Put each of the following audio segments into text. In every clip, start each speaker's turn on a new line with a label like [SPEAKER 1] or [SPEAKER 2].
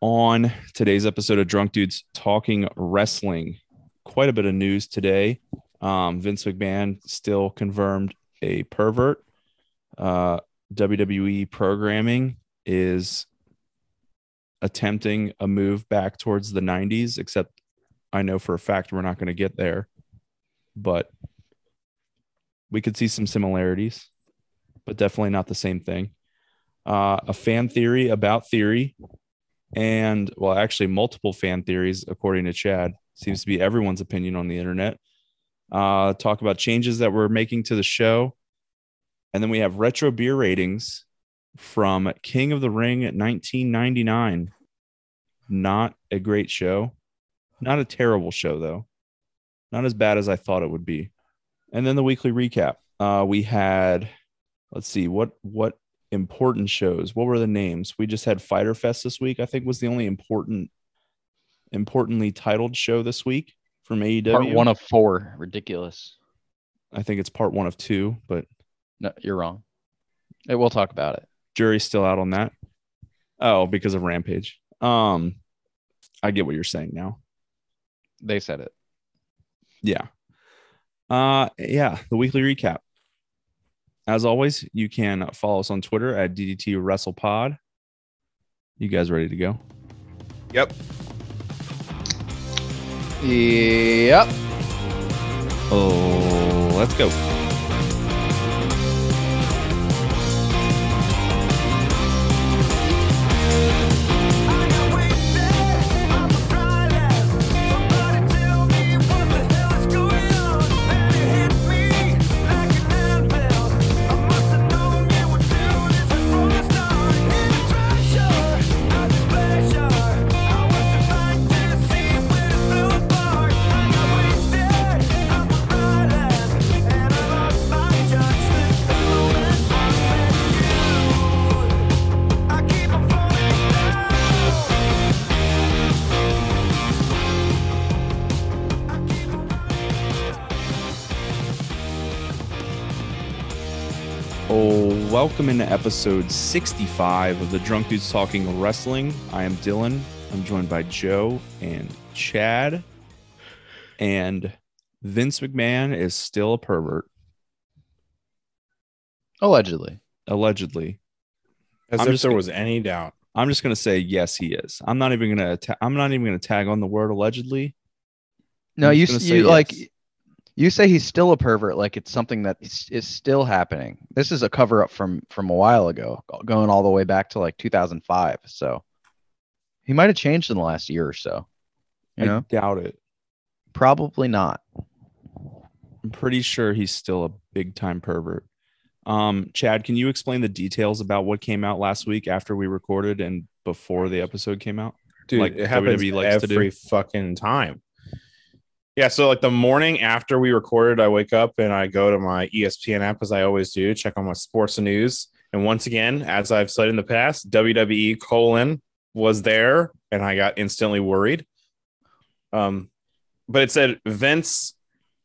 [SPEAKER 1] on today's episode of Drunk Dudes Talking Wrestling. Quite a bit of news today. Um, Vince McMahon still confirmed a pervert. Uh, WWE programming is attempting a move back towards the 90s, except I know for a fact we're not going to get there. But we could see some similarities, but definitely not the same thing. Uh, a fan theory about theory, and well, actually, multiple fan theories, according to Chad, seems to be everyone's opinion on the internet. Uh, talk about changes that we're making to the show. And then we have retro beer ratings from King of the Ring 1999. Not a great show. Not a terrible show, though. Not as bad as I thought it would be. And then the weekly recap. Uh, we had, let's see, what what important shows? What were the names? We just had Fighter Fest this week. I think was the only important, importantly titled show this week from E AEW.
[SPEAKER 2] Part one of four. Ridiculous.
[SPEAKER 1] I think it's part one of two, but
[SPEAKER 2] No, you're wrong. Hey, We'll talk about it.
[SPEAKER 1] jury's still out on that. Oh, because of Rampage. Um, I get what you're saying now.
[SPEAKER 2] They said it.
[SPEAKER 1] Yeah. Uh yeah, the weekly recap. As always, you can follow us on Twitter at DDT WrestlePod. You guys ready to go?
[SPEAKER 3] Yep.
[SPEAKER 2] Yep.
[SPEAKER 1] Oh, let's go.
[SPEAKER 4] I got wasted on the Friday. Somebody tell me what the hell is going on. And it hit me like an anvil. I must have known you would do this from the start. In a treasure, not displeasure. I was trying to see where it flew apart. I got wasted on the Friday, and I lost my judgment. Following you. I keep on falling down. I keep on
[SPEAKER 1] Oh, welcome into episode 65 of the Drunk Dudes Talking Wrestling. I am Dylan. I'm joined by Joe and Chad. And Vince McMahon is still a pervert,
[SPEAKER 2] Allegedly.
[SPEAKER 1] allegedly.
[SPEAKER 3] As
[SPEAKER 1] I'm
[SPEAKER 3] if
[SPEAKER 1] just
[SPEAKER 3] there
[SPEAKER 1] gonna-
[SPEAKER 3] was any doubt.
[SPEAKER 1] I'm just gonna say yes, he is. I'm not even gonna. atta I'm not even gonna tag on the word allegedly.
[SPEAKER 2] No,
[SPEAKER 1] I'm
[SPEAKER 2] you
[SPEAKER 1] just
[SPEAKER 2] s-
[SPEAKER 1] gonna
[SPEAKER 2] you
[SPEAKER 1] say
[SPEAKER 2] like
[SPEAKER 1] yes.
[SPEAKER 2] you say he's still a pervert. Like it's something that is, is still happening. This is a cover up from from a while ago, go- going all the way back to like 2005. So he might have changed in the last year or so. You know,
[SPEAKER 1] I doubt it.
[SPEAKER 2] probably not.
[SPEAKER 1] I'm pretty sure he's still a big time pervert. Um, Chad, can you explain the details about what came out last week after we recorded and before the episode came out?
[SPEAKER 3] Dude,
[SPEAKER 1] Like
[SPEAKER 3] it happens
[SPEAKER 1] WWE likes to do.
[SPEAKER 3] every fucking time. Yeah, so like the morning after we recorded, I wake up and I go to my E ESPN app as I always do, check on my sports and news. And once again, as I've said in the past, WWE colon was there, and I got instantly worried. Um, but it said Vince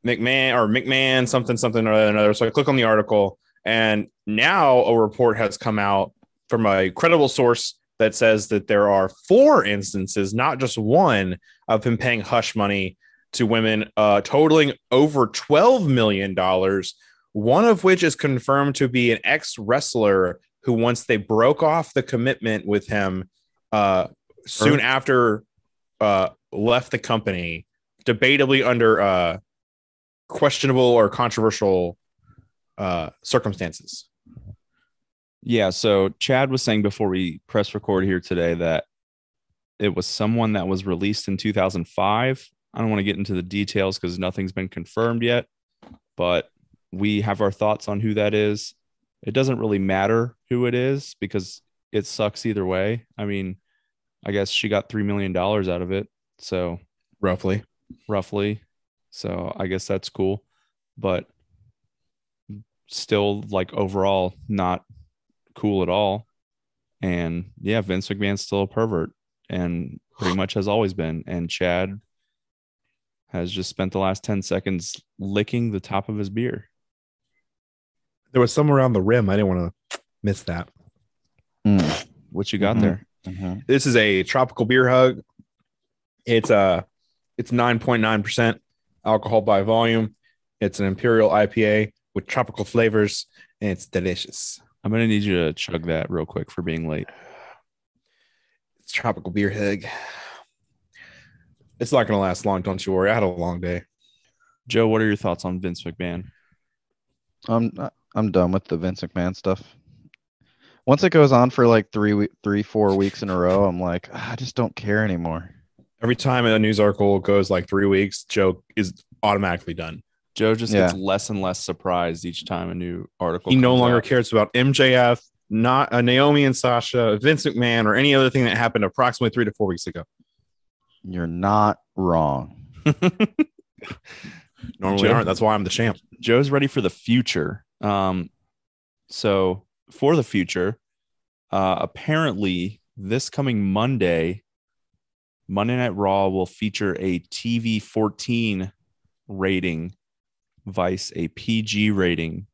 [SPEAKER 3] McMahon or McMahon something something or another. So I click on the article, and now a report has come out from a credible source that says that there are four instances, not just one, of him paying hush money to women, uh, totaling over twelve million dollars. One of which is confirmed to be an ex wrestler who, once they broke off the commitment with him, uh, soon after uh, left the company, debatably under uh, questionable or controversial uh, circumstances.
[SPEAKER 1] Yeah. So Chad was saying before we press record here today that it was someone that was released in 2005. I don't want to get into the details because nothing's been confirmed yet, but we have our thoughts on who that is. It doesn't really matter who it is because it sucks either way. I mean, I guess she got $3 million out of it. So
[SPEAKER 3] Roughly,
[SPEAKER 1] roughly. So I guess that's cool, but still like overall not cool at all. And yeah, Vince McMahon's still a pervert and pretty much has always been. And Chad has just spent the last 10 seconds licking the top of his beer.
[SPEAKER 3] there was some around the rim. I didn't want to miss that.
[SPEAKER 2] Mm.
[SPEAKER 1] What you got
[SPEAKER 2] Mhm.
[SPEAKER 3] Mm-hmm.
[SPEAKER 1] there?
[SPEAKER 3] This is a tropical beer hug. It's uh it's 9.9% alcohol by volume. It's an imperial IPA with tropical flavors and it's delicious.
[SPEAKER 1] I'm gonna need you to chug that real quick for being late.
[SPEAKER 3] It's tropical beer hug. It's not going to last long, don't you worry. I had a long day.
[SPEAKER 1] Joe, what are your thoughts on Vince McMahon?
[SPEAKER 5] I'm I'm done with the Vince McMahon stuff. Once it goes on for like three we- three four weeks in a row, I'm like, "Ah, I just don't care anymore.
[SPEAKER 3] Every time a news article goes like 3 weeks, Joe is automatically done.
[SPEAKER 1] Joe just gets less and less surprised each time a new article.
[SPEAKER 3] he no
[SPEAKER 1] comes
[SPEAKER 3] longer
[SPEAKER 1] out.
[SPEAKER 3] cares about MJF, not uh, Naomi and Sasha, Vince McMahon, or any other thing that happened approximately three to four weeks ago.
[SPEAKER 5] You're not wrong.
[SPEAKER 3] Normally
[SPEAKER 1] Joe?
[SPEAKER 3] aren't. That's why I'm the champ.
[SPEAKER 1] Joe's ready for the future. Um, so for the future, uh, apparently this coming Monday, Monday Night Raw will feature a TV 14 rating, Vice a PG rating,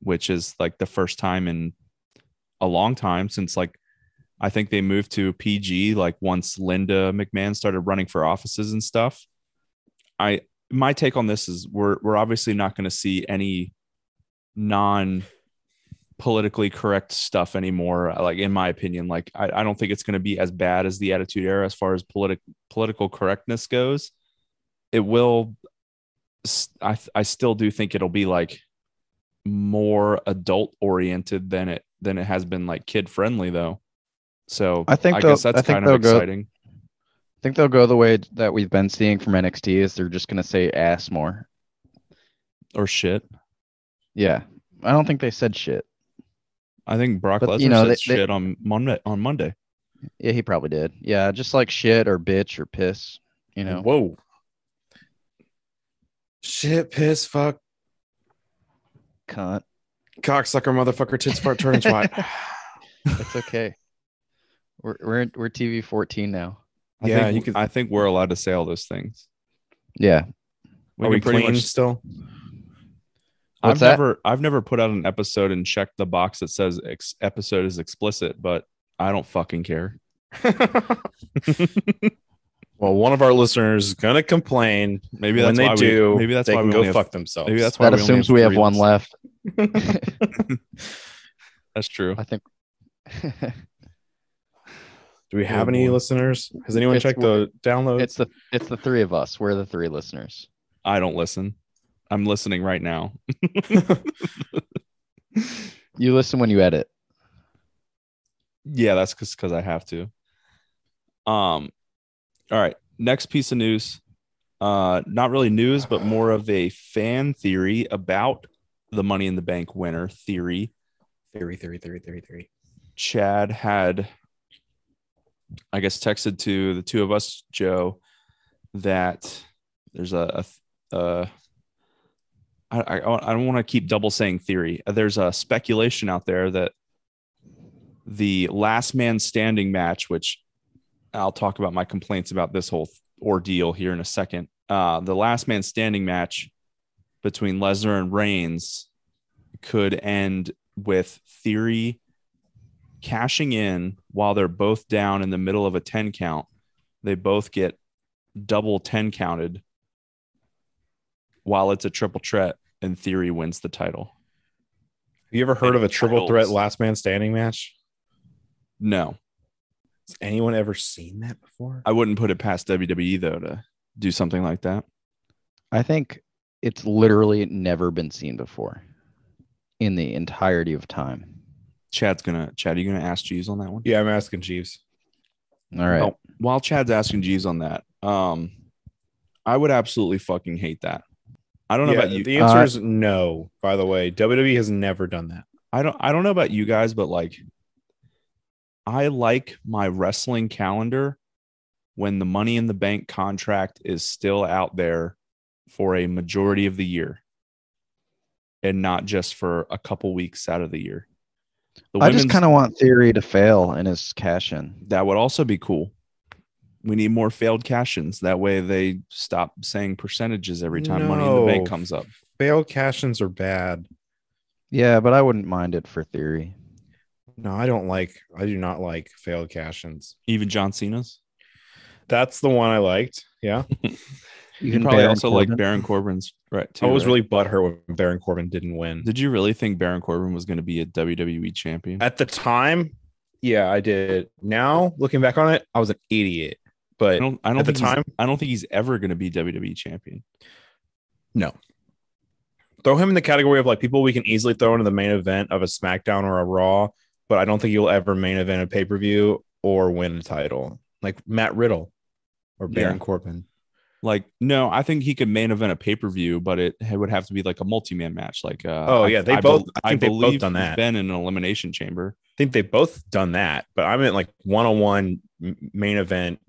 [SPEAKER 1] which is like the first time in a long time since like I think they moved to PG like once Linda McMahon started running for offices and stuff. I my take on this is we're we're obviously not going to see any non politically correct stuff anymore Uh, like in my opinion like I, I don't think it's going to be as bad as the attitude era as far as politic political correctness goes it will s- i th- i still do think it'll be like more adult oriented than it than it has been like kid friendly though so
[SPEAKER 5] I think
[SPEAKER 1] i
[SPEAKER 5] they'll-
[SPEAKER 1] guess that's
[SPEAKER 5] I think
[SPEAKER 1] kind of
[SPEAKER 5] they'll go-
[SPEAKER 1] exciting
[SPEAKER 5] I think they'll go the way that we've been seeing from NXT is they're just gonna say ass more.
[SPEAKER 1] or shit
[SPEAKER 5] Yeah, I don't think they said shit.
[SPEAKER 1] i think brock
[SPEAKER 5] But,
[SPEAKER 1] lesnar
[SPEAKER 5] you know,
[SPEAKER 1] said
[SPEAKER 5] they- they-
[SPEAKER 1] shit on monday on monday
[SPEAKER 5] Yeah, he probably did. Yeah, just like shit or bitch or piss. You know,
[SPEAKER 3] Whoa. Shit, piss, fuck,
[SPEAKER 5] cunt.
[SPEAKER 3] cocksucker, motherfucker, tits, part, turn, twat.
[SPEAKER 5] It's okay. we're we're we're TV fourteen now.
[SPEAKER 1] I
[SPEAKER 3] Yeah,
[SPEAKER 1] think,
[SPEAKER 3] you could-
[SPEAKER 1] I think we're allowed to say all those things.
[SPEAKER 5] Yeah.
[SPEAKER 1] We
[SPEAKER 3] Are
[SPEAKER 1] can
[SPEAKER 3] we
[SPEAKER 1] pretty
[SPEAKER 3] clean
[SPEAKER 1] much-
[SPEAKER 3] still?
[SPEAKER 1] I've
[SPEAKER 5] What's that?
[SPEAKER 1] never I've never put out an episode and checked the box that says ex- episode is explicit, but I don't fucking care.
[SPEAKER 3] well, one of our listeners is going to complain.
[SPEAKER 1] Maybe
[SPEAKER 3] when
[SPEAKER 1] that's
[SPEAKER 3] they
[SPEAKER 1] why
[SPEAKER 3] do,
[SPEAKER 1] we, maybe that's
[SPEAKER 3] they
[SPEAKER 1] why
[SPEAKER 3] can
[SPEAKER 1] we
[SPEAKER 3] go
[SPEAKER 1] only
[SPEAKER 3] fuck
[SPEAKER 1] have,
[SPEAKER 3] themselves.
[SPEAKER 1] maybe that's why
[SPEAKER 5] That
[SPEAKER 1] we only
[SPEAKER 5] assumes we have
[SPEAKER 1] three
[SPEAKER 5] one
[SPEAKER 1] listeners.
[SPEAKER 5] left.
[SPEAKER 1] That's true.
[SPEAKER 5] I think.
[SPEAKER 3] Do we have any
[SPEAKER 1] Lord.
[SPEAKER 3] listeners? Has anyone
[SPEAKER 5] It's
[SPEAKER 3] checked the downloads?
[SPEAKER 5] it's the it's the three of us. We're the three listeners.
[SPEAKER 1] I don't listen. I'm listening right now.
[SPEAKER 5] You listen when you edit.
[SPEAKER 1] Yeah, that's because I have to. Um, all right. Next piece of news. Uh, not really news, but more of a fan theory about the Money in the Bank winner theory.
[SPEAKER 3] theory, theory, theory, theory, theory.
[SPEAKER 1] Chad had, I guess, texted to the two of us, Joe, that there's a, a, a I, I, I don't want to keep double saying theory. There's a speculation out there that the last man standing match, which I'll talk about my complaints about this whole ordeal here in a second. Uh, the last man standing match between Lesnar and Reigns could end with Theory cashing in while they're both down in the middle of a 10 count. They both get double 10 counted while it's a triple threat, and Theory wins the title.
[SPEAKER 3] Have you ever heard of a triple
[SPEAKER 1] Titles.
[SPEAKER 3] threat last man standing match?
[SPEAKER 1] No,
[SPEAKER 3] Has anyone ever seen that before?
[SPEAKER 1] I wouldn't put it past WWE though to do something like that.
[SPEAKER 5] I think it's literally never been seen before, in the entirety of time.
[SPEAKER 1] Chad's gonna Chad, are you gonna ask Jeeves on that one?
[SPEAKER 3] Yeah, I'm asking Jeeves.
[SPEAKER 5] All right.
[SPEAKER 1] Well, while Chad's asking Jeeves on that, um, I would absolutely fucking hate that. I don't know
[SPEAKER 3] Yeah,
[SPEAKER 1] about you.
[SPEAKER 3] The answer
[SPEAKER 5] Uh,
[SPEAKER 3] is no. By the way, WWE has never done that.
[SPEAKER 1] I don't I don't know about you guys, but like I like my wrestling calendar when the money in the bank contract is still out there for a majority of the year and not just for a couple weeks out of the year. The
[SPEAKER 5] I just
[SPEAKER 1] women's-
[SPEAKER 5] kind of want Theory to fail in his cash in.
[SPEAKER 1] that would also be cool. We need more failed cash-ins. That way they stop saying percentages every time money in the bank
[SPEAKER 3] No.
[SPEAKER 1] comes up.
[SPEAKER 3] Failed cash-ins are bad.
[SPEAKER 5] Yeah, but I wouldn't mind it for Theory.
[SPEAKER 3] No, I don't like. I do not like failed cash-ins.
[SPEAKER 1] Even John Cena's.
[SPEAKER 3] That's the one I liked. Yeah,
[SPEAKER 1] You probably also like Baron Corbin's, right? Too,
[SPEAKER 3] I was
[SPEAKER 1] right?
[SPEAKER 3] really butthurt when Baron Corbin didn't win
[SPEAKER 1] Did you really think Baron Corbin was going to be a WWE champion?
[SPEAKER 3] at the time. Yeah, I did. Now looking back on it, I was an idiot.
[SPEAKER 1] I
[SPEAKER 3] But
[SPEAKER 1] don't. I don't
[SPEAKER 3] at the
[SPEAKER 1] think he's-
[SPEAKER 3] time-
[SPEAKER 1] I don't think he's ever going to be WWE champion.
[SPEAKER 3] throw him in the category of like people we can easily throw into the main event of a SmackDown or a Raw, but I don't think you'll ever main event a pay per view or win a title like Matt Riddle or Baron
[SPEAKER 1] Yeah.
[SPEAKER 3] Corbin.
[SPEAKER 1] Like, no, I think he could main event a pay per view, but it ha- would have to be like a multi man match. Like, uh,
[SPEAKER 3] Oh,
[SPEAKER 1] I-
[SPEAKER 3] yeah, they
[SPEAKER 1] I bel-
[SPEAKER 3] both- I think they both
[SPEAKER 1] believe
[SPEAKER 3] done
[SPEAKER 1] he's
[SPEAKER 3] that.
[SPEAKER 1] Been in an elimination chamber.
[SPEAKER 3] I think they've both done that, but I meant like one on one main event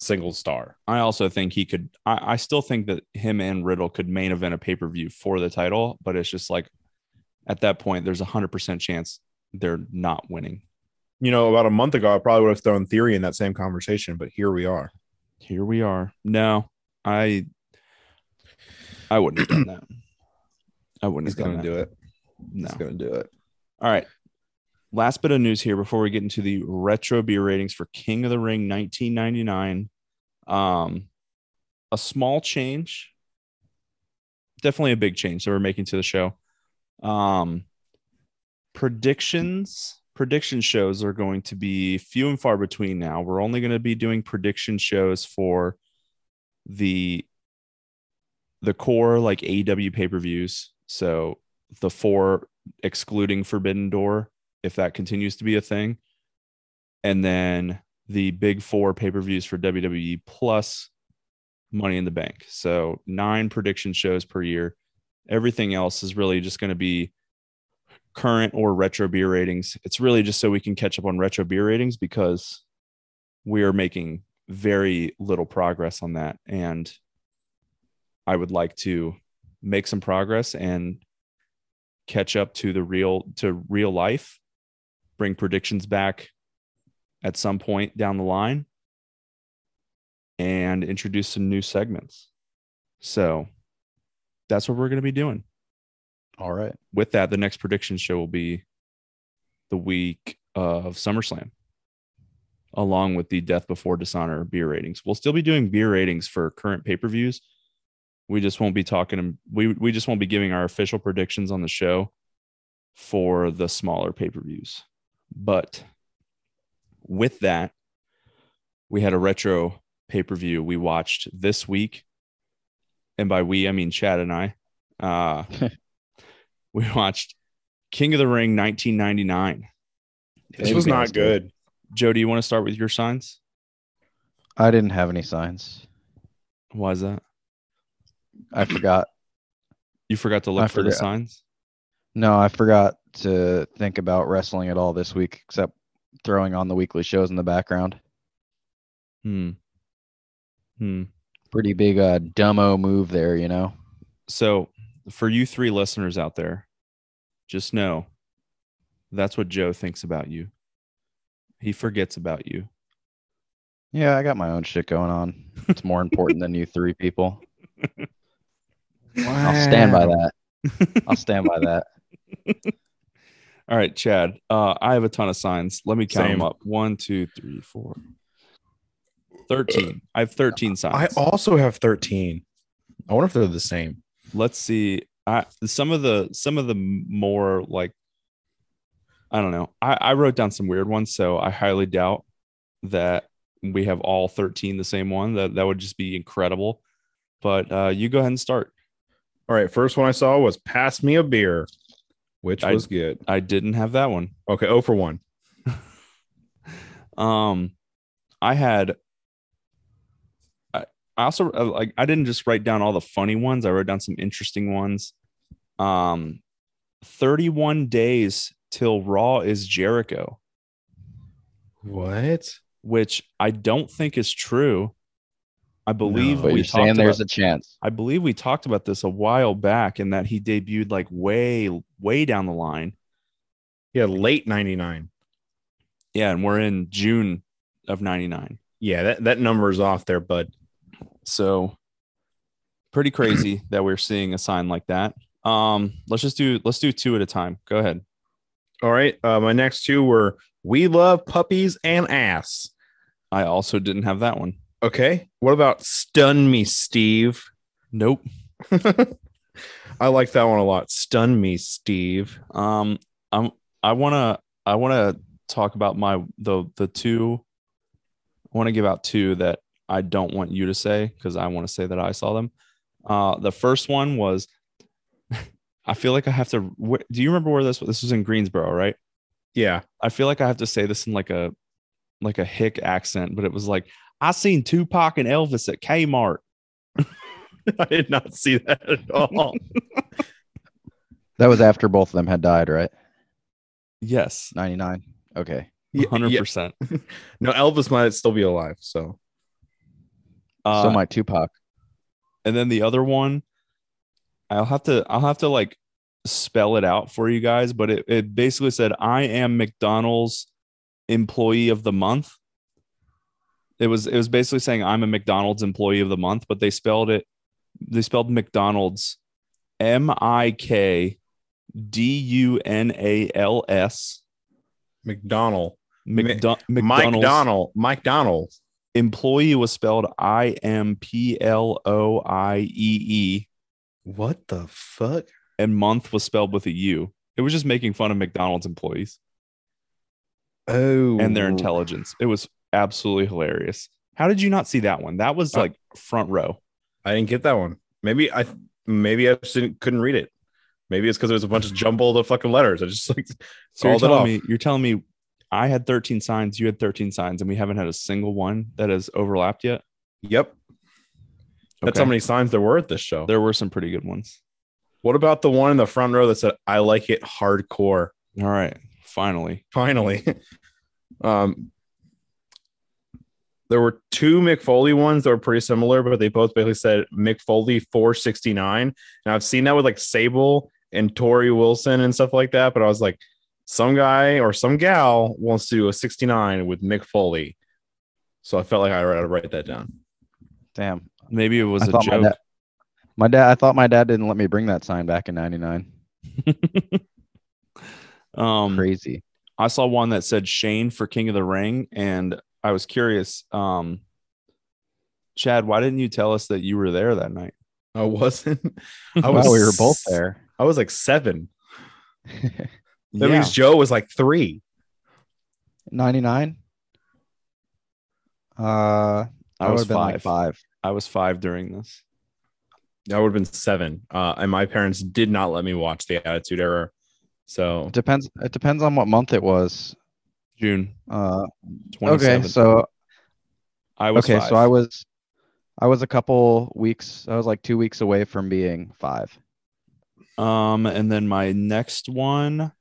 [SPEAKER 3] single star.
[SPEAKER 1] I also think he could. I, I still think that him and Riddle could main event a pay per view for the title, but it's just like at that point, there's a hundred percent chance they're not winning.
[SPEAKER 3] You know, about a month ago, I probably would have thrown Theory in that same conversation, but here we are.
[SPEAKER 1] Here we are. No, I, I wouldn't have done that. I wouldn't
[SPEAKER 3] He's
[SPEAKER 1] have done that.
[SPEAKER 3] going to do it.
[SPEAKER 1] No.
[SPEAKER 3] He's going to do it.
[SPEAKER 1] All right. Last bit of news here before we get into the retro beer ratings for King of the Ring 1999. Um, a small change, definitely a big change that we're making to the show. Um, predictions, prediction shows are going to be few and far between now. We're only going to be doing prediction shows for the the core like AEW pay per views. So the four excluding Forbidden Door, if that continues to be a thing. And then the big four pay per views for WWE plus Money in the Bank. So nine prediction shows per year. Everything else is really just going to be current or retro beer ratings. It's really just so we can catch up on retro beer ratings because we are making very little progress on that. And I would like to make some progress and catch up to the real to real life bring predictions back at some point down the line and introduce some new segments so that's what we're going to be doing
[SPEAKER 2] All right.
[SPEAKER 1] with that the next prediction show will be the week of SummerSlam along with the Death Before Dishonor beer ratings. We'll still be doing beer ratings for current pay-per-views. We just won't be talking um, we we just won't be giving our official predictions on the show for the smaller pay-per-views. But with that, we had a retro pay-per-view we watched this week. And by we, I mean Chad and I. Uh we watched King of the Ring 1999.
[SPEAKER 3] This was not good.
[SPEAKER 1] Joe, do you want to start with your signs?
[SPEAKER 2] I didn't have any signs.
[SPEAKER 1] Why is that?
[SPEAKER 2] I forgot.
[SPEAKER 1] You forgot to look
[SPEAKER 2] I
[SPEAKER 1] for the
[SPEAKER 2] forgot.
[SPEAKER 1] signs?
[SPEAKER 2] No, I forgot to think about wrestling at all this week, except throwing on the weekly shows in the background.
[SPEAKER 1] Hmm. Hmm.
[SPEAKER 2] Pretty big uh, dumbo move there, you know.
[SPEAKER 1] So, for you three listeners out there, just know that's what Joe thinks about you. He forgets about you.
[SPEAKER 2] Yeah, I got my own shit going on. It's more important than you three people. I'll stand by that. I'll stand by that.
[SPEAKER 1] All right, Chad. Uh, I have a ton of signs. Let me count
[SPEAKER 3] Same.
[SPEAKER 1] them up. One, two, three, four. 13. I have 13 signs.
[SPEAKER 3] I also have 13. I wonder if they're the same.
[SPEAKER 1] let's see i some of the some of the more like i don't know i i wrote down some weird ones so i highly doubt that we have all 13 the same one that that would just be incredible but uh you go ahead and start
[SPEAKER 3] All right. First one I saw was Pass Me a Beer, which
[SPEAKER 1] I-
[SPEAKER 3] was good.
[SPEAKER 1] i didn't have that one
[SPEAKER 3] Okay. Oh, for one.
[SPEAKER 1] um i had i, I also uh, like i didn't just write down all the funny ones i wrote down some interesting ones um 31 days till raw is jericho
[SPEAKER 3] What?
[SPEAKER 1] which I don't think is true. I believe
[SPEAKER 3] No.
[SPEAKER 2] But
[SPEAKER 1] we
[SPEAKER 2] you're
[SPEAKER 1] talked
[SPEAKER 2] saying
[SPEAKER 1] about,
[SPEAKER 2] there's a chance.
[SPEAKER 1] I believe we talked about this a while back and that he debuted like way way down the line.
[SPEAKER 3] Yeah, late 99.
[SPEAKER 1] Yeah, and we're in June of 99.
[SPEAKER 3] Yeah, that, that number is off there, bud.
[SPEAKER 1] So pretty crazy that we're seeing a sign like that. Um let's just do let's do two at a time. Go ahead.
[SPEAKER 3] All right. Uh, my next two were We Love Puppies and Ass.
[SPEAKER 1] I also didn't have that one.
[SPEAKER 3] Okay. What about Stun Me, Steve?
[SPEAKER 1] Nope.
[SPEAKER 3] I like that one a lot. Stun Me, Steve.
[SPEAKER 1] Um, I'm I wanna I wanna talk about my the the two. I want to give out two that I don't want you to say because I want to say that I saw them. Uh, the first one was, I feel like I have to. Wh- do you remember where this was? This was in Greensboro, right?
[SPEAKER 3] Yeah.
[SPEAKER 1] I feel like I have to say this in like a like a hick accent, but it was like I seen Tupac and Elvis at Kmart.
[SPEAKER 3] I did not see that at all.
[SPEAKER 2] That was after both of them had died, right?
[SPEAKER 1] Yes,
[SPEAKER 2] 99. Okay.
[SPEAKER 3] Yeah,
[SPEAKER 1] hundred
[SPEAKER 3] yeah.
[SPEAKER 1] percent.
[SPEAKER 3] No, Elvis might still be alive. So
[SPEAKER 1] Uh,
[SPEAKER 2] so my Tupac.
[SPEAKER 1] and then the other one i'll have to i'll have to like spell it out for you guys but it, it basically said i am mcdonald's employee of the month it was it was basically saying i'm a mcdonald's employee of the month but they spelled it they spelled mcdonald's m-i-k-d-u-n-a-l-s
[SPEAKER 3] McDonald.
[SPEAKER 1] McDo-
[SPEAKER 3] Mike
[SPEAKER 1] mcdonald's
[SPEAKER 3] Donald. Mike Donald.
[SPEAKER 1] employee was spelled E i-m-p-l-o-i-e-e
[SPEAKER 3] What the fuck?
[SPEAKER 1] and month was spelled with a U. It was just making fun of McDonald's employees
[SPEAKER 3] Oh.
[SPEAKER 1] and their intelligence. It was absolutely hilarious. How did you not see that one? That was
[SPEAKER 3] Uh,
[SPEAKER 1] like front row.
[SPEAKER 3] I didn't get that one. Maybe I maybe I just didn't, couldn't read it. Maybe it's because it was a bunch of jumbled up fucking letters. I just like
[SPEAKER 1] So you're
[SPEAKER 3] called it
[SPEAKER 1] telling
[SPEAKER 3] off.
[SPEAKER 1] me you're telling me I had 13 signs, you had 13 signs, and we haven't had a single one that has overlapped yet.
[SPEAKER 3] Yep. That's how
[SPEAKER 1] Okay.
[SPEAKER 3] many signs there were at this show.
[SPEAKER 1] There were some pretty good ones.
[SPEAKER 3] What about the one in the front row that said I like it hardcore?
[SPEAKER 1] All right, finally.
[SPEAKER 3] Finally. um there were two Mick Foley ones that were pretty similar, but they both basically said Mick Foley 469. And I've seen that with like Sable and Tori Wilson and stuff like that. But I was like, some guy or some gal wants to do a 69 with Mick Foley. So I felt like I had to write that down.
[SPEAKER 2] Damn.
[SPEAKER 1] Maybe it was
[SPEAKER 2] I
[SPEAKER 1] a
[SPEAKER 2] thought my
[SPEAKER 1] joke.
[SPEAKER 2] dad- My dad, I thought my dad didn't let me bring that sign back in 99.
[SPEAKER 1] um,
[SPEAKER 2] Crazy.
[SPEAKER 1] I saw one that said Shane for King of the Ring, and I was curious. Um, Chad, why didn't you tell us that you were there that night?
[SPEAKER 3] I wasn't. I
[SPEAKER 2] Oh,
[SPEAKER 3] was
[SPEAKER 2] wow, we were both there.
[SPEAKER 3] I was like seven. That means Joe was like three.
[SPEAKER 2] 99? Uh, I,
[SPEAKER 1] I was
[SPEAKER 2] would've been like
[SPEAKER 1] five.
[SPEAKER 2] five.
[SPEAKER 1] I was five during this.
[SPEAKER 3] I would have been seven. Uh, and my parents did not let me watch the Attitude Era. So
[SPEAKER 2] It depends. It depends on what month it was.
[SPEAKER 1] June
[SPEAKER 2] Uh, okay,
[SPEAKER 1] 27th.
[SPEAKER 2] so
[SPEAKER 1] I was
[SPEAKER 2] okay,
[SPEAKER 1] five.
[SPEAKER 2] so I was, I was a couple weeks. I was like two weeks away from being five.
[SPEAKER 1] um, and then my next one,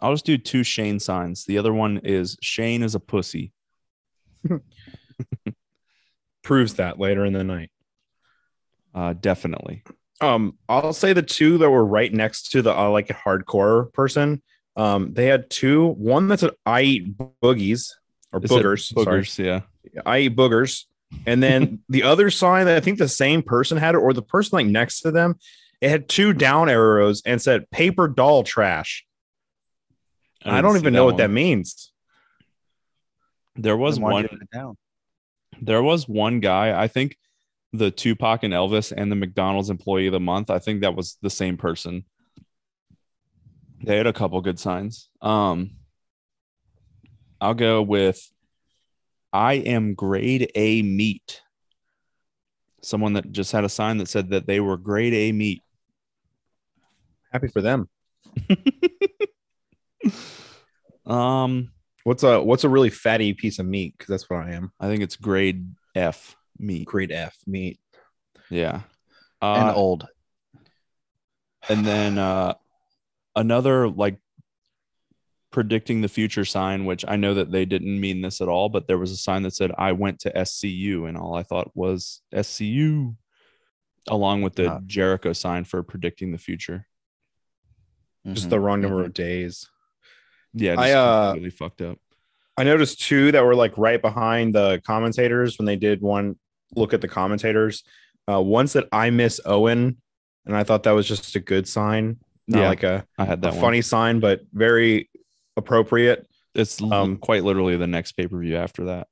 [SPEAKER 1] I'll just do two Shane signs. The other one is Shane is a pussy.
[SPEAKER 3] proves that later in the night.
[SPEAKER 1] Uh, definitely.
[SPEAKER 3] Um, I'll say the two that were right next to the I like it hardcore person. Um, they had two. One that's an I eat boogies or
[SPEAKER 1] It said
[SPEAKER 3] boogers.
[SPEAKER 1] Boogers. Yeah.
[SPEAKER 3] Sorry, I eat boogers. And then the other sign that I think the same person had it, or the person like next to them, it had two down arrows and said paper doll trash. I,
[SPEAKER 1] didn't
[SPEAKER 3] don't
[SPEAKER 1] see
[SPEAKER 3] even know what that
[SPEAKER 1] one.
[SPEAKER 3] means.
[SPEAKER 1] There was
[SPEAKER 2] Then why'd
[SPEAKER 1] one
[SPEAKER 2] you put it down?
[SPEAKER 1] there was one guy i think the tupac and elvis and the mcdonald's employee of the month i think that was the same person they had a couple good signs um i'll go with i am grade a meat someone that just had a sign that said that they were grade a meat
[SPEAKER 3] Happy for them.
[SPEAKER 1] um
[SPEAKER 3] What's a what's a really fatty piece of meat? Because that's what I am.
[SPEAKER 1] i think it's grade f meat
[SPEAKER 3] Grade F meat.
[SPEAKER 1] yeah
[SPEAKER 2] And
[SPEAKER 1] uh,
[SPEAKER 2] old.
[SPEAKER 1] and then uh another like predicting the future sign which i know that they didn't mean this at all but there was a sign that said i went to scu and all i thought was scu along with the
[SPEAKER 3] Uh,
[SPEAKER 2] Ah.
[SPEAKER 1] jericho sign for predicting the future
[SPEAKER 3] Just
[SPEAKER 2] Mhm.
[SPEAKER 1] Mm-hmm.
[SPEAKER 3] the wrong number of days.
[SPEAKER 1] yeah
[SPEAKER 3] I,
[SPEAKER 1] just
[SPEAKER 3] uh,
[SPEAKER 1] really fucked up
[SPEAKER 3] I noticed two that were like right behind the commentators when they did one look at the commentators. Uh, one said, I miss Owen. And I thought that was just a good sign. Not
[SPEAKER 1] Yeah,
[SPEAKER 3] like a,
[SPEAKER 1] I had
[SPEAKER 3] a
[SPEAKER 1] that one.
[SPEAKER 3] funny sign, but very appropriate.
[SPEAKER 1] It's l-
[SPEAKER 3] um,
[SPEAKER 1] quite literally the next pay per view after that.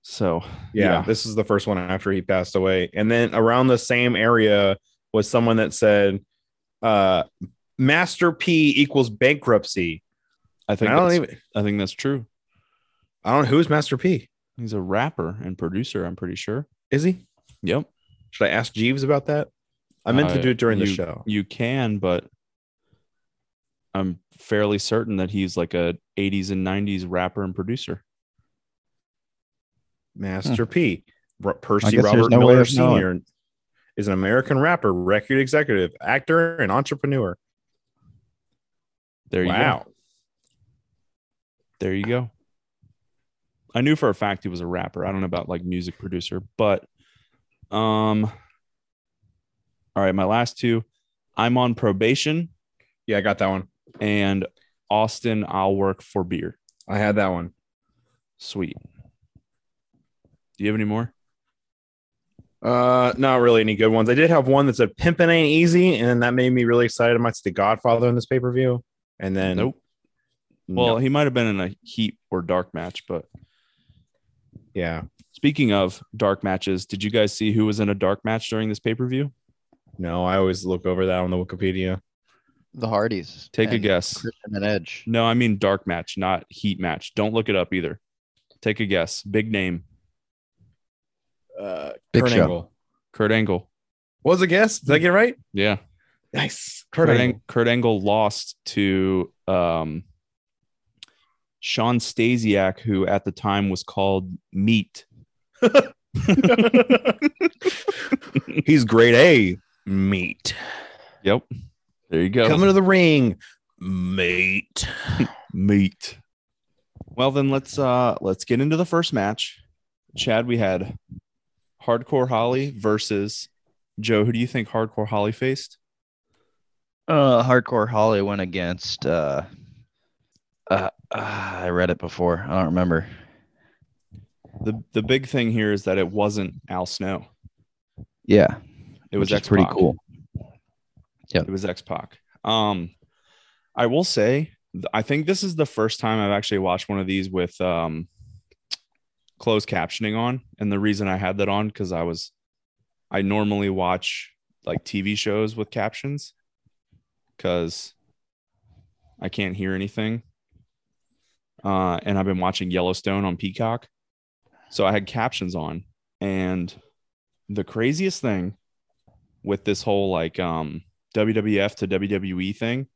[SPEAKER 1] So
[SPEAKER 3] yeah,
[SPEAKER 1] Yeah.
[SPEAKER 3] this is the first one after he passed away. And then around the same area was someone that said, uh, Master P equals bankruptcy.
[SPEAKER 1] I think
[SPEAKER 3] I don't
[SPEAKER 1] that's-
[SPEAKER 3] even,
[SPEAKER 1] I think that's true.
[SPEAKER 3] I don't know who's Master P.
[SPEAKER 1] He's a rapper and producer. I'm pretty sure.
[SPEAKER 3] Is he?
[SPEAKER 1] Yep.
[SPEAKER 3] Should I ask Jeeves about that? I meant to
[SPEAKER 1] Uh,
[SPEAKER 3] do it during the
[SPEAKER 1] you-
[SPEAKER 3] show.
[SPEAKER 1] You can, but I'm fairly certain that he's like a 80s and 90s rapper and producer. Hmm.
[SPEAKER 3] Master P. R-
[SPEAKER 2] I
[SPEAKER 3] Percy
[SPEAKER 2] guess
[SPEAKER 3] Robert
[SPEAKER 2] there's no way
[SPEAKER 3] Miller
[SPEAKER 2] of knowing.
[SPEAKER 3] Sr. is an American rapper, record executive, actor, and entrepreneur.
[SPEAKER 1] There you go.
[SPEAKER 3] wow.
[SPEAKER 1] There you go. I knew for a fact he was a rapper. I don't know about like music producer, but um all right, my last two. I'm on probation
[SPEAKER 3] Yeah, I got that one.
[SPEAKER 1] and Austin, I'll work for beer.
[SPEAKER 3] I had that one.
[SPEAKER 1] Sweet. Do you have any more?
[SPEAKER 3] Uh, not really any good ones. I did have one that said "Pimpin' Ain't Easy," and that made me really excited. I might see The Godfather in this pay per view, and then
[SPEAKER 1] nope.
[SPEAKER 3] no.
[SPEAKER 1] Well, he might have been in a heat or dark match, but
[SPEAKER 3] yeah,
[SPEAKER 1] Speaking of dark matches, did you guys see who was in a dark match during this pay per view?
[SPEAKER 3] no, I always look over that on the Wikipedia.
[SPEAKER 2] The Hardys.
[SPEAKER 1] Take a
[SPEAKER 2] and
[SPEAKER 1] guess.
[SPEAKER 2] Christian and Edge.
[SPEAKER 1] No, I mean dark match, not heat match. Don't look it up either. Take a guess. Big name.
[SPEAKER 3] Uh,
[SPEAKER 2] Big
[SPEAKER 3] Kurt
[SPEAKER 2] Show.
[SPEAKER 3] Angle.
[SPEAKER 1] Kurt Angle.
[SPEAKER 3] What was the guess? Did I get it right?
[SPEAKER 1] Yeah.
[SPEAKER 3] Nice, Kurt,
[SPEAKER 1] Kurt, Ang-
[SPEAKER 3] Angle.
[SPEAKER 1] Kurt Angle lost to um, Sean Stasiak, who at the time was called Meat.
[SPEAKER 3] He's grade A meat.
[SPEAKER 1] Yep. There you go.
[SPEAKER 3] Coming to the ring, mate.
[SPEAKER 1] meat. Well, then let's uh let's get into the first match. Chad, we had Hardcore Holly versus Joe. Who do you think Hardcore Holly faced?
[SPEAKER 2] Uh, Hardcore Holly went against. Uh, uh, uh, I read it before. I don't remember.
[SPEAKER 1] The the big thing here is that it wasn't Al Snow.
[SPEAKER 2] Yeah,
[SPEAKER 1] It was
[SPEAKER 2] which is
[SPEAKER 1] X
[SPEAKER 2] pretty cool.
[SPEAKER 1] It was X Pac. Um, I will say, th- I think this is the first time I've actually watched one of these with um, closed captioning on. And the reason I had that on because I was, I normally watch like TV shows with captions because I can't hear anything. Uh, and I've been watching Yellowstone on Peacock. So I had captions on. And the craziest thing with this whole like um, WWF to WWE thing,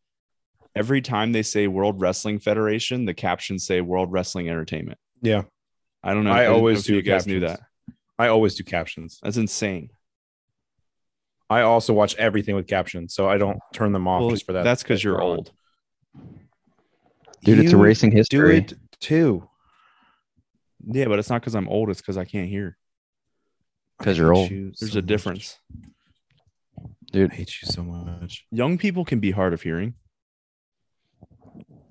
[SPEAKER 1] every time they say World Wrestling Federation, the captions say World Wrestling Entertainment.
[SPEAKER 3] Yeah.
[SPEAKER 1] I don't know.
[SPEAKER 3] I
[SPEAKER 1] don't know
[SPEAKER 3] always
[SPEAKER 1] if
[SPEAKER 3] do
[SPEAKER 1] You guys knew
[SPEAKER 3] captions.
[SPEAKER 1] that.
[SPEAKER 3] I always do captions.
[SPEAKER 1] That's insane.
[SPEAKER 3] I also watch everything with captions, so I don't turn them off
[SPEAKER 1] Well,
[SPEAKER 3] just for that.
[SPEAKER 1] That's because you're
[SPEAKER 3] Wrong.
[SPEAKER 1] old.
[SPEAKER 2] Dude, it's
[SPEAKER 3] You
[SPEAKER 2] erasing
[SPEAKER 3] Do
[SPEAKER 2] history.
[SPEAKER 3] it too.
[SPEAKER 1] Yeah, but it's not because I'm old. It's because I can't hear.
[SPEAKER 2] 'Cause you're old.
[SPEAKER 1] There's a difference.
[SPEAKER 3] I hate you so much.
[SPEAKER 1] Young people can be hard of hearing.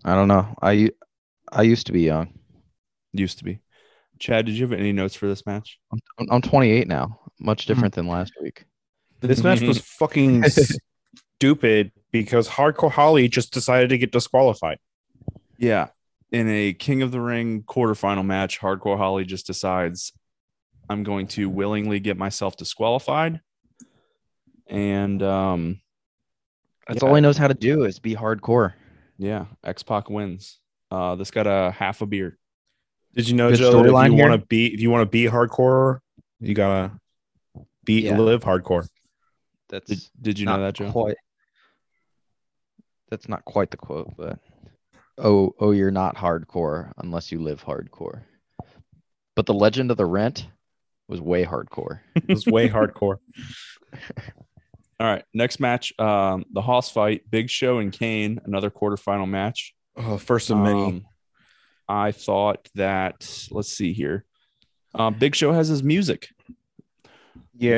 [SPEAKER 2] I don't know. I u- I used to be young.
[SPEAKER 1] Used to be. Chad, did you have any notes for this match?
[SPEAKER 2] I'm, I'm- I'm 28 now. Much
[SPEAKER 1] Mm-hmm.
[SPEAKER 2] different than last week.
[SPEAKER 3] This match was fucking stupid because Hardcore Holly just decided to get disqualified.
[SPEAKER 1] Yeah. In a King of the Ring quarterfinal match, Hardcore Holly just decides I'm going to willingly get myself disqualified. And um,
[SPEAKER 2] That's
[SPEAKER 1] Yeah.
[SPEAKER 2] all he knows how to do is be hardcore.
[SPEAKER 1] yeah, X Pac wins. Uh, this got a half a beer.
[SPEAKER 3] Did you know,
[SPEAKER 2] Good
[SPEAKER 3] Joe? that
[SPEAKER 2] storyline
[SPEAKER 3] If you
[SPEAKER 2] here.
[SPEAKER 3] want to be, if you want to be hardcore, you gotta be
[SPEAKER 2] Yeah.
[SPEAKER 3] live hardcore.
[SPEAKER 2] That's
[SPEAKER 1] Did, did you
[SPEAKER 2] not
[SPEAKER 1] know that, Joe?
[SPEAKER 2] Quite, that's not quite the quote, but oh, oh, you're not hardcore unless you live hardcore. But the Legend of the Rent was way hardcore.
[SPEAKER 3] It was way hardcore.
[SPEAKER 1] All right, next match, um, the Hoss fight, Big Show and Kane, another quarterfinal match.
[SPEAKER 3] Oh, first
[SPEAKER 1] Um, I thought that. Let's see here. Uh, Big Show has his music.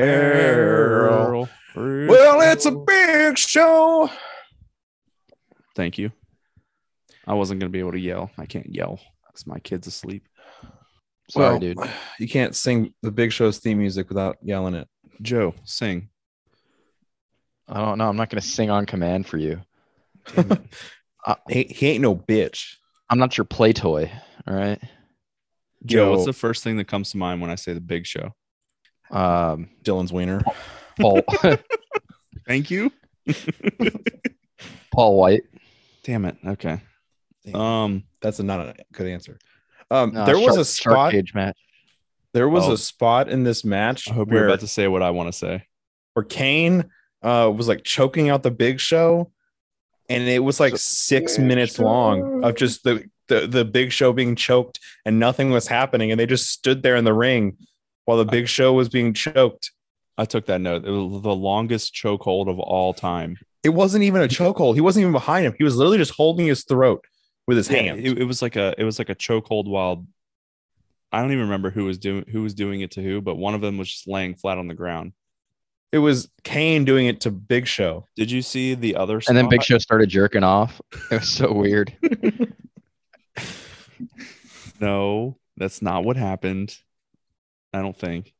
[SPEAKER 3] yeah. Well, it's a big show.
[SPEAKER 1] Thank you. I wasn't gonna be able to yell. I can't yell because my kid's asleep.
[SPEAKER 2] Sorry,
[SPEAKER 3] Well,
[SPEAKER 2] dude.
[SPEAKER 3] You can't sing the Big Show's theme music without yelling it.
[SPEAKER 1] Joe, sing.
[SPEAKER 2] I don't know. I'm not gonna sing on command for you. Uh,
[SPEAKER 3] He, he ain't no bitch.
[SPEAKER 2] I'm not your play toy. All right.
[SPEAKER 1] Joe,
[SPEAKER 3] Yo.
[SPEAKER 1] what's the first thing that comes to mind when I say the big show?
[SPEAKER 2] Um,
[SPEAKER 3] Dylan's wiener.
[SPEAKER 2] Paul
[SPEAKER 1] Thank you.
[SPEAKER 2] Paul White.
[SPEAKER 1] Damn it. Okay.
[SPEAKER 3] Damn.
[SPEAKER 1] Um,
[SPEAKER 3] That's a, not a good answer. Um,
[SPEAKER 2] No,
[SPEAKER 3] there was
[SPEAKER 2] shark-
[SPEAKER 3] a
[SPEAKER 2] shark
[SPEAKER 3] spot.
[SPEAKER 2] cage match.
[SPEAKER 3] There was
[SPEAKER 1] Oh.
[SPEAKER 3] a spot in this match
[SPEAKER 1] I hope you're
[SPEAKER 3] where,
[SPEAKER 1] about to say what I want to say.
[SPEAKER 3] where Kane uh, was like choking out the Big Show, and it was like six
[SPEAKER 2] Big
[SPEAKER 3] minutes
[SPEAKER 2] Show.
[SPEAKER 3] long of just the, the the Big Show being choked, and nothing was happening, and they just stood there in the ring while the Big Show was being choked.
[SPEAKER 1] I took that note. It was the longest chokehold of all time.
[SPEAKER 3] It wasn't even a chokehold. He wasn't even behind him. He was literally just holding his throat with his
[SPEAKER 1] Yeah,
[SPEAKER 3] hand.
[SPEAKER 1] It, it was like a it was like a chokehold while I don't even remember who was doing who was doing it to who, but one of them was just laying flat on the ground.
[SPEAKER 3] it was Kane doing it to Big Show.
[SPEAKER 1] Did you see the other?
[SPEAKER 2] And then Big
[SPEAKER 1] spot?
[SPEAKER 2] Show started jerking off. It was so weird.
[SPEAKER 1] No, that's not what happened. I don't think.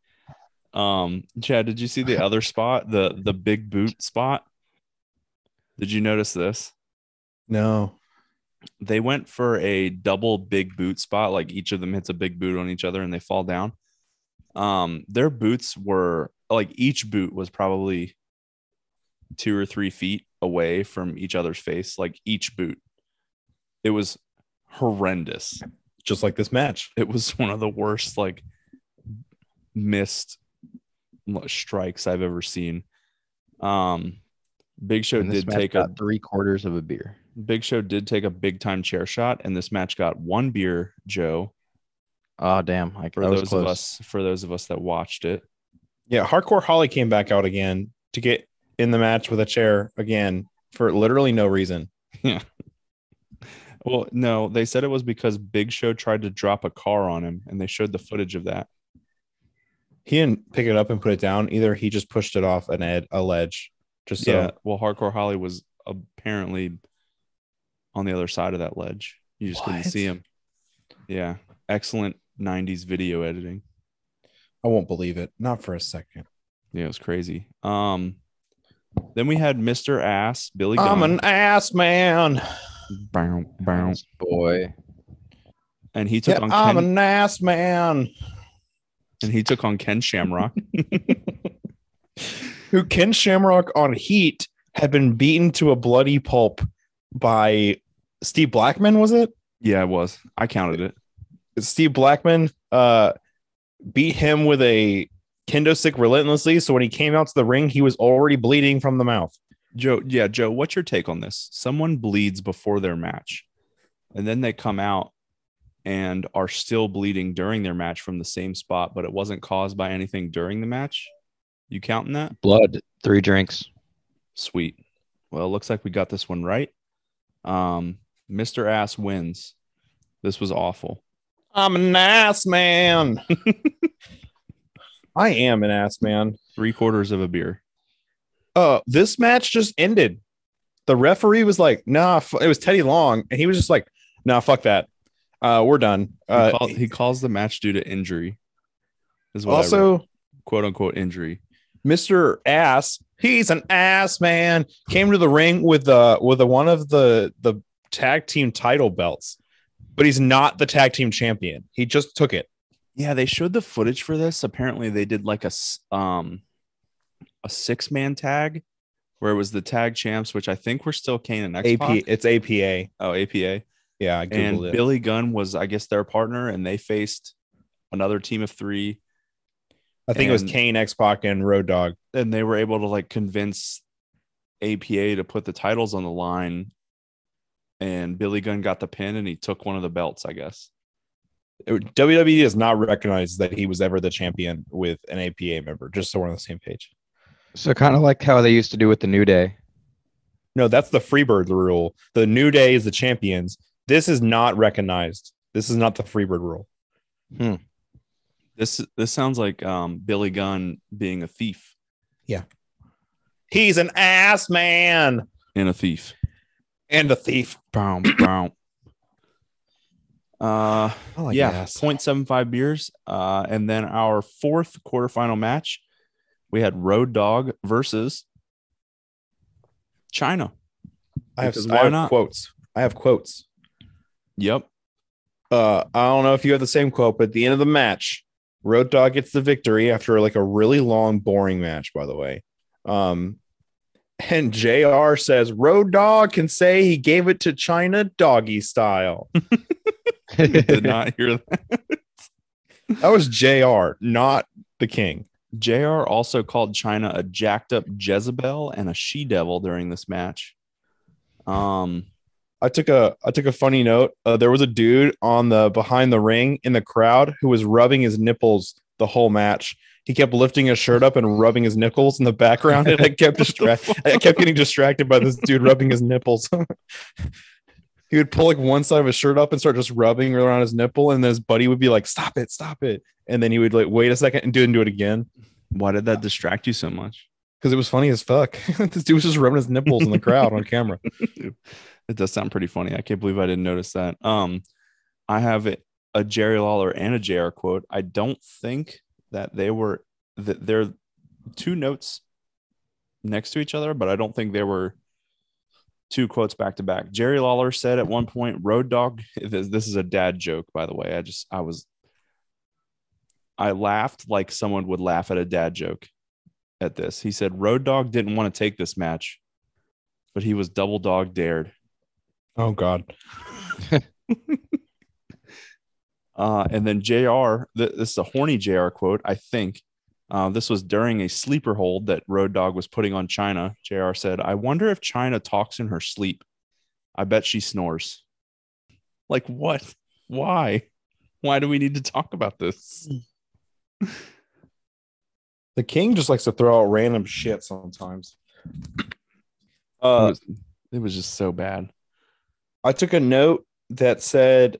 [SPEAKER 1] Um, Chad, did you see the other spot, the the big boot spot? Did you notice this?
[SPEAKER 3] No.
[SPEAKER 1] They went for a double big boot spot, like each of them hits a big boot on each other and they fall down. Um, their boots were like each boot was probably two or three feet away from each other's face, like each boot. It was horrendous.
[SPEAKER 3] Just like this match.
[SPEAKER 1] it was one of the worst like missed l- strikes I've ever seen. Um, Big Show
[SPEAKER 2] And this
[SPEAKER 1] did
[SPEAKER 2] match
[SPEAKER 1] take a
[SPEAKER 2] got three quarters of a beer.
[SPEAKER 1] Big Show did take a big time chair shot, and this match got one beer. Joe,
[SPEAKER 2] Oh damn! I, that
[SPEAKER 1] for
[SPEAKER 2] was
[SPEAKER 1] those
[SPEAKER 2] close.
[SPEAKER 1] of us for those of us that watched it,
[SPEAKER 3] Yeah, Hardcore Holly came back out again to get in the match with a chair again for literally no reason.
[SPEAKER 1] well, no, they said it was because Big Show tried to drop a car on him, and they showed the footage of that.
[SPEAKER 3] He didn't pick it up and put it down either. He just pushed it off an ed- a ledge. Just so.
[SPEAKER 1] yeah, well, Hardcore Holly was apparently on the other side of that ledge. You just couldn't
[SPEAKER 3] What?
[SPEAKER 1] see him. Yeah, excellent '90s video editing.
[SPEAKER 3] I won't believe it. Not for a second.
[SPEAKER 1] Yeah, it was crazy. Um, then we had Mr. Ass Billy.
[SPEAKER 3] I'm
[SPEAKER 1] Gunn.
[SPEAKER 3] an ass man.
[SPEAKER 1] Bow, bow.
[SPEAKER 2] Bounce boy.
[SPEAKER 1] and he took
[SPEAKER 3] Yeah,
[SPEAKER 1] on
[SPEAKER 3] I'm
[SPEAKER 1] Ken,
[SPEAKER 3] an ass man.
[SPEAKER 1] and he took on Ken Shamrock.
[SPEAKER 3] Who Ken Shamrock on Heat had been beaten to a bloody pulp by Steve Blackman, was it?
[SPEAKER 1] yeah, it was. I counted it.
[SPEAKER 3] Steve Blackman uh, beat him with a kendo stick relentlessly. So when he came out to the ring, he was already bleeding from the mouth.
[SPEAKER 1] Joe, yeah, Joe, what's your take on this? Someone bleeds before their match, and then they come out and are still bleeding during their match from the same spot, but it wasn't caused by anything during the match. You counting that?
[SPEAKER 2] Blood. Three drinks.
[SPEAKER 1] Sweet. Well, it looks like we got this one right. Um, Mr. Ass wins. This was awful.
[SPEAKER 3] I'm an ass man. I am an ass man.
[SPEAKER 1] Three quarters of a beer.
[SPEAKER 3] Uh, this match just ended. The referee was like, nah, f-, it was Teddy Long. And he was just like, nah, fuck that. Uh, we're done.
[SPEAKER 1] He,
[SPEAKER 3] Uh,
[SPEAKER 1] call- he calls the match due to injury. Is what I wrote.
[SPEAKER 3] also,
[SPEAKER 1] quote unquote injury.
[SPEAKER 3] Mr. Ass, he's an ass man, came to the ring with uh with the one of the the tag team title belts, but he's not the tag team champion. He just took it.
[SPEAKER 1] Yeah, they showed the footage for this. Apparently, they did like a s- um a six man tag where it was the tag champs, which I think were still Kane and X
[SPEAKER 3] AP, it's APA.
[SPEAKER 1] Oh, APA.
[SPEAKER 3] Yeah, I
[SPEAKER 1] and
[SPEAKER 3] googled it.
[SPEAKER 1] Billy Gunn was, I guess, their partner, and they faced another team of three,
[SPEAKER 3] I think it was
[SPEAKER 1] and-
[SPEAKER 3] Kane, X Pac, and Road Dog.
[SPEAKER 1] and they were able to like convince APA to put the titles on the line. And Billy Gunn got the pin, and he took one of the belts, I guess.
[SPEAKER 3] It- WWE E does not recognize that he was ever the champion with an APA member. Just so we're on the same page.
[SPEAKER 2] So kind of like how they used to do with the New Day.
[SPEAKER 3] No, that's the Freebird rule. The New Day is the champions. This is not recognized. This is not the Freebird rule.
[SPEAKER 1] This this sounds like um, Billy Gunn being a thief
[SPEAKER 3] He's an ass man
[SPEAKER 1] and a thief.
[SPEAKER 3] and a thief.
[SPEAKER 1] Bow, bow. Uh,
[SPEAKER 3] I like
[SPEAKER 1] yeah,
[SPEAKER 3] ass.
[SPEAKER 1] 0.75 beers. Uh, and then our fourth quarterfinal match, we had Road Dog versus China.
[SPEAKER 3] I have,
[SPEAKER 1] Because
[SPEAKER 3] I
[SPEAKER 1] why
[SPEAKER 3] have
[SPEAKER 1] not?
[SPEAKER 3] quotes. I have quotes.
[SPEAKER 1] Yep.
[SPEAKER 3] Uh, I don't know if you have the same quote, but at the end of the match, Road Dog gets the victory after like a really long, boring match, by the way. Um, and JR says Road Dog can say he gave it to China doggy style.
[SPEAKER 1] Did not hear that.
[SPEAKER 3] that was JR, not the king.
[SPEAKER 1] JR also called China a jacked up Jezebel and a she devil during this match. Um,
[SPEAKER 3] I took a I took a funny note. Uh, there was a dude on the behind the ring in the crowd who was rubbing his nipples the whole match. He kept lifting his shirt up and rubbing his nipples in the background, and I kept distract. I kept getting distracted by this dude rubbing his nipples. he would pull like one side of his shirt up and start just rubbing around his nipple, and then his buddy would be like, "Stop it, stop it!" And then he would like wait a second and do it and do it again
[SPEAKER 1] why did that distract you so much?
[SPEAKER 3] because it was funny as fuck. this dude was just rubbing his nipples in the crowd on camera.
[SPEAKER 1] It does sound pretty funny. I can't believe I didn't notice that. Um, I have a- a Jerry Lawler and a JR quote. I don't think that they were that they're two notes next to each other, but I don't think they were two quotes back to back. Jerry Lawler said at one point, "Road Dog." This, this is a dad joke, by the way. I just I was I laughed like someone would laugh at a dad joke at this. He said, "Road Dog didn't want to take this match." But he was double dog dared.
[SPEAKER 3] Oh god.
[SPEAKER 1] Uh, and then JR, th- this is a horny JR quote, I think. Uh, this was during a sleeper hold that Road Dog was putting on China. JR said, I wonder if China talks in her sleep. I bet she snores. Like, what? Why? Why do we need to talk about this?
[SPEAKER 3] The king just likes to throw out random shit sometimes. Uh,
[SPEAKER 1] it, was, it was just so bad.
[SPEAKER 3] I took a note that said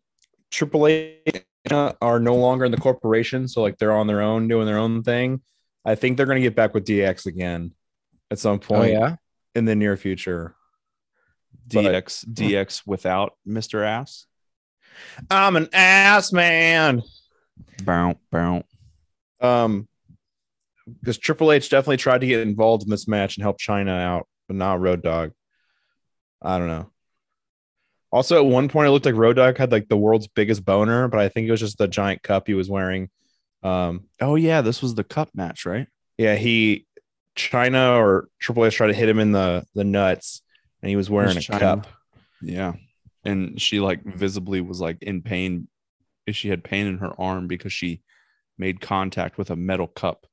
[SPEAKER 3] Triple H are no longer in the corporation, so like they're on their own doing their own thing. I think they're gonna get back with DX again at some
[SPEAKER 2] oh
[SPEAKER 3] point
[SPEAKER 2] yeah.
[SPEAKER 3] in the near future. But-
[SPEAKER 1] DX, DX without Mr. Ass.
[SPEAKER 3] I'm an ass man.
[SPEAKER 1] Bow, bow.
[SPEAKER 3] Um, because Triple H definitely tried to get involved in this match and help China out, but not Road Dog. I don't know. Also, at one point, it looked like Road Dog had like the world's biggest boner, but I think it was just the giant cup he was wearing. Um,
[SPEAKER 1] Oh, yeah. This was the cup match, right?
[SPEAKER 3] yeah, he China or Triple H tried to hit him in the the nuts, and he was wearing a
[SPEAKER 1] Miss China.
[SPEAKER 3] cup.
[SPEAKER 1] Yeah. And she like visibly was like in pain. She had pain in her arm because she made contact with a metal cup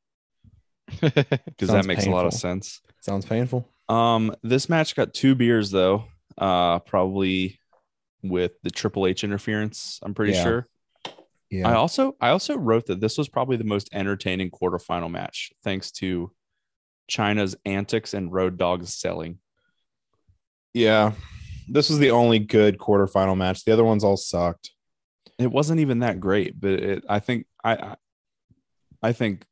[SPEAKER 1] because that
[SPEAKER 3] Sounds
[SPEAKER 1] makes a lot of
[SPEAKER 3] painful.
[SPEAKER 1] sense.
[SPEAKER 3] Sounds painful.
[SPEAKER 1] Um, this match got two beers though, uh, probably with the Triple H interference. I'm pretty
[SPEAKER 3] Yeah.
[SPEAKER 1] sure.
[SPEAKER 3] Yeah,
[SPEAKER 1] I also I also wrote that this was probably the most entertaining quarterfinal match thanks to China's antics and Road Dog's selling.
[SPEAKER 3] yeah. This was the only good quarterfinal match. The other ones all sucked.
[SPEAKER 1] it wasn't even that great but it, i think I, I i think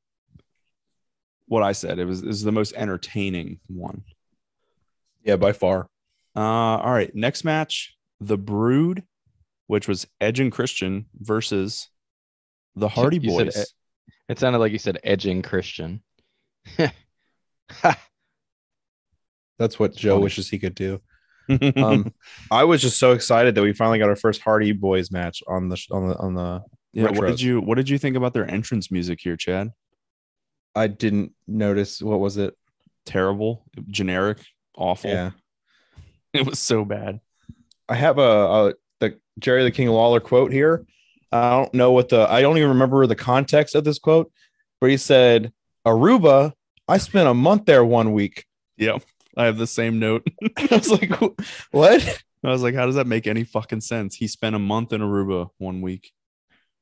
[SPEAKER 1] what i said it was is the most entertaining one
[SPEAKER 3] Yeah, by far.
[SPEAKER 1] uh all right next match the brood which was edge and christian versus the hardy
[SPEAKER 5] You said
[SPEAKER 1] boys
[SPEAKER 5] Ed- It sounded like you said edging Christian.
[SPEAKER 3] That's what Joe
[SPEAKER 1] funny.
[SPEAKER 3] wishes he could do. Um, I was just so excited that we finally got our first Hardy Boys match on the sh- on the on the.
[SPEAKER 1] yeah, what
[SPEAKER 3] retros.
[SPEAKER 1] did you what did you think about their entrance music here chad
[SPEAKER 3] I didn't notice what was it.
[SPEAKER 1] terrible generic awful
[SPEAKER 3] Yeah,
[SPEAKER 1] it was so bad
[SPEAKER 3] I have a, a the Jerry the King Lawler quote here. I don't know what the I don't even remember the context of this quote, but he said Aruba. I spent a month there one week.
[SPEAKER 1] i have the same note
[SPEAKER 3] I was like, "Wh- what?
[SPEAKER 1] I was like, how does that make any fucking sense? He spent a month in Aruba one week.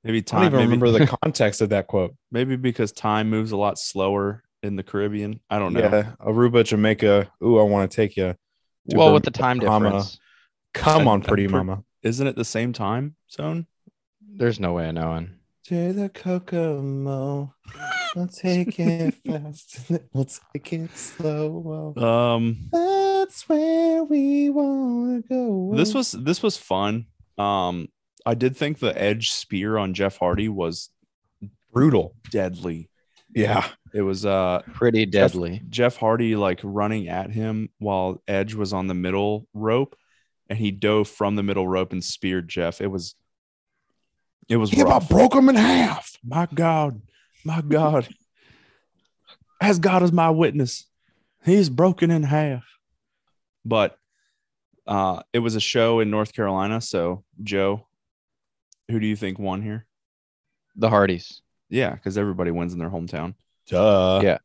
[SPEAKER 1] Maybe
[SPEAKER 3] I don't
[SPEAKER 1] time
[SPEAKER 3] even
[SPEAKER 1] maybe,
[SPEAKER 3] remember the context of that quote.
[SPEAKER 1] maybe because time moves a lot slower in the Caribbean. I don't know.
[SPEAKER 3] Yeah, Aruba, Jamaica. Ooh, I want to take you.
[SPEAKER 5] well, with the time
[SPEAKER 3] comma.
[SPEAKER 5] difference,
[SPEAKER 3] Come on,
[SPEAKER 1] I'm
[SPEAKER 3] pretty
[SPEAKER 1] pre-
[SPEAKER 3] mama.
[SPEAKER 1] Isn't it the same time zone?
[SPEAKER 5] there's no way of knowing.
[SPEAKER 3] To the Kokomo. We'll take it fast. We'll take it slow.
[SPEAKER 1] Um
[SPEAKER 3] That's where we wanna go.
[SPEAKER 1] this was this was fun. Um I did think the edge spear on Jeff Hardy was
[SPEAKER 3] brutal.
[SPEAKER 1] deadly.
[SPEAKER 3] Yeah.
[SPEAKER 1] It was uh
[SPEAKER 5] Pretty deadly.
[SPEAKER 1] Jeff Hardy like running at him while Edge was on the middle rope, and he dove from the middle rope and speared Jeff. It was, it was.
[SPEAKER 6] He
[SPEAKER 1] rough.
[SPEAKER 6] about broke him in half.
[SPEAKER 1] My God, my God, as God is my witness, he's broken in half. But uh, it was a show in North Carolina, so Joe, who do you think won here?
[SPEAKER 2] The Hardys.
[SPEAKER 1] Yeah, because everybody wins in their hometown.
[SPEAKER 3] Duh.
[SPEAKER 2] Yeah.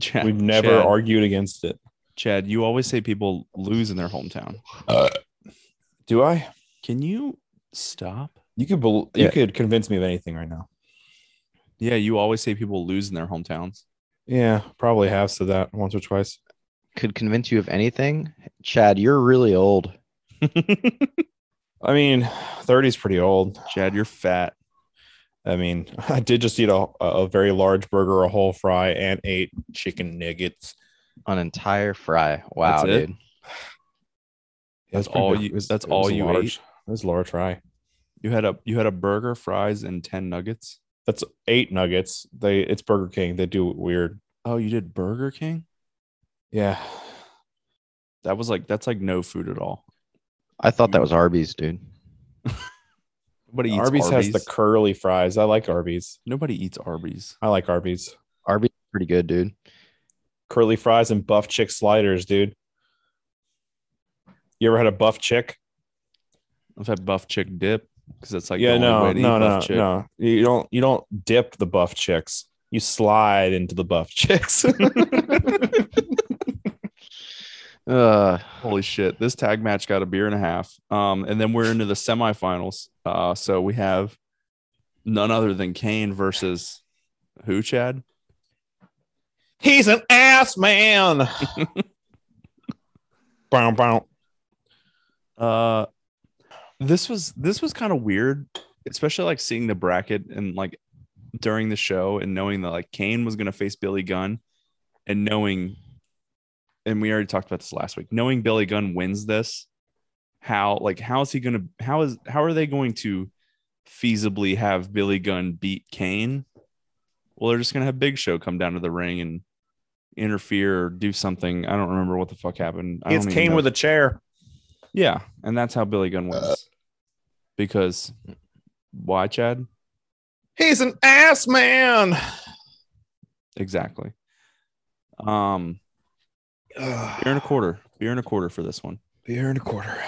[SPEAKER 1] Chad,
[SPEAKER 3] We've never
[SPEAKER 1] Chad,
[SPEAKER 3] argued against it.
[SPEAKER 1] Chad, you always say people lose in their hometown.
[SPEAKER 3] Do I?
[SPEAKER 1] Can you stop?
[SPEAKER 3] You could bel
[SPEAKER 2] Yeah.
[SPEAKER 3] you could convince me of anything right now.
[SPEAKER 1] Yeah, you always say people lose in their hometowns.
[SPEAKER 3] Yeah, probably have said that once or twice.
[SPEAKER 5] Could convince you of anything? Chad, you're really old.
[SPEAKER 3] I mean, 30 is pretty old.
[SPEAKER 1] Chad, you're fat.
[SPEAKER 3] I mean, I did just eat a, a very large burger, a whole fry, and eight chicken nuggets.
[SPEAKER 5] An entire fry. Wow,
[SPEAKER 1] That's it?
[SPEAKER 5] dude.
[SPEAKER 1] That's
[SPEAKER 3] pretty
[SPEAKER 1] all
[SPEAKER 3] big.
[SPEAKER 1] you-
[SPEAKER 3] It was-
[SPEAKER 1] that's
[SPEAKER 3] it was
[SPEAKER 1] all you
[SPEAKER 3] large. It was a large fry.
[SPEAKER 1] You had a you had a burger, fries, and ten nuggets.
[SPEAKER 3] That's eight nuggets. They it's Burger King. They do it weird.
[SPEAKER 1] Oh, you did Burger King?
[SPEAKER 3] Yeah.
[SPEAKER 1] That was like that's like no food at all.
[SPEAKER 2] I thought that was Arby's, dude.
[SPEAKER 1] Nobody eats
[SPEAKER 3] Arby's,
[SPEAKER 1] Arby's.
[SPEAKER 3] has the curly fries. I like Arby's.
[SPEAKER 1] Nobody eats Arby's.
[SPEAKER 3] I like Arby's.
[SPEAKER 2] Arby's is pretty good, dude.
[SPEAKER 3] Curly fries and buff chick sliders, dude. You ever had a buff chick?
[SPEAKER 1] I've had buff chick dip because that's like
[SPEAKER 3] yeah,
[SPEAKER 1] the only
[SPEAKER 3] no,
[SPEAKER 1] way to
[SPEAKER 3] no,
[SPEAKER 1] eat
[SPEAKER 3] no,
[SPEAKER 1] buff chick.
[SPEAKER 3] no. You don't you don't dip the buff chicks. You slide into the buff chicks.
[SPEAKER 5] Uh,
[SPEAKER 1] Holy shit! This tag match got a beer and a half. Um, and then we're into the semifinals. Uh, so we have none other than Kane versus who? Chad?
[SPEAKER 3] He's an ass man. bow, bow.
[SPEAKER 1] Uh, this was this was kind of weird, especially like seeing the bracket and like during the show and knowing that like Kane was gonna face Billy Gunn, and knowing, and we already talked about this last week. Knowing Billy Gunn wins this, how like how is he gonna how is how are they going to feasibly have Billy Gunn beat Kane? Well, they're just gonna have Big Show come down to the ring and interfere or do something. I don't remember what the fuck happened. I
[SPEAKER 3] It's
[SPEAKER 1] don't even
[SPEAKER 3] Kane
[SPEAKER 1] know.
[SPEAKER 3] with a chair.
[SPEAKER 1] Yeah, and that's how Billy Gunn wins. because why, Chad?
[SPEAKER 3] He's an ass man.
[SPEAKER 1] Exactly. Um, beer and a quarter. Beer and a quarter for this one.
[SPEAKER 3] Beer and a quarter.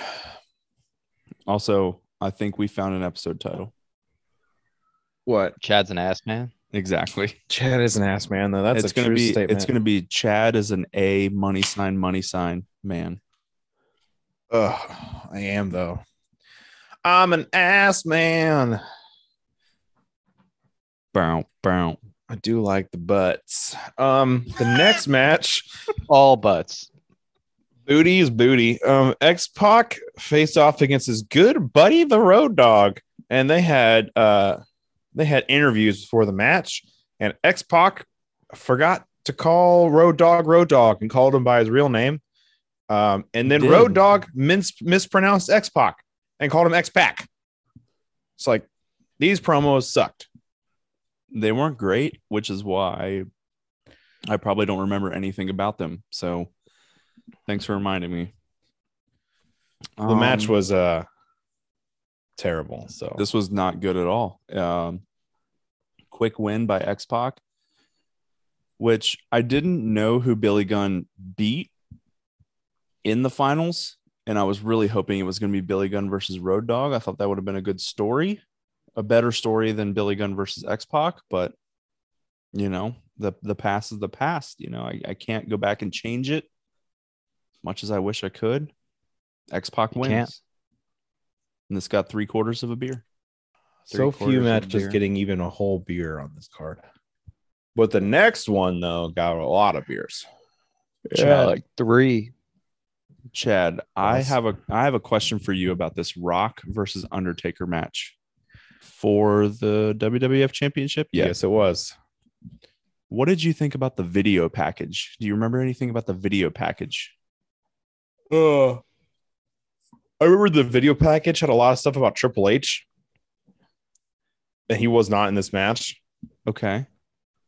[SPEAKER 1] Also, I think we found an episode title.
[SPEAKER 3] What?
[SPEAKER 5] Chad's an ass man.
[SPEAKER 1] Exactly.
[SPEAKER 3] Chad is an ass man, though. That's
[SPEAKER 1] it's
[SPEAKER 3] a
[SPEAKER 1] gonna
[SPEAKER 3] true
[SPEAKER 1] be
[SPEAKER 3] statement.
[SPEAKER 1] it's gonna be Chad is an A money sign money sign man.
[SPEAKER 3] Ugh, I am though. I'm an ass man.
[SPEAKER 1] Bow bow.
[SPEAKER 3] I do like the butts. Um, the next match,
[SPEAKER 5] All butts.
[SPEAKER 3] booty is booty. Um, X Pac faced off against his good buddy, the Road Dog, and they had uh, they had interviews before the match, and X Pac forgot to call Road Dog Road Dog and called him by his real name. Um, and then
[SPEAKER 1] Did.
[SPEAKER 3] Road Dog mis- mispronounced X Pac and called him X Pac. It's like these promos sucked.
[SPEAKER 1] They weren't great, which is why I probably don't remember anything about them. So, thanks for reminding me.
[SPEAKER 3] the match
[SPEAKER 1] Um,
[SPEAKER 3] was uh terrible so
[SPEAKER 1] this was not good at all. Um, quick win by X Pac, which I didn't know who Billy Gunn beat in the finals, and I was really hoping it was going to be Billy Gunn versus Road Dog. I thought that would have been a good story, a better story than Billy Gunn versus X Pac, but you know the the past is the past. You know I, I can't go back and change it. Much as I wish I could, X Pac
[SPEAKER 5] You
[SPEAKER 1] wins.
[SPEAKER 5] can't.
[SPEAKER 1] And it's got three quarters of a beer.
[SPEAKER 3] so
[SPEAKER 5] three quarters
[SPEAKER 3] few
[SPEAKER 5] of
[SPEAKER 3] matches
[SPEAKER 5] beer.
[SPEAKER 3] getting even a whole beer on this card but the next one though got a lot of beers
[SPEAKER 5] Chad, like
[SPEAKER 2] Three.
[SPEAKER 1] Chad, I
[SPEAKER 3] Yes.
[SPEAKER 1] have a I have a question for you about this Rock versus Undertaker match for the WWF Championship. Yeah.
[SPEAKER 3] yes it was
[SPEAKER 1] What did you think about the video package? Do you remember anything about the video package?
[SPEAKER 3] uh, i remember the video package had a lot of stuff about triple h and he was not in this match
[SPEAKER 1] Okay.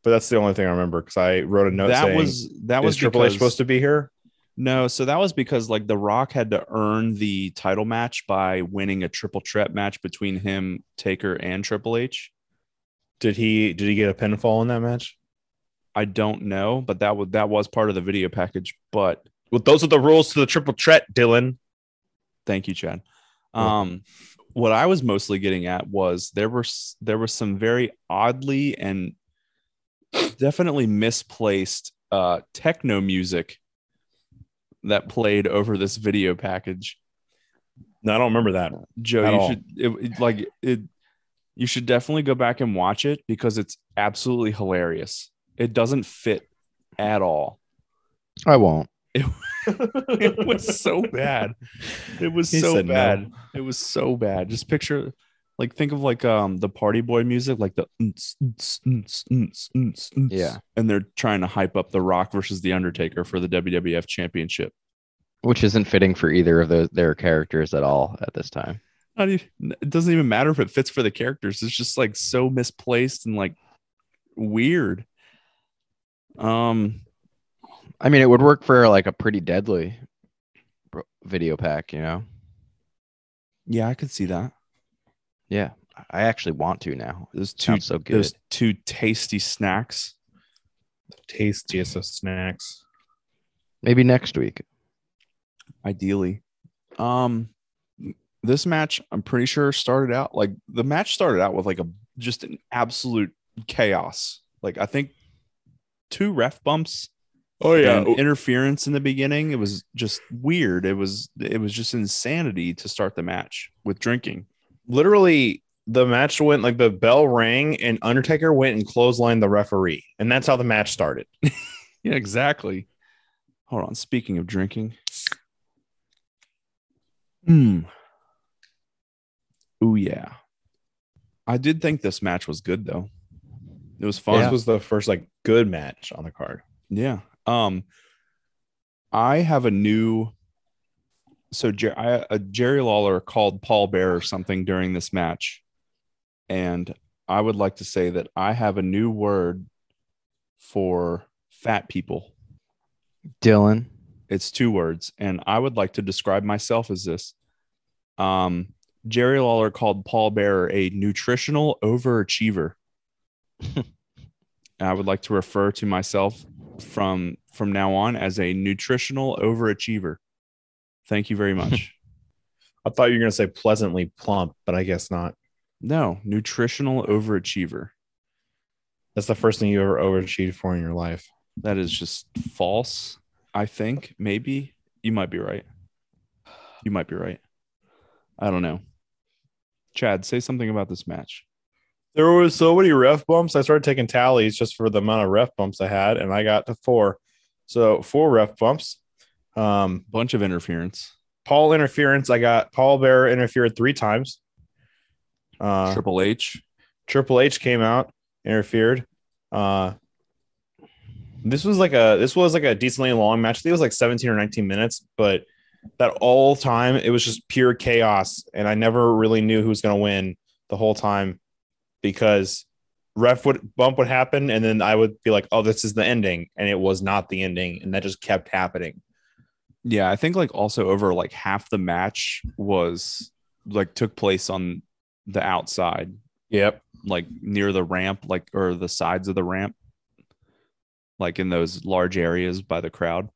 [SPEAKER 3] But that's the only thing I remember because I wrote a note
[SPEAKER 1] that
[SPEAKER 3] saying,
[SPEAKER 1] was that was
[SPEAKER 3] "Is Triple H
[SPEAKER 1] because-
[SPEAKER 3] supposed to be here?"
[SPEAKER 1] No, so that was because like The Rock had to earn the title match by winning a triple threat match between him, Taker, and Triple H.
[SPEAKER 3] Did he did he get a pinfall in that match?
[SPEAKER 1] I don't know, but that was that was part of the video package. But
[SPEAKER 3] Well, those are the rules to the triple threat, Dylan.
[SPEAKER 1] thank you, Chad.
[SPEAKER 3] You're welcome.
[SPEAKER 1] Um, what I was mostly getting at was there were s- there were some very oddly and definitely misplaced uh, techno music that played over this video package.
[SPEAKER 3] No, I don't remember that.
[SPEAKER 1] Joe,
[SPEAKER 3] At
[SPEAKER 1] you
[SPEAKER 3] all.
[SPEAKER 1] should it, it- like it. You should definitely go back and watch it because it's absolutely hilarious. It doesn't fit at all.
[SPEAKER 5] I won't.
[SPEAKER 1] It was so bad. It was
[SPEAKER 3] He
[SPEAKER 1] so
[SPEAKER 3] said no.
[SPEAKER 1] bad. It was so bad. Just picture, like, think of like um the party boy music, like the "unts, unts, unts, unts, unts, unts,"
[SPEAKER 5] Yeah.
[SPEAKER 1] and they're trying to hype up the Rock versus the Undertaker for the WWF Championship.
[SPEAKER 5] Which isn't fitting for either of the, their characters at all at this time.
[SPEAKER 1] Not even, it doesn't even matter if it fits for the characters. It's just like so misplaced and like weird. Um,
[SPEAKER 5] I mean, it would work for like a pretty deadly bro- video pack, you know?
[SPEAKER 1] yeah, I could see that.
[SPEAKER 5] Yeah. I- I actually want to now.
[SPEAKER 1] Those two,
[SPEAKER 5] Sounds so good.
[SPEAKER 1] those two tasty snacks.
[SPEAKER 3] Tastiest of snacks.
[SPEAKER 5] Maybe next week.
[SPEAKER 1] ideally. Um, this match, I'm pretty sure started out like the match started out with like a just an absolute chaos. Like I think two ref bumps
[SPEAKER 3] Oh
[SPEAKER 1] and interference in the beginning. It was just weird. It was it was just insanity to start the match with drinking.
[SPEAKER 3] literally the match went like the bell rang and Undertaker went and clotheslined the referee, and that's how the match started.
[SPEAKER 1] Yeah, exactly. Hold on. Speaking of drinking, hmm. Oh yeah, I did think this match was good though. It was fun.
[SPEAKER 3] This was the first like good match on the card.
[SPEAKER 1] Yeah. Um, I have a new. So Jer- I, uh, Jerry Lawler called Paul Bear or something during this match, and I would like to say that I have a new word for fat people.
[SPEAKER 5] Dylan.
[SPEAKER 1] It's two words, and I would like to describe myself as this. Um, Jerry Lawler called Paul Bearer a nutritional overachiever. And I would like to refer to myself from from now on as a nutritional overachiever. Thank you very much.
[SPEAKER 3] I thought you were gonna say pleasantly plump, but I guess not.
[SPEAKER 1] no, nutritional overachiever.
[SPEAKER 3] That's the first thing you ever overachieved for in your life.
[SPEAKER 1] That is just false. I think maybe you might be right. You might be right. I don't know. Chad, say something about this match.
[SPEAKER 3] There was so many ref bumps. I started taking tallies just for the amount of ref bumps I had, and I got to four. So four ref bumps. Um,
[SPEAKER 1] Bunch of interference.
[SPEAKER 3] Paul interference. I got Paul Bearer interfered three times. Uh,
[SPEAKER 1] Triple H.
[SPEAKER 3] Triple H came out, interfered. Uh, this was like a this was like a decently long match. I think it was like 17 or 19 minutes, but that all time it was just pure chaos, and I never really knew who was gonna win the whole time because ref would bump would happen, and then I would be like, "Oh, this is the ending," and it was not the ending, and that just kept happening.
[SPEAKER 1] Yeah, I think like also over like half the match was like took place on the outside,
[SPEAKER 3] Yep.
[SPEAKER 1] like near the ramp, like or the sides of the ramp, like in those large areas by the crowd.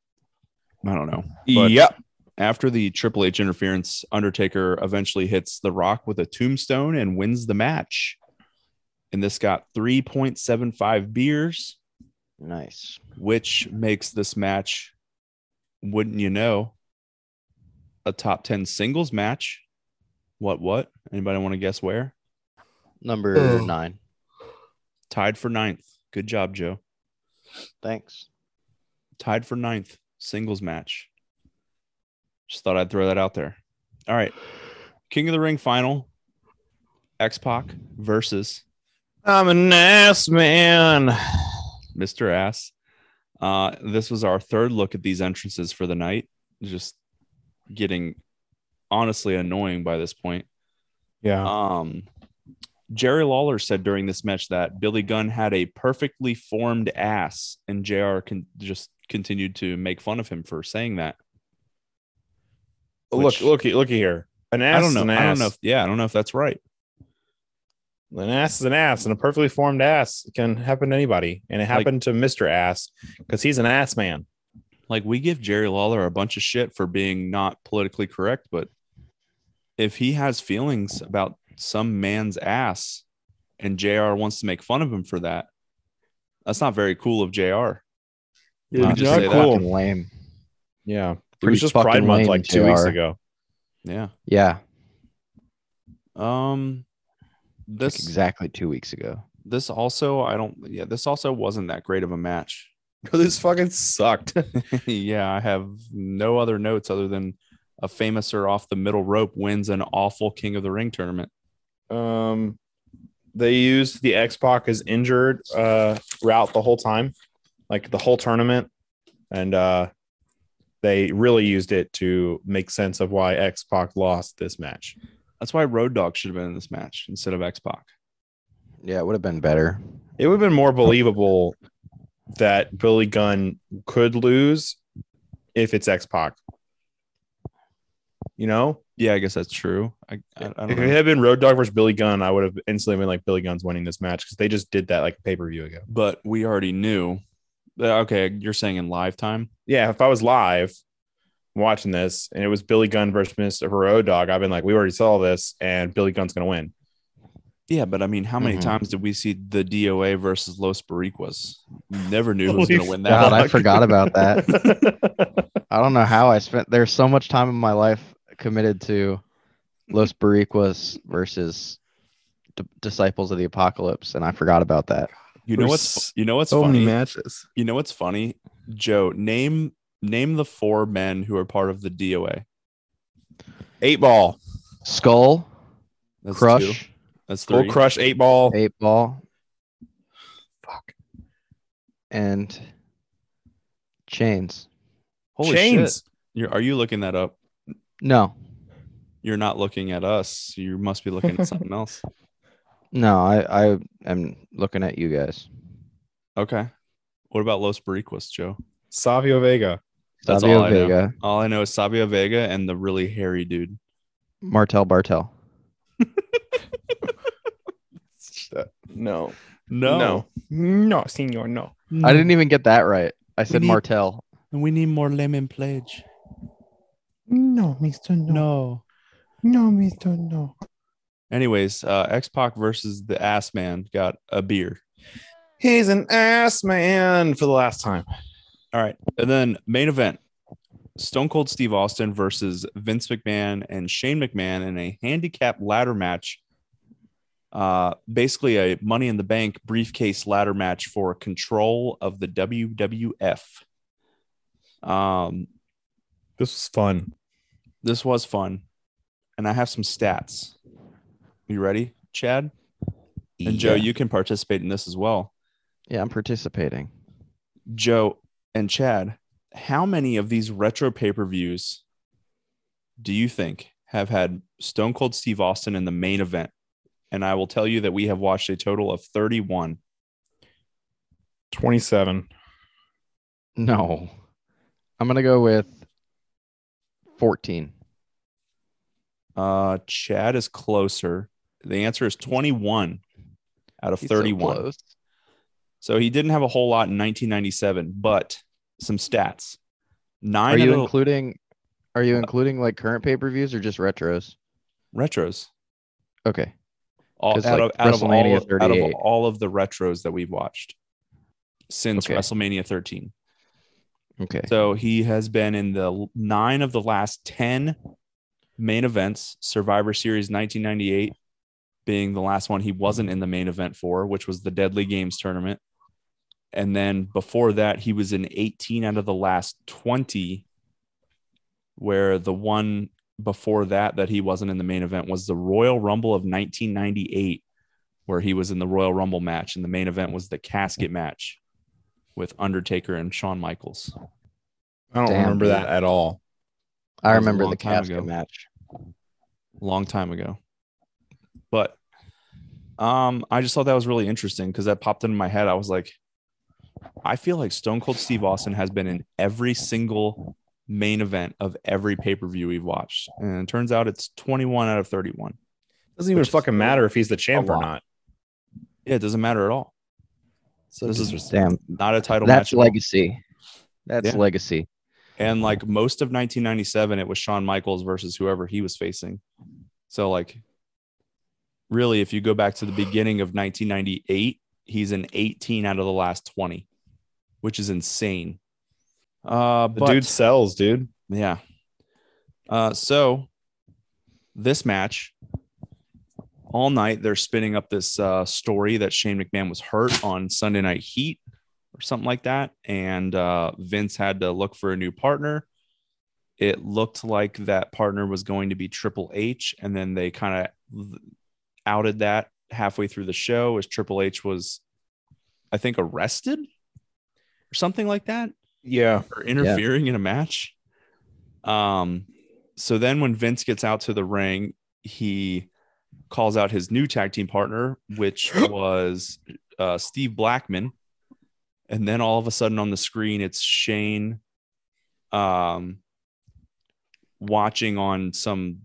[SPEAKER 1] I don't know. But
[SPEAKER 3] yep.
[SPEAKER 1] after the Triple H interference, Undertaker eventually hits The Rock with a tombstone and wins the match. And this got 3.75 beers.
[SPEAKER 5] Nice.
[SPEAKER 1] which makes this match, wouldn't you know, a top 10 singles match. What, what? Anybody want to guess where?
[SPEAKER 5] Number
[SPEAKER 3] Oh.
[SPEAKER 5] nine.
[SPEAKER 1] Tied for ninth. Good job, Joe.
[SPEAKER 5] Thanks.
[SPEAKER 1] Tied for ninth singles match. Just thought I'd throw that out there. All right. King of the Ring final X Pac versus
[SPEAKER 3] I'm an ass man.
[SPEAKER 1] Mr. Ass. Uh, this was our third look at these entrances for the night. Just getting honestly annoying by this point.
[SPEAKER 3] Yeah.
[SPEAKER 1] Um, Jerry Lawler said during this match that Billy Gunn had a perfectly formed ass, and JR can just continued to make fun of him for saying that.
[SPEAKER 3] Look,
[SPEAKER 1] Which-
[SPEAKER 3] look, looky here. An ass
[SPEAKER 1] I don't
[SPEAKER 3] is
[SPEAKER 1] know.
[SPEAKER 3] an ass.
[SPEAKER 1] I don't know. If, yeah, I don't know if that's right.
[SPEAKER 3] An ass is an ass, and a perfectly formed ass can happen to anybody. And it
[SPEAKER 1] Like-
[SPEAKER 3] happened to Mr. Ass because he's an ass man.
[SPEAKER 1] Like we give Jerry Lawler a bunch of shit for being not politically correct, but if he has feelings about some man's ass, and JR wants to make fun of him for that, that's not very cool of JR.
[SPEAKER 3] Let me
[SPEAKER 1] Not
[SPEAKER 3] just say that.
[SPEAKER 1] cool.
[SPEAKER 5] Fucking lame.
[SPEAKER 3] Yeah. It
[SPEAKER 5] Pretty
[SPEAKER 3] was just
[SPEAKER 5] fucking
[SPEAKER 3] Pride Month
[SPEAKER 5] lame,
[SPEAKER 3] like two weeks
[SPEAKER 5] JR.
[SPEAKER 3] ago.
[SPEAKER 1] Yeah.
[SPEAKER 5] Yeah,
[SPEAKER 1] Um. This
[SPEAKER 5] like exactly two weeks ago.
[SPEAKER 1] this also I don't yeah this also wasn't that great of a match.
[SPEAKER 3] this fucking sucked.
[SPEAKER 1] yeah, I have no other notes other than a famouser off the middle rope wins an awful King of the Ring tournament.
[SPEAKER 3] um, they used the X Pac as injured uh, route the whole time, like the whole tournament, and uh, they really used it to make sense of why X Pac lost this match.
[SPEAKER 1] That's why Road Dog should have been in this match instead of X Pac.
[SPEAKER 5] Yeah, it would have been better.
[SPEAKER 3] It would have been more believable that Billy Gunn could lose if it's X Pac. You know,
[SPEAKER 1] Yeah, I guess that's true. I, I, I
[SPEAKER 3] if
[SPEAKER 1] don't
[SPEAKER 3] it
[SPEAKER 1] know.
[SPEAKER 3] had been Road Dog versus Billy Gunn, I would have instantly been like Billy Gunn's winning this match because they just did that like pay per view ago.
[SPEAKER 1] But we already knew. that- Okay, you're saying in live time.
[SPEAKER 3] yeah, if I was live watching this and it was Billy Gunn versus Mr. Road Dog, I've been like, we already saw this, and Billy Gunn's gonna win.
[SPEAKER 1] Yeah, but I mean, how many
[SPEAKER 3] Mm-hmm.
[SPEAKER 5] Mhm.
[SPEAKER 1] times did we see the DOA versus Los Bariquas? Never knew who was
[SPEAKER 3] Holy
[SPEAKER 1] going to win
[SPEAKER 5] God,
[SPEAKER 1] that.
[SPEAKER 5] I forgot about that. I don't know how I spent there's so much time in my life committed to Los Bariquas versus D- Disciples of the Apocalypse, and I forgot about that.
[SPEAKER 1] You know what's you know what's funny?
[SPEAKER 3] matches.
[SPEAKER 1] You know what's funny, Joe? Name name the four men who are part of the DOA.
[SPEAKER 3] Eight ball,
[SPEAKER 5] Skull,
[SPEAKER 1] That's two.
[SPEAKER 5] Crush,
[SPEAKER 1] That's
[SPEAKER 3] full
[SPEAKER 1] three.
[SPEAKER 3] crush, eight ball.
[SPEAKER 5] Eight Ball,
[SPEAKER 3] Fuck.
[SPEAKER 5] and Chains.
[SPEAKER 1] Holy
[SPEAKER 3] Chains.
[SPEAKER 1] shit! You're, are you looking that up?
[SPEAKER 5] No,
[SPEAKER 1] You're not looking at us. You must be looking at something else.
[SPEAKER 5] no, I I am looking at you guys.
[SPEAKER 1] Okay. What about Los Bariquas, Joe?
[SPEAKER 3] Savio Vega.
[SPEAKER 1] That's
[SPEAKER 5] Savio
[SPEAKER 1] all I know.
[SPEAKER 5] Vega,
[SPEAKER 1] All I know is Sabio Vega and the really hairy dude.
[SPEAKER 5] Martel Bartel.
[SPEAKER 3] No.
[SPEAKER 1] No.
[SPEAKER 3] No, senor, no.
[SPEAKER 5] I didn't even get that right. I said
[SPEAKER 1] need-
[SPEAKER 5] Martel.
[SPEAKER 1] We need more lemon pledge.
[SPEAKER 3] No, Mr.
[SPEAKER 1] No.
[SPEAKER 3] No, Mr. No.
[SPEAKER 1] Anyways, uh, X Pac versus the Ass Man got a beer.
[SPEAKER 3] He's an ass man for the last time.
[SPEAKER 1] All right. And then main event Stone Cold Steve Austin versus Vince McMahon and Shane McMahon in a handicap ladder match. Uh, basically, a money in the bank briefcase ladder match for control of the WWF. Um,
[SPEAKER 3] This was fun.
[SPEAKER 1] this was fun. And I have some stats. You ready, Chad? And Joe, you can participate in this as well.
[SPEAKER 5] Yeah, I'm participating.
[SPEAKER 1] Joe and Chad, how many of these retro pay per views do you think have had Stone Cold Steve Austin in the main event? And I will tell you that we have watched a total of 31.
[SPEAKER 3] 27.
[SPEAKER 5] No. I'm going to go with 14.
[SPEAKER 1] Uh, Chad is closer. The answer is 21 out of
[SPEAKER 5] He's so
[SPEAKER 1] 31.
[SPEAKER 5] close.
[SPEAKER 1] So he didn't have a whole lot in 1997, but some stats. Nine
[SPEAKER 5] Are you
[SPEAKER 1] out of
[SPEAKER 5] including Are you including like current pay-per-views or just retros?
[SPEAKER 1] retros.
[SPEAKER 5] Okay.
[SPEAKER 1] all, out,
[SPEAKER 5] 'Cause, like,
[SPEAKER 1] of, out, of all
[SPEAKER 5] WrestleMania
[SPEAKER 1] of, out of
[SPEAKER 5] 38.
[SPEAKER 1] all of the retros that we've watched since
[SPEAKER 5] Okay.
[SPEAKER 1] WrestleMania 13.
[SPEAKER 5] Okay.
[SPEAKER 1] So he has been in the l- nine of the last 10 main events, Survivor Series 1998 being the last one he wasn't in the main event for, which was the Deadly Games tournament. And then before that, he was in 18 out of the last 20, where the one before that that he wasn't in the main event was the Royal Rumble of 1998, where he was in the Royal Rumble match, and the main event was the casket match with Undertaker and Shawn Michaels.
[SPEAKER 3] I don't
[SPEAKER 5] Damn,
[SPEAKER 3] remember
[SPEAKER 5] dude.
[SPEAKER 3] that at all.
[SPEAKER 1] That
[SPEAKER 5] I
[SPEAKER 1] was a
[SPEAKER 5] remember
[SPEAKER 1] long
[SPEAKER 5] the
[SPEAKER 1] time
[SPEAKER 5] casket
[SPEAKER 1] ago.
[SPEAKER 5] match.
[SPEAKER 1] long time ago. But Um, I just thought that was really interesting because that popped into my head. I was like, I feel like Stone Cold Steve Austin has been in every single main event of every pay per view we've watched, and it turns out it's 21 out of 31.
[SPEAKER 3] Doesn't even
[SPEAKER 1] Which is
[SPEAKER 3] fucking matter if he's the champ
[SPEAKER 1] a
[SPEAKER 3] or
[SPEAKER 1] lot.
[SPEAKER 3] not.
[SPEAKER 1] Yeah, it doesn't matter at all. So this is
[SPEAKER 5] Damn,
[SPEAKER 1] not a title
[SPEAKER 5] that's
[SPEAKER 1] match. at all.
[SPEAKER 5] legacy. That's
[SPEAKER 1] Yeah.
[SPEAKER 5] legacy.
[SPEAKER 1] And like most of 1997, it was Shawn Michaels versus whoever he was facing. So, like, really, if you go back to the beginning of 1998, he's in 18 out of the last 20, which is insane. Uh,
[SPEAKER 3] The
[SPEAKER 1] but
[SPEAKER 3] dude sells, dude.
[SPEAKER 1] yeah. Uh, so this match, all night they're spinning up this uh, story that Shane McMahon was hurt on Sunday Night Heat or something like that, and uh, Vince had to look for a new partner. It looked like that partner was going to be Triple H, and then they kind of outed that halfway through the show as Triple H was, I think, arrested or something like that
[SPEAKER 3] Yeah.
[SPEAKER 1] or interfering in a match. Um, so then when Vince gets out to the ring, he calls out his new tag team partner, which was uh, Steve Blackman. And then all of a sudden on the screen, it's Shane um, watching on some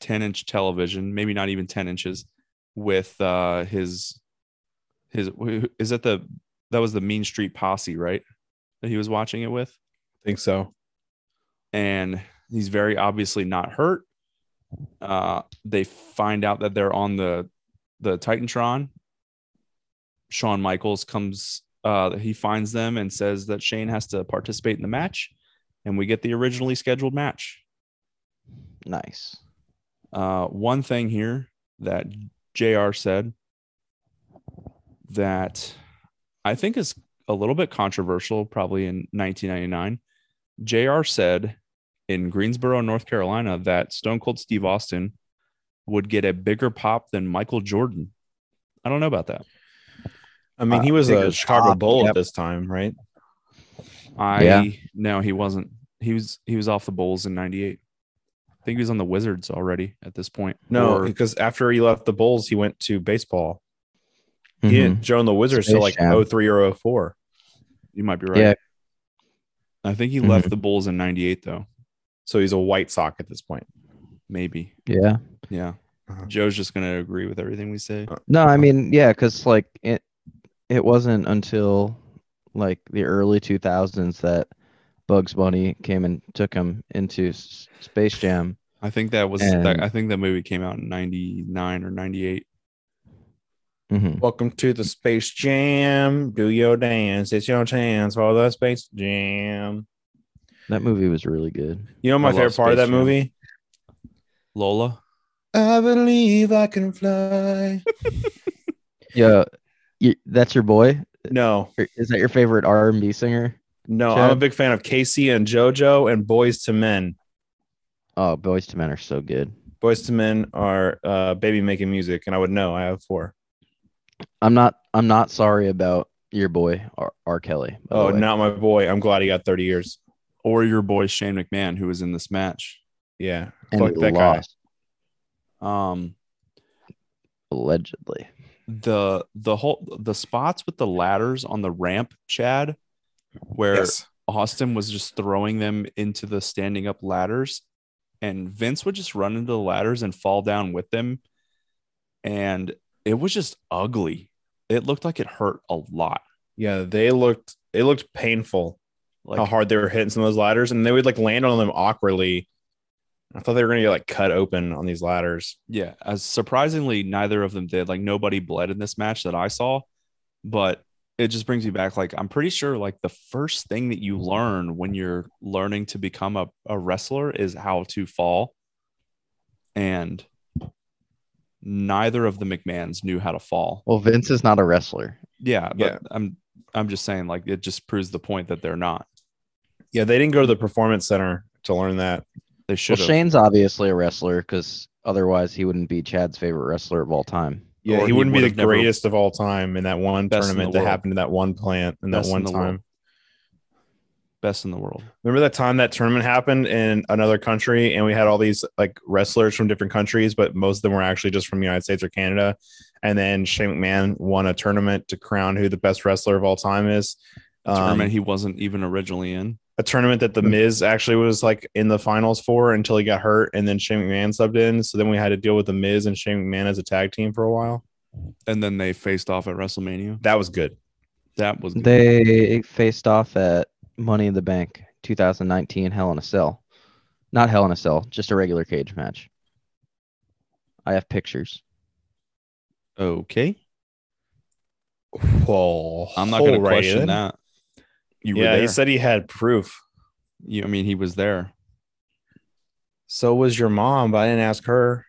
[SPEAKER 1] 10 inch television, maybe not even 10 inches, with uh, his, his, is that the, that was the Mean Street Posse, right? That he was watching it with
[SPEAKER 3] I think so.
[SPEAKER 1] and he's very obviously not hurt. Uh, they find out that they're on the the Titantron. Shawn Michaels comes. Uh, he finds them and says that Shane has to participate in the match, and we get the originally scheduled match.
[SPEAKER 5] Nice.
[SPEAKER 1] Uh, one thing here that JR said that I think is a little bit controversial, probably in 1999. JR said in Greensboro, North Carolina, that Stone Cold Steve Austin would get a bigger pop than Michael Jordan. I don't know about that.
[SPEAKER 3] I mean,
[SPEAKER 5] Uh,
[SPEAKER 3] he was
[SPEAKER 5] big
[SPEAKER 3] a
[SPEAKER 5] as
[SPEAKER 3] Chicago
[SPEAKER 5] Bob,
[SPEAKER 3] Bull
[SPEAKER 5] yep.
[SPEAKER 3] at this time, right?
[SPEAKER 1] I
[SPEAKER 5] Yeah.
[SPEAKER 1] no, he wasn't. He was he was off the Bulls in '98. I think he was on the Wizards already at this point.
[SPEAKER 3] No,
[SPEAKER 1] Or-
[SPEAKER 3] because after he left the Bulls, he went to baseball. He
[SPEAKER 5] Mhm.
[SPEAKER 3] didn't join the Wizards till like
[SPEAKER 5] Space Jam.
[SPEAKER 3] 03 or 04.
[SPEAKER 1] you might be right.
[SPEAKER 5] Yeah. Mm-hmm.
[SPEAKER 1] I think he left the Bulls in '98 though.
[SPEAKER 3] So he's a White Sox at this point.
[SPEAKER 1] Maybe.
[SPEAKER 5] Yeah.
[SPEAKER 1] Yeah.
[SPEAKER 3] Uh-huh.
[SPEAKER 1] Joe's just gonna agree with everything we say.
[SPEAKER 5] No, I mean, yeah, because like it, it wasn't until like the early 2000s that Bugs Bunny came and took him into S- Space Jam.
[SPEAKER 1] I think that was.
[SPEAKER 5] And-
[SPEAKER 1] that, I think that movie came out in '99 or '98.
[SPEAKER 5] hmm
[SPEAKER 3] Welcome to the Space Jam. Do your dance. It's your chance for the Space Jam.
[SPEAKER 5] That movie was really good.
[SPEAKER 3] You know
[SPEAKER 1] I
[SPEAKER 3] my
[SPEAKER 1] love
[SPEAKER 3] favorite part of
[SPEAKER 1] Space
[SPEAKER 3] that
[SPEAKER 1] Jam.
[SPEAKER 3] movie?
[SPEAKER 1] Lola.
[SPEAKER 3] I believe I can fly.
[SPEAKER 5] Yeah, you, that's your boy.
[SPEAKER 3] no,
[SPEAKER 5] Or Is that your favorite R&B singer?
[SPEAKER 3] no,
[SPEAKER 5] Chad?
[SPEAKER 3] I'm a big fan of Casey and JoJo and Boys to Men.
[SPEAKER 5] Oh, Boys to Men are so good.
[SPEAKER 3] Boys to Men are uh, baby making music, and I would know. I have four.
[SPEAKER 5] I'm not. I'm not sorry about your boy R. R. Kelly. by the
[SPEAKER 3] Oh,
[SPEAKER 5] way.
[SPEAKER 3] not my boy. I'm glad he got 30 years.
[SPEAKER 1] or your boy Shane McMahon, who was in this match.
[SPEAKER 3] Yeah,
[SPEAKER 5] And
[SPEAKER 3] fuck
[SPEAKER 5] we
[SPEAKER 3] that guy.
[SPEAKER 5] lost,
[SPEAKER 1] Um,
[SPEAKER 5] allegedly.
[SPEAKER 1] the the whole the spots with the ladders on the ramp, Chad, where
[SPEAKER 3] Yes.
[SPEAKER 1] Austin was just throwing them into the standing up ladders, and Vince would just run into the ladders and fall down with them, and it was just ugly. It looked like it hurt a lot.
[SPEAKER 3] Yeah, they looked. It looked painful.
[SPEAKER 1] Like
[SPEAKER 3] how hard they were hitting some of those ladders, and they would like land on them awkwardly. I thought they were gonna get like cut open on these ladders.
[SPEAKER 1] Yeah, as surprisingly, neither of them did. Like nobody bled in this match that I saw, but it just brings me back. Like I'm pretty sure, like the first thing that you learn when you're learning to become a, a wrestler is how to fall, and neither of the McMahon's knew how to fall.
[SPEAKER 5] Well, Vince is not a wrestler.
[SPEAKER 1] Yeah, but
[SPEAKER 3] Yeah.
[SPEAKER 1] I'm I'm just saying, like it just proves the point that they're not.
[SPEAKER 3] Yeah, they didn't go to the performance center to learn that.
[SPEAKER 1] They should
[SPEAKER 5] Well,
[SPEAKER 1] have.
[SPEAKER 5] Shane's obviously a wrestler because otherwise he wouldn't be Chad's favorite wrestler of all time.
[SPEAKER 1] Yeah,
[SPEAKER 3] Yeah,
[SPEAKER 1] or
[SPEAKER 3] he
[SPEAKER 1] he
[SPEAKER 3] wouldn't be
[SPEAKER 1] would've
[SPEAKER 3] the
[SPEAKER 1] never-
[SPEAKER 3] greatest of all time in that one
[SPEAKER 1] Best in
[SPEAKER 3] tournament
[SPEAKER 1] the
[SPEAKER 3] that
[SPEAKER 1] world.
[SPEAKER 3] happened in that one plant in
[SPEAKER 1] Best
[SPEAKER 3] that
[SPEAKER 1] in
[SPEAKER 3] one
[SPEAKER 1] the
[SPEAKER 3] time.
[SPEAKER 1] world. Best in the world.
[SPEAKER 3] Remember that time that tournament happened in another country and we had all these like wrestlers from different countries, but most of them were actually just from the United States or Canada. And then Shane McMahon won a tournament to crown who the best wrestler of all time is. Um,
[SPEAKER 1] tournament he wasn't even originally in.
[SPEAKER 3] a tournament that the Miz actually was like in the finals for until he got hurt, and then Shane McMahon subbed in. So then we had to deal with the Miz and Shane McMahon as a tag team for a while.
[SPEAKER 1] And then they faced off at WrestleMania.
[SPEAKER 3] That was good.
[SPEAKER 1] That was good.
[SPEAKER 5] They faced off at Money in the Bank 2019 Hell in a Cell. Not Hell in a Cell, just a regular cage match. I have pictures.
[SPEAKER 1] okay.
[SPEAKER 3] Well,
[SPEAKER 1] I'm not going to question that. You were
[SPEAKER 3] Oh, yeah,
[SPEAKER 1] there.
[SPEAKER 3] he said he had proof.
[SPEAKER 1] you, I mean, he was there.
[SPEAKER 3] So was your mom, but I didn't ask her.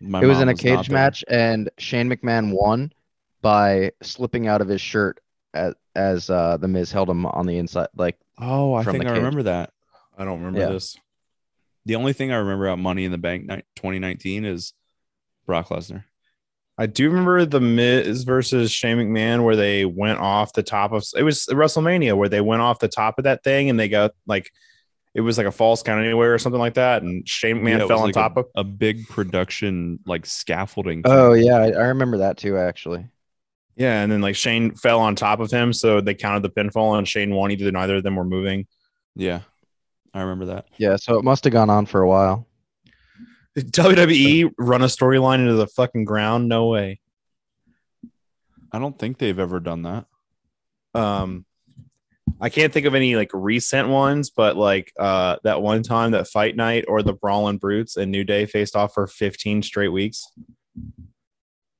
[SPEAKER 1] My
[SPEAKER 5] it was
[SPEAKER 1] mom
[SPEAKER 5] in a
[SPEAKER 1] not
[SPEAKER 5] cage
[SPEAKER 1] there.
[SPEAKER 5] match, and Shane McMahon won by slipping out of his shirt as, as uh, the Miz held him on the inside. Like
[SPEAKER 1] Oh, I
[SPEAKER 5] from
[SPEAKER 1] think
[SPEAKER 5] the
[SPEAKER 1] I
[SPEAKER 5] cage.
[SPEAKER 1] remember that.
[SPEAKER 3] I don't remember
[SPEAKER 5] Yeah.
[SPEAKER 3] this.
[SPEAKER 1] The only thing I remember about Money in the Bank night 2019 is Brock Lesnar.
[SPEAKER 3] I do remember the Miz versus Shane McMahon where they went off the top of it was WrestleMania where they went off the top of that thing and they got like it was like a false count anywhere or something like that, and Shane
[SPEAKER 1] Yeah,
[SPEAKER 3] McMahon
[SPEAKER 1] it
[SPEAKER 3] fell
[SPEAKER 1] was
[SPEAKER 3] on
[SPEAKER 1] like
[SPEAKER 3] top
[SPEAKER 1] a,
[SPEAKER 3] of.
[SPEAKER 1] a big production like scaffolding. thing.
[SPEAKER 5] oh yeah, I, I remember that too actually.
[SPEAKER 3] Yeah, and then like Shane fell on top of him, so they counted the pinfall, and Shane won. Either neither of them were moving.
[SPEAKER 1] yeah, I remember that.
[SPEAKER 5] Yeah, so it must have gone on for a while.
[SPEAKER 3] WWE E run a storyline into the fucking ground? No way.
[SPEAKER 1] I don't think they've ever done that.
[SPEAKER 3] Um, I can't think of any like recent ones, but like uh, that one time that Fight Night or the Brawling Brutes and New Day faced off for 15 straight weeks.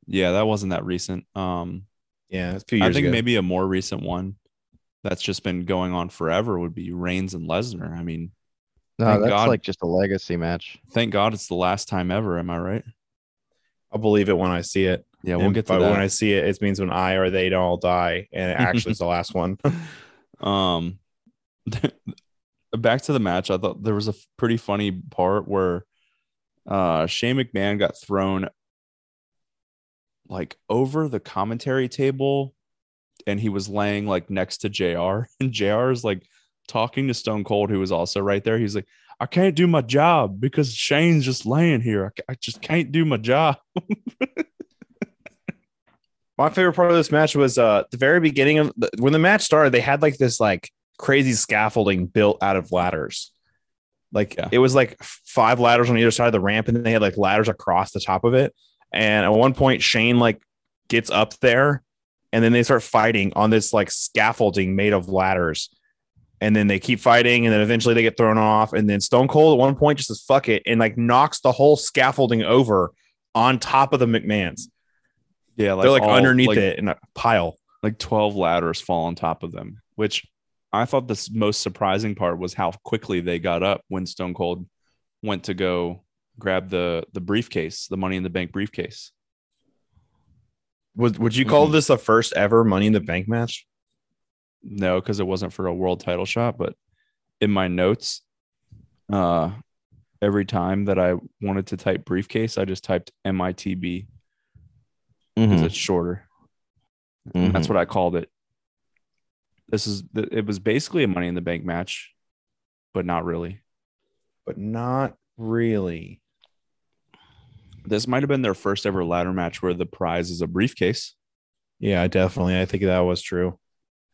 [SPEAKER 1] Yeah, that wasn't that recent. Um,
[SPEAKER 3] Yeah, it's a few years
[SPEAKER 1] I think
[SPEAKER 3] ago.
[SPEAKER 1] maybe a more recent one that's just been going on forever would be Reigns and Lesnar. I mean,
[SPEAKER 5] No,
[SPEAKER 1] Thank
[SPEAKER 5] that's
[SPEAKER 1] God.
[SPEAKER 5] like just a legacy match.
[SPEAKER 1] thank God it's the last time ever. Am I right?
[SPEAKER 3] I'll believe it when I see it.
[SPEAKER 1] Yeah, we'll
[SPEAKER 3] And
[SPEAKER 1] get
[SPEAKER 3] by
[SPEAKER 1] to that.
[SPEAKER 3] when I see it. It means when I or they don't all die, and it actually is the last one.
[SPEAKER 1] um back to the match i thought there was a f- pretty funny part where uh shane mcmahon got thrown like over the commentary table and he was laying like next to jr and jr is like talking to stone cold who was also right there he's like i can't do my job because shane's just laying here i, ca- I just can't do my job
[SPEAKER 3] My favorite part of this match was uh the very beginning of the, when the match started. They had like this like crazy scaffolding built out of ladders. Like
[SPEAKER 1] Yeah.
[SPEAKER 3] it was like f- five ladders on either side of the ramp, and then they had like ladders across the top of it. And at one point, Shane like gets up there, and then they start fighting on this like scaffolding made of ladders. And then they keep fighting, and then eventually they get thrown off. And then Stone Cold at one point just says "fuck it" and like knocks the whole scaffolding over on top of the McMahon's.
[SPEAKER 1] yeah
[SPEAKER 3] They're like
[SPEAKER 1] all-
[SPEAKER 3] underneath
[SPEAKER 1] like,
[SPEAKER 3] it in a pile.
[SPEAKER 1] like 12 ladders fall on top of them, which I thought the s- most surprising part was how quickly they got up when Stone Cold went to go grab the the briefcase, the money in the bank briefcase.
[SPEAKER 3] Would would you call
[SPEAKER 1] Mhm.
[SPEAKER 3] this the first ever Money in the Bank match?
[SPEAKER 1] No, because it wasn't for a world title shot, but in my notes, uh every time that I wanted to type briefcase, I just typed MITB because
[SPEAKER 5] Mm-hmm.
[SPEAKER 1] it's shorter. And That's what I called it. This is th- it was basically a money in the bank match, but not really.
[SPEAKER 3] But not really.
[SPEAKER 1] this might have been their first ever ladder match where the prize is a briefcase.
[SPEAKER 3] Yeah, definitely. I think that was true.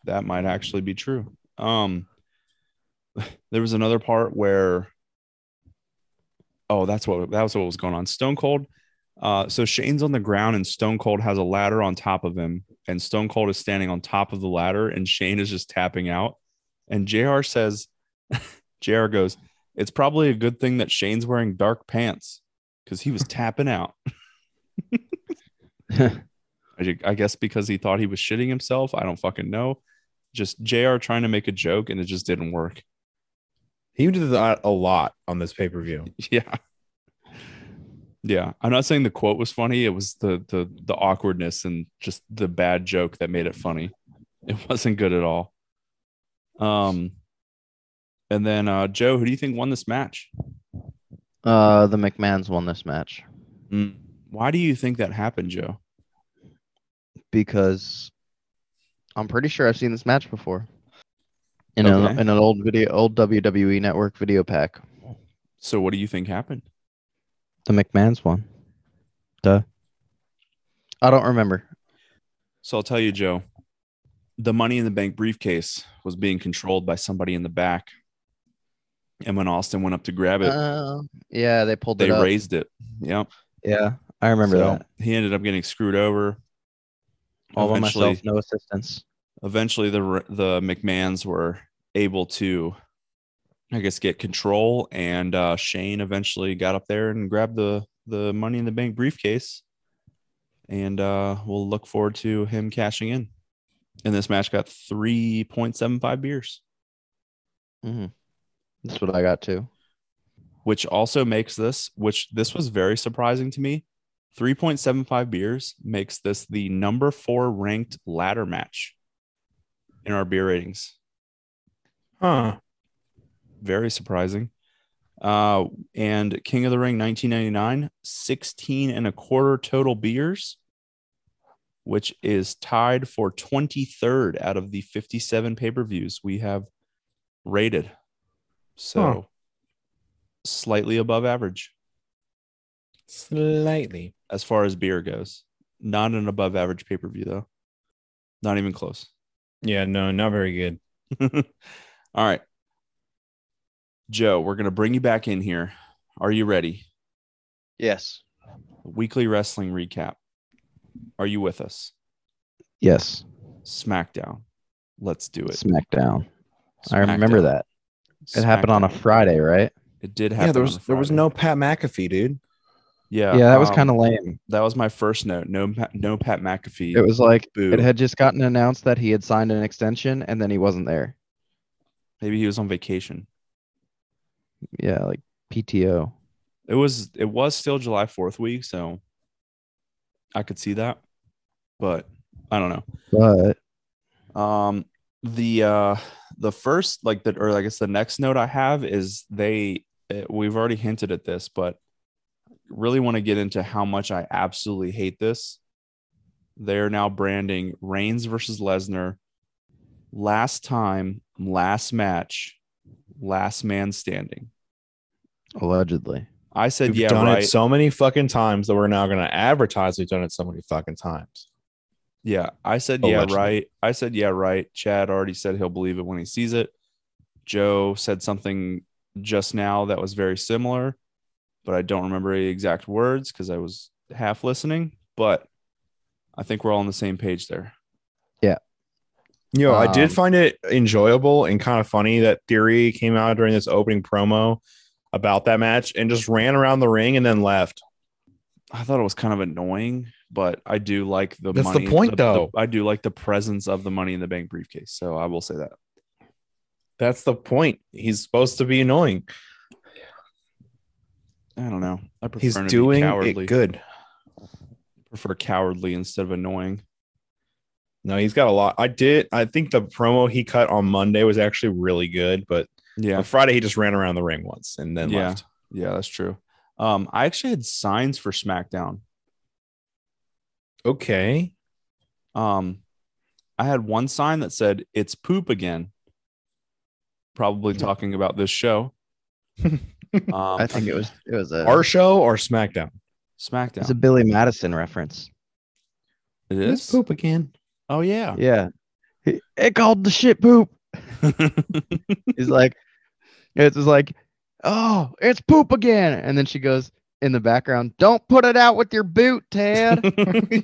[SPEAKER 1] That might actually be true. Um, there was another part where, oh, that's what that was what was going on. Stone Cold. Uh, so Shane's on the ground and Stone Cold has a ladder on top of him, and Stone Cold is standing on top of the ladder, and Shane is just tapping out. And Jr. says, Jr. goes, "It's probably a good thing that Shane's wearing dark pants because he was tapping out." mm-hmm. I ju- I guess because he thought he was shitting himself. I don't fucking know. Just JR trying to make a joke and it just didn't work.
[SPEAKER 3] He did that a lot on this pay per view.
[SPEAKER 1] Yeah. Yeah. I'm not saying the quote was funny. It was the the the awkwardness and just the bad joke that made it funny. It wasn't good at all. Um and then uh Joe, who do you think won this match?
[SPEAKER 5] uh, the McMahon's won this match
[SPEAKER 1] Why do you think that happened, Joe?
[SPEAKER 5] because I'm pretty sure I've seen this match before. in,
[SPEAKER 1] Okay.
[SPEAKER 5] a, in an old video, old WWE Network video pack,
[SPEAKER 1] So what do you think happened?
[SPEAKER 5] the McMahon's one. Duh. I don't remember.
[SPEAKER 1] So I'll tell you, Joe, the money in the bank briefcase was being controlled by somebody in the back. And when Austin went up to grab it,
[SPEAKER 5] Uh, yeah, they pulled
[SPEAKER 1] they
[SPEAKER 5] it up.
[SPEAKER 1] raised it. Yep.
[SPEAKER 5] yeah, I remember
[SPEAKER 1] So
[SPEAKER 5] that.
[SPEAKER 1] He ended up getting screwed over.
[SPEAKER 5] All by
[SPEAKER 1] eventually,
[SPEAKER 5] myself, no assistance.
[SPEAKER 1] eventually the Re- the McMahons were able to, I guess, get control, and uh, Shane eventually got up there and grabbed the the Money in the Bank briefcase, and uh, we'll look forward to him cashing in. And this match got three point seven five beers,
[SPEAKER 5] That's what I got too.
[SPEAKER 1] which also makes this, which this was very surprising to me. 3.75 beers makes this the number four ranked ladder match in our beer ratings.
[SPEAKER 3] Huh.
[SPEAKER 1] very surprising. Uh, and King of the Ring 1999, 16 and a quarter total beers, which is tied for 23rd out of the 57 pay per views we have rated. So
[SPEAKER 3] Huh.
[SPEAKER 1] slightly above average
[SPEAKER 3] Slightly.
[SPEAKER 1] as far as beer goes. Not an above average pay per view, though. Not even close.
[SPEAKER 3] Yeah, no, not very good.
[SPEAKER 1] All right. Joe, we're going to bring you back in here. Are you ready?
[SPEAKER 5] Yes.
[SPEAKER 1] weekly wrestling recap. Are you with us?
[SPEAKER 5] Yes.
[SPEAKER 1] SmackDown. Let's do it.
[SPEAKER 5] SmackDown. I remember
[SPEAKER 1] SmackDown.
[SPEAKER 5] that. It happened on a
[SPEAKER 1] SmackDown.
[SPEAKER 5] Friday, right?
[SPEAKER 1] It did happen.
[SPEAKER 3] yeah, there
[SPEAKER 1] on
[SPEAKER 3] was
[SPEAKER 1] a
[SPEAKER 3] there was
[SPEAKER 1] Friday.
[SPEAKER 3] no Pat McAfee, dude.
[SPEAKER 1] Yeah,
[SPEAKER 5] Yeah, that was
[SPEAKER 1] um,
[SPEAKER 5] kind of lame.
[SPEAKER 1] That was my first note. No, Pa- no Pat McAfee.
[SPEAKER 5] It was like
[SPEAKER 1] boo.
[SPEAKER 5] it had just gotten announced that he had signed an extension and then he wasn't there.
[SPEAKER 1] Maybe he was on vacation.
[SPEAKER 5] Yeah, like PTO.
[SPEAKER 1] It was. It was still July Fourth week, so I could see that, but I don't know.
[SPEAKER 5] But
[SPEAKER 1] Um, the uh, the first like that, or I guess the next note I have is they. eh, We've already hinted at this, but really want to get into how much I absolutely hate this. They are now branding Reigns versus Lesnar. Last time, last match, last man standing.
[SPEAKER 5] allegedly.
[SPEAKER 1] I said,
[SPEAKER 3] We've
[SPEAKER 1] yeah,
[SPEAKER 3] done
[SPEAKER 1] right.
[SPEAKER 3] it so many fucking times that we're now going to advertise we've done it so many fucking times.
[SPEAKER 1] Yeah, I said
[SPEAKER 3] Allegedly.
[SPEAKER 1] yeah, right. I said yeah, right. Chad already said he'll believe it when he sees it. Joe said something just now that was very similar, but I don't remember the exact words because I was half listening. But I think we're all on the same page there.
[SPEAKER 3] Yo, I
[SPEAKER 5] Um,
[SPEAKER 3] did find it enjoyable and kind of funny that Theory came out during this opening promo about that match and just ran around the ring and then left.
[SPEAKER 1] I thought it was kind of annoying, but I do like the
[SPEAKER 3] That's the
[SPEAKER 1] money.
[SPEAKER 3] point, though.
[SPEAKER 1] I do like the presence of the money in the bank briefcase. So I will say that.
[SPEAKER 3] That's the point. He's supposed to be annoying.
[SPEAKER 1] I don't know. I prefer
[SPEAKER 3] He's
[SPEAKER 1] him to be
[SPEAKER 3] doing
[SPEAKER 1] cowardly.
[SPEAKER 3] it good.
[SPEAKER 1] prefer cowardly instead of annoying.
[SPEAKER 3] No, he's got a lot. I did. I think the promo he cut on Monday was actually really good, but
[SPEAKER 1] Yeah.
[SPEAKER 3] on Friday he just ran around the ring once and then
[SPEAKER 1] Yeah.
[SPEAKER 3] left.
[SPEAKER 1] Yeah, that's true. Um, I actually had signs for SmackDown.
[SPEAKER 3] Okay.
[SPEAKER 1] Um, I had one sign that said "It's poop again," probably talking about this show. um,
[SPEAKER 5] I think it was it was a
[SPEAKER 3] Our show or SmackDown?
[SPEAKER 5] it's
[SPEAKER 1] SmackDown.
[SPEAKER 5] a Billy Madison reference.
[SPEAKER 1] it
[SPEAKER 3] It's
[SPEAKER 1] is.
[SPEAKER 3] poop again.
[SPEAKER 1] Oh yeah.
[SPEAKER 5] Yeah. He- It called the shit poop. He's like it's just like, oh, it's poop again. And then she goes in the background, don't put it out with your boot, Tad.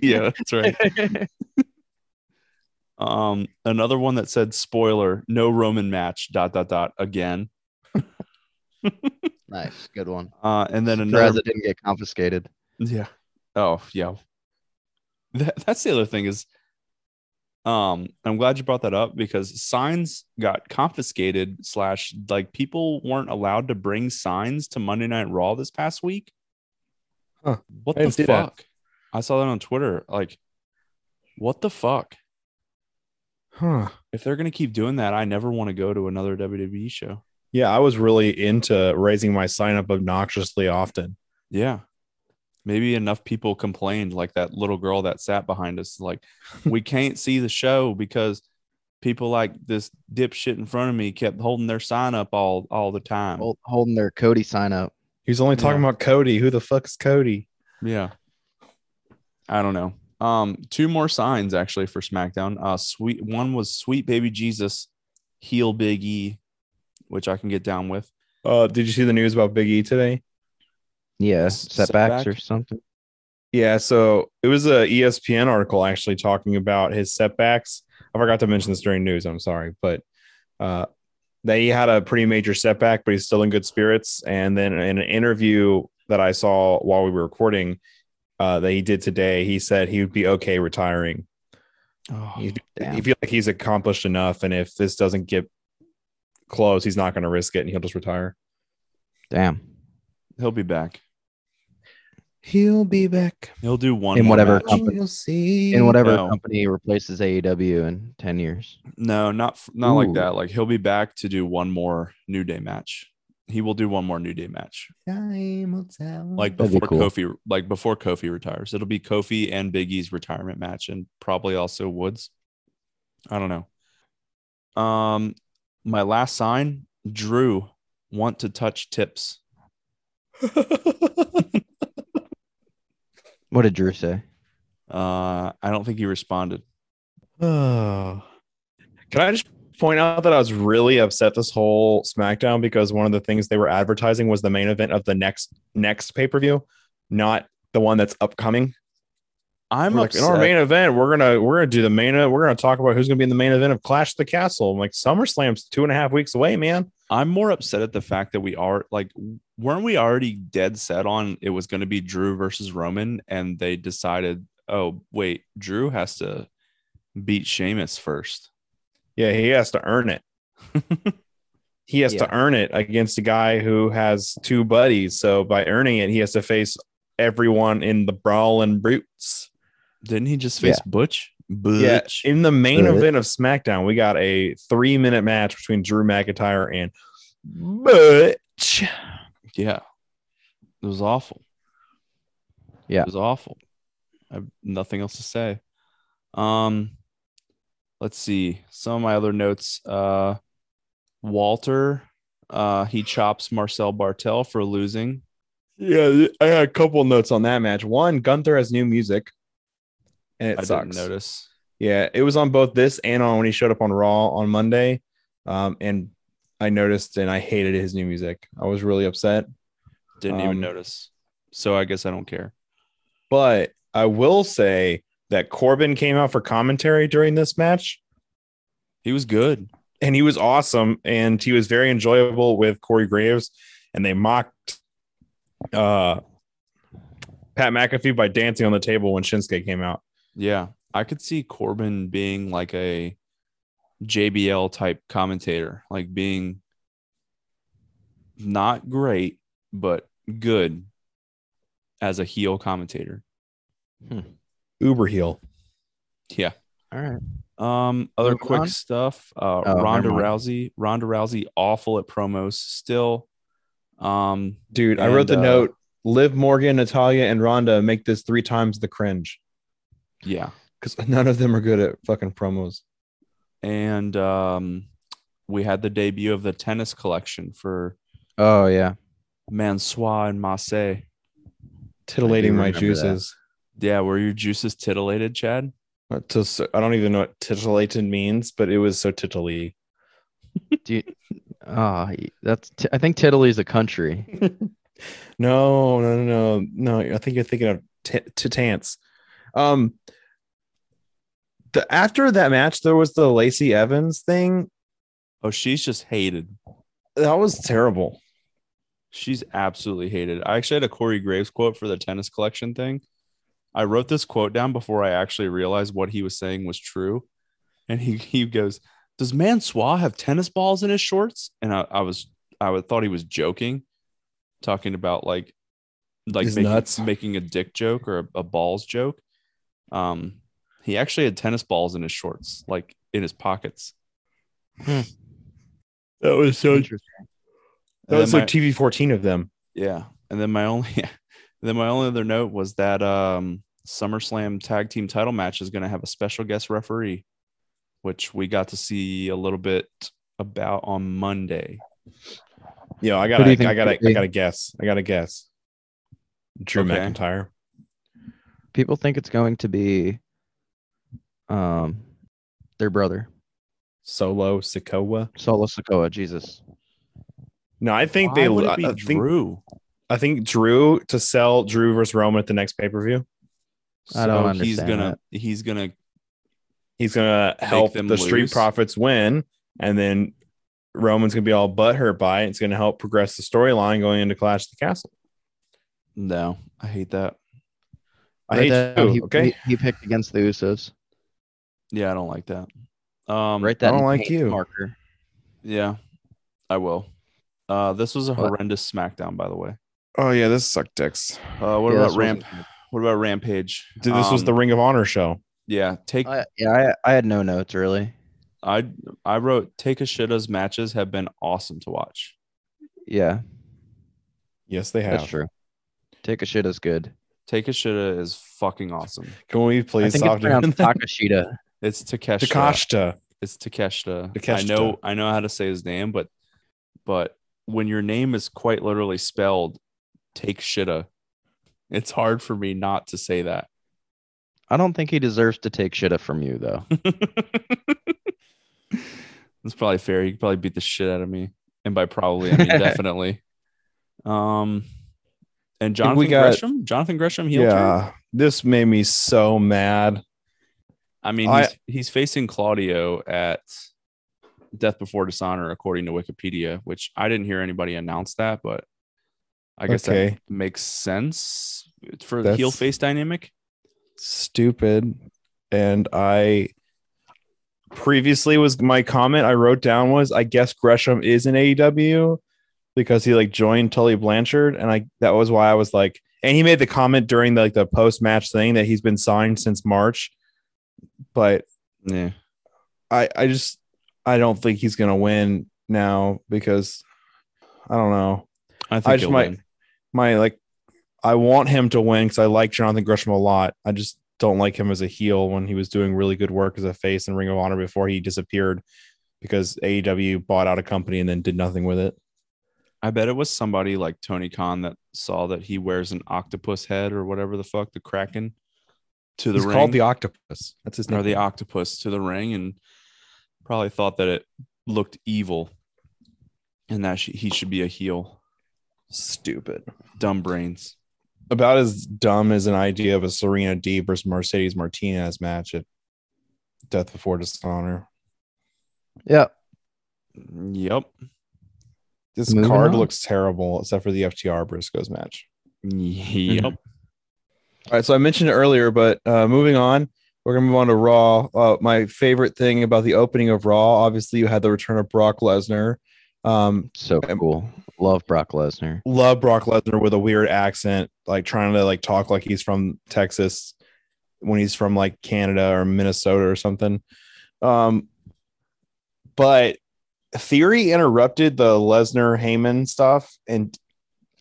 [SPEAKER 1] yeah, that's right. Um, another one that said "Spoiler: No Roman match." Dot dot dot again.
[SPEAKER 5] nice, good one.
[SPEAKER 1] Uh, and then
[SPEAKER 5] Surprised
[SPEAKER 1] another
[SPEAKER 5] it didn't get confiscated.
[SPEAKER 1] Yeah. Oh, yeah. That, that's the other thing is um I'm glad you brought that up because signs got confiscated slash like people weren't allowed to bring signs to Monday Night Raw this past week.
[SPEAKER 3] Huh.
[SPEAKER 1] What
[SPEAKER 3] I
[SPEAKER 1] the
[SPEAKER 3] didn't see that.
[SPEAKER 1] fuck? I saw that on Twitter. Like what the fuck?
[SPEAKER 3] Huh.
[SPEAKER 1] If they're going to keep doing that, I never want to go to another WWE show.
[SPEAKER 3] Yeah, I was really into raising my sign up obnoxiously often.
[SPEAKER 1] Yeah. Maybe enough people complained, like that little girl that sat behind us, like, we can't see the show because people like this dipshit in front of me kept holding their sign up all all the time.
[SPEAKER 5] Hold, holding their Cody sign up.
[SPEAKER 3] He was only
[SPEAKER 1] talking
[SPEAKER 3] about Cody. Who the fuck is Cody?
[SPEAKER 1] Yeah. I don't know. Um, two more signs actually for SmackDown. Uh, sweet one was sweet baby Jesus, heel Big E, which I can get down with.
[SPEAKER 3] Uh, did you see the news about Big E today?
[SPEAKER 5] Yeah,
[SPEAKER 1] S-
[SPEAKER 5] setbacks
[SPEAKER 1] setback.
[SPEAKER 5] or something.
[SPEAKER 3] Yeah, so it was a E ESPN article actually talking about his setbacks. I forgot to mention this during news. I'm sorry, but uh, that he had a pretty major setback, but he's still in good spirits. And then in an interview that I saw while we were recording uh, that he did today, he said he would be okay retiring.
[SPEAKER 1] Oh,
[SPEAKER 3] He,
[SPEAKER 5] damn.
[SPEAKER 3] he feel like he's accomplished enough, and if this doesn't get close, he's not going to risk it, and he'll just retire.
[SPEAKER 5] Damn.
[SPEAKER 1] he'll be back.
[SPEAKER 3] He'll be back
[SPEAKER 1] He'll do one
[SPEAKER 5] In
[SPEAKER 1] more
[SPEAKER 5] whatever
[SPEAKER 1] match.
[SPEAKER 5] company.
[SPEAKER 3] You'll see.
[SPEAKER 5] In whatever
[SPEAKER 1] No.
[SPEAKER 5] company replaces AEW in ten years.
[SPEAKER 1] No, not f- not like
[SPEAKER 5] Ooh.
[SPEAKER 1] that. Like he'll be back to do one more New Day match. He will do one more New Day match, like
[SPEAKER 5] That'd be
[SPEAKER 1] before
[SPEAKER 5] cool.
[SPEAKER 1] Kofi, like before Kofi retires. It'll be Kofi and Big E's retirement match, and probably also Woods. I don't know. Um, my last sign, Drew, want to touch tips.
[SPEAKER 5] What did Drew say?
[SPEAKER 1] Uh, I don't think he responded.
[SPEAKER 3] Oh. Can I just point out that I was really upset this whole SmackDown because one of the things they were advertising was the main event of the next next pay per view, not the one that's upcoming.
[SPEAKER 1] I'm
[SPEAKER 3] We're like,
[SPEAKER 1] upset.
[SPEAKER 3] in our main event, we're gonna we're gonna do the main event. We're gonna talk about who's gonna be in the main event of Clash of the Castle. I'm like SummerSlam's two and a half weeks away, man.
[SPEAKER 1] I'm more upset at the fact that we are like, weren't we already dead set on it was going to be Drew versus Roman, and they decided, oh wait, Drew has to beat Sheamus first.
[SPEAKER 3] Yeah, he has to earn it. he has
[SPEAKER 5] Yeah.
[SPEAKER 3] to earn it against a guy who has two buddies. So by earning it, he has to face everyone in the brawling brutes.
[SPEAKER 1] Didn't he just face Butch?
[SPEAKER 3] Yeah,
[SPEAKER 1] Butch.
[SPEAKER 3] in the main
[SPEAKER 5] Butch.
[SPEAKER 3] event of SmackDown, we got a three-minute match between Drew McIntyre and Butch.
[SPEAKER 1] yeah, it was awful.
[SPEAKER 5] Yeah.
[SPEAKER 1] it was awful. I have nothing else to say. Um, let's see some of my other notes. Uh, Walter, uh, he chops Marcel Bartel for losing.
[SPEAKER 3] Yeah, I had a couple notes on that match. One, Gunther has new music, and it
[SPEAKER 1] I
[SPEAKER 3] sucks.
[SPEAKER 1] didn't notice.
[SPEAKER 3] Yeah, it was on both this and on when he showed up on Raw on Monday. Um, and I noticed and I hated his new music. I was really upset.
[SPEAKER 1] Didn't even
[SPEAKER 3] Um,
[SPEAKER 1] notice. So I guess I don't care.
[SPEAKER 3] But I will say that Corbin came out for commentary during this match
[SPEAKER 1] He was good.
[SPEAKER 3] and he was awesome and he was very enjoyable with Corey Graves and they mocked uh Pat McAfee by dancing on the table when Shinsuke came out.
[SPEAKER 1] Yeah. I could see Corbin being like a JBL type commentator, like being not great, but good as a heel commentator. Hmm.
[SPEAKER 3] Uber heel.
[SPEAKER 1] Yeah.
[SPEAKER 5] All right.
[SPEAKER 1] Um, other
[SPEAKER 5] Moving
[SPEAKER 1] quick
[SPEAKER 5] on?
[SPEAKER 1] stuff. Uh,
[SPEAKER 5] Oh, never
[SPEAKER 1] Ronda
[SPEAKER 5] mind.
[SPEAKER 1] Rousey, Ronda Rousey, awful at promos still. Um,
[SPEAKER 3] Dude, I
[SPEAKER 1] And,
[SPEAKER 3] wrote the
[SPEAKER 1] uh,
[SPEAKER 3] note Liv Morgan, Natalia, and Rhonda make this three times the cringe.
[SPEAKER 1] yeah.
[SPEAKER 3] because none of them are good at fucking promos.
[SPEAKER 1] and um, we had the debut of the tennis collection for
[SPEAKER 5] Oh yeah.
[SPEAKER 1] Mansois and Marseille.
[SPEAKER 3] Titillating my
[SPEAKER 5] remember that.
[SPEAKER 3] juices.
[SPEAKER 1] Yeah, were your juices titillated, Chad?
[SPEAKER 3] Uh, to so- I don't even know what titillated means, but it was so tittily.
[SPEAKER 5] Do you, oh, that's. T- I think Tiddly is a country.
[SPEAKER 3] No, no, no, no, no. I think you're thinking of t- titance. Um, the after that match, there was the Lacey Evans thing.
[SPEAKER 1] Oh, she's just hated.
[SPEAKER 3] That was terrible.
[SPEAKER 1] She's absolutely hated. I actually had a Corey Graves quote for the tennis collection thing. I wrote this quote down before I actually realized what he was saying was true. And he, he goes, Does Mansois have tennis balls in his shorts? And I, I was I would, thought he was joking, talking about like like
[SPEAKER 3] His
[SPEAKER 1] making,
[SPEAKER 3] nuts.
[SPEAKER 1] making a dick joke or a, a balls joke. Um he actually had tennis balls in his shorts, like in his pockets.
[SPEAKER 3] That was so. That
[SPEAKER 5] Interesting.
[SPEAKER 1] And
[SPEAKER 3] was
[SPEAKER 1] then
[SPEAKER 3] like TV fourteen of them.
[SPEAKER 1] Yeah. And then my only then my only other note was that um SummerSlam tag team title match is gonna have a special guest referee. which we got to see a little bit about on Monday.
[SPEAKER 3] Yo, I
[SPEAKER 5] Who do
[SPEAKER 3] gotta,
[SPEAKER 5] you think
[SPEAKER 3] I gotta,
[SPEAKER 5] it would be?
[SPEAKER 3] I gotta guess. I gotta guess. Drew
[SPEAKER 1] Okay.
[SPEAKER 3] McIntyre.
[SPEAKER 5] People think it's going to be um their brother,
[SPEAKER 3] Solo Sikoa.
[SPEAKER 5] Solo Sokoa, Jesus.
[SPEAKER 3] No, I think
[SPEAKER 1] Why
[SPEAKER 3] they. uh,
[SPEAKER 1] would it
[SPEAKER 3] I,
[SPEAKER 1] be
[SPEAKER 3] I think
[SPEAKER 1] Drew.
[SPEAKER 3] I think Drew to sell Drew versus Roman at the next pay per view.
[SPEAKER 5] I don't
[SPEAKER 1] he's
[SPEAKER 5] understand
[SPEAKER 1] gonna he's gonna
[SPEAKER 3] He's gonna help the
[SPEAKER 1] them
[SPEAKER 3] Street
[SPEAKER 1] lose.
[SPEAKER 3] Profits win, and then Roman's gonna be all butthurt by it. It's gonna help progress the storyline going into Clash of the Castle.
[SPEAKER 1] no. I hate that.
[SPEAKER 3] I
[SPEAKER 5] Write
[SPEAKER 3] hate
[SPEAKER 5] that down.
[SPEAKER 3] Drew.
[SPEAKER 5] He-
[SPEAKER 3] okay,
[SPEAKER 5] He, he picked against the Usos.
[SPEAKER 1] Yeah, I don't like that. Um,
[SPEAKER 5] Write that.
[SPEAKER 3] don't
[SPEAKER 5] in
[SPEAKER 3] like
[SPEAKER 5] paint
[SPEAKER 3] you.
[SPEAKER 5] Marker.
[SPEAKER 1] Yeah, I will. Uh, this was a
[SPEAKER 5] What?
[SPEAKER 1] horrendous SmackDown, by the way.
[SPEAKER 3] Oh yeah, this sucked dicks.
[SPEAKER 1] Uh, what
[SPEAKER 5] Yeah, this
[SPEAKER 1] about
[SPEAKER 5] wasn't
[SPEAKER 1] Ramp? What about Rampage?
[SPEAKER 3] Dude, this was
[SPEAKER 1] Um,
[SPEAKER 3] the Ring of Honor show.
[SPEAKER 1] yeah. Take
[SPEAKER 5] I, Oh, yeah, I, I had no notes really.
[SPEAKER 1] I I wrote Take a Shitta's matches have been awesome to watch.
[SPEAKER 5] Yeah,
[SPEAKER 3] Yes, they have.
[SPEAKER 5] that's true. Take a shit is good.
[SPEAKER 1] Take a Shitta is fucking awesome.
[SPEAKER 3] Can we
[SPEAKER 5] I
[SPEAKER 3] please
[SPEAKER 5] think it's
[SPEAKER 3] stop doing
[SPEAKER 5] pronounced Takashita.
[SPEAKER 1] It's Takeshita.
[SPEAKER 3] Takashita?
[SPEAKER 1] It's Takeshita. I
[SPEAKER 3] Takeshita.
[SPEAKER 1] know I know how to say his name, but but when your name is quite literally spelled Take Shitta, it's hard for me not to say that.
[SPEAKER 5] I don't think he deserves to take shit from you though.
[SPEAKER 1] That's probably fair. He could probably beat the shit out of me. And by probably, I mean definitely. Um and
[SPEAKER 3] Think we
[SPEAKER 1] Jonathan
[SPEAKER 3] got-
[SPEAKER 1] Gresham? Jonathan Gresham heel turn?
[SPEAKER 3] this made me so mad.
[SPEAKER 1] I mean,
[SPEAKER 3] I-
[SPEAKER 1] he's, he's facing Claudio at Death Before Dishonor, according to Wikipedia, which I didn't hear anybody announce that, but I guess
[SPEAKER 3] Okay.
[SPEAKER 1] that makes sense for the
[SPEAKER 3] That's-
[SPEAKER 1] heel face dynamic.
[SPEAKER 3] stupid and i previously was my comment i wrote down was i guess gresham is in aew because he like joined tully blanchard and i that was why i was like and he made the comment during the, like the post-match thing that he's been signed since march but
[SPEAKER 1] Yeah.
[SPEAKER 3] i i just i don't think he's gonna win now because i don't know
[SPEAKER 1] I think
[SPEAKER 3] I just
[SPEAKER 1] he'll
[SPEAKER 3] might-
[SPEAKER 1] win.
[SPEAKER 3] my like I want him to win because I like Jonathan Gresham a lot. I just don't like him as a heel when he was doing really good work as a face in Ring of Honor before he disappeared because AEW bought out a company and then did nothing with it.
[SPEAKER 1] I bet it was somebody like Tony Khan that saw that he wears an octopus head or whatever the fuck, the Kraken to the
[SPEAKER 3] He's
[SPEAKER 1] ring.
[SPEAKER 3] called the Octopus. That's his
[SPEAKER 1] or
[SPEAKER 3] name.
[SPEAKER 1] the octopus to the ring and probably thought that it looked evil and that she, he should be a heel.
[SPEAKER 3] Stupid.
[SPEAKER 1] Dumb brains.
[SPEAKER 3] About as dumb as an idea of a Serena D versus Mercedes Martinez match at Death Before Dishonor.
[SPEAKER 5] yeah,
[SPEAKER 1] Yep.
[SPEAKER 3] This
[SPEAKER 5] Moving
[SPEAKER 3] card
[SPEAKER 5] on.
[SPEAKER 3] looks terrible except for the FTR Briscoes match.
[SPEAKER 1] Hmm. Yep.
[SPEAKER 3] All right, so I mentioned it earlier, but uh, moving on, we're gonna move on to Raw. Uh, my favorite thing about the opening of Raw, obviously, you had the return of Brock Lesnar. Um,
[SPEAKER 5] so
[SPEAKER 3] Um,
[SPEAKER 5] cool. Love Brock Lesnar.
[SPEAKER 3] love Brock Lesnar with a weird accent, like trying to like talk like he's from Texas when he's from like Canada or Minnesota or something. Um, but Theory interrupted the Lesnar Heyman stuff, and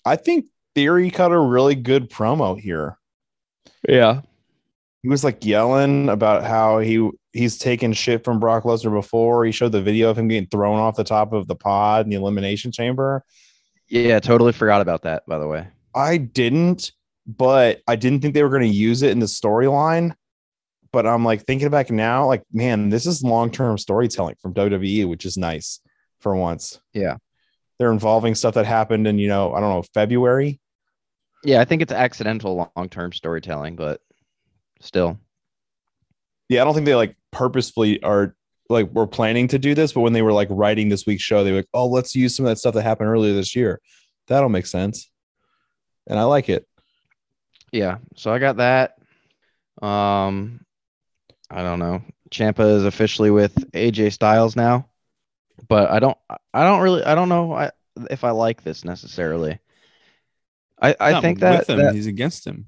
[SPEAKER 3] I think Theory cut a really good promo here.
[SPEAKER 5] Yeah,
[SPEAKER 3] he was like yelling about how he he's taken shit from Brock Lesnar before. He showed the video of him getting thrown off the top of the pod in the elimination chamber.
[SPEAKER 5] yeah. Totally forgot about that. By the way,
[SPEAKER 3] I didn't, but I didn't think they were going to use it in the storyline. But I'm like thinking back now, like man, this is long term storytelling from WWE, which is nice for once.
[SPEAKER 5] Yeah.
[SPEAKER 3] they're involving stuff that happened in you know I don't know February.
[SPEAKER 5] yeah. I think it's accidental long-term storytelling, but still,
[SPEAKER 3] yeah, I don't think they like purposefully are like were planning to do this, but when they were like writing this week's show, they were like, oh, let's use some of that stuff that happened earlier this year. That'll make sense. And I like it.
[SPEAKER 5] yeah. So I got that. Um, I don't know. Champa is officially with AJ Styles now, but I don't. I don't really. I don't know. I, if I like this necessarily. I, I
[SPEAKER 1] Not
[SPEAKER 5] think
[SPEAKER 1] with
[SPEAKER 5] that,
[SPEAKER 1] him,
[SPEAKER 5] that
[SPEAKER 1] he's against him.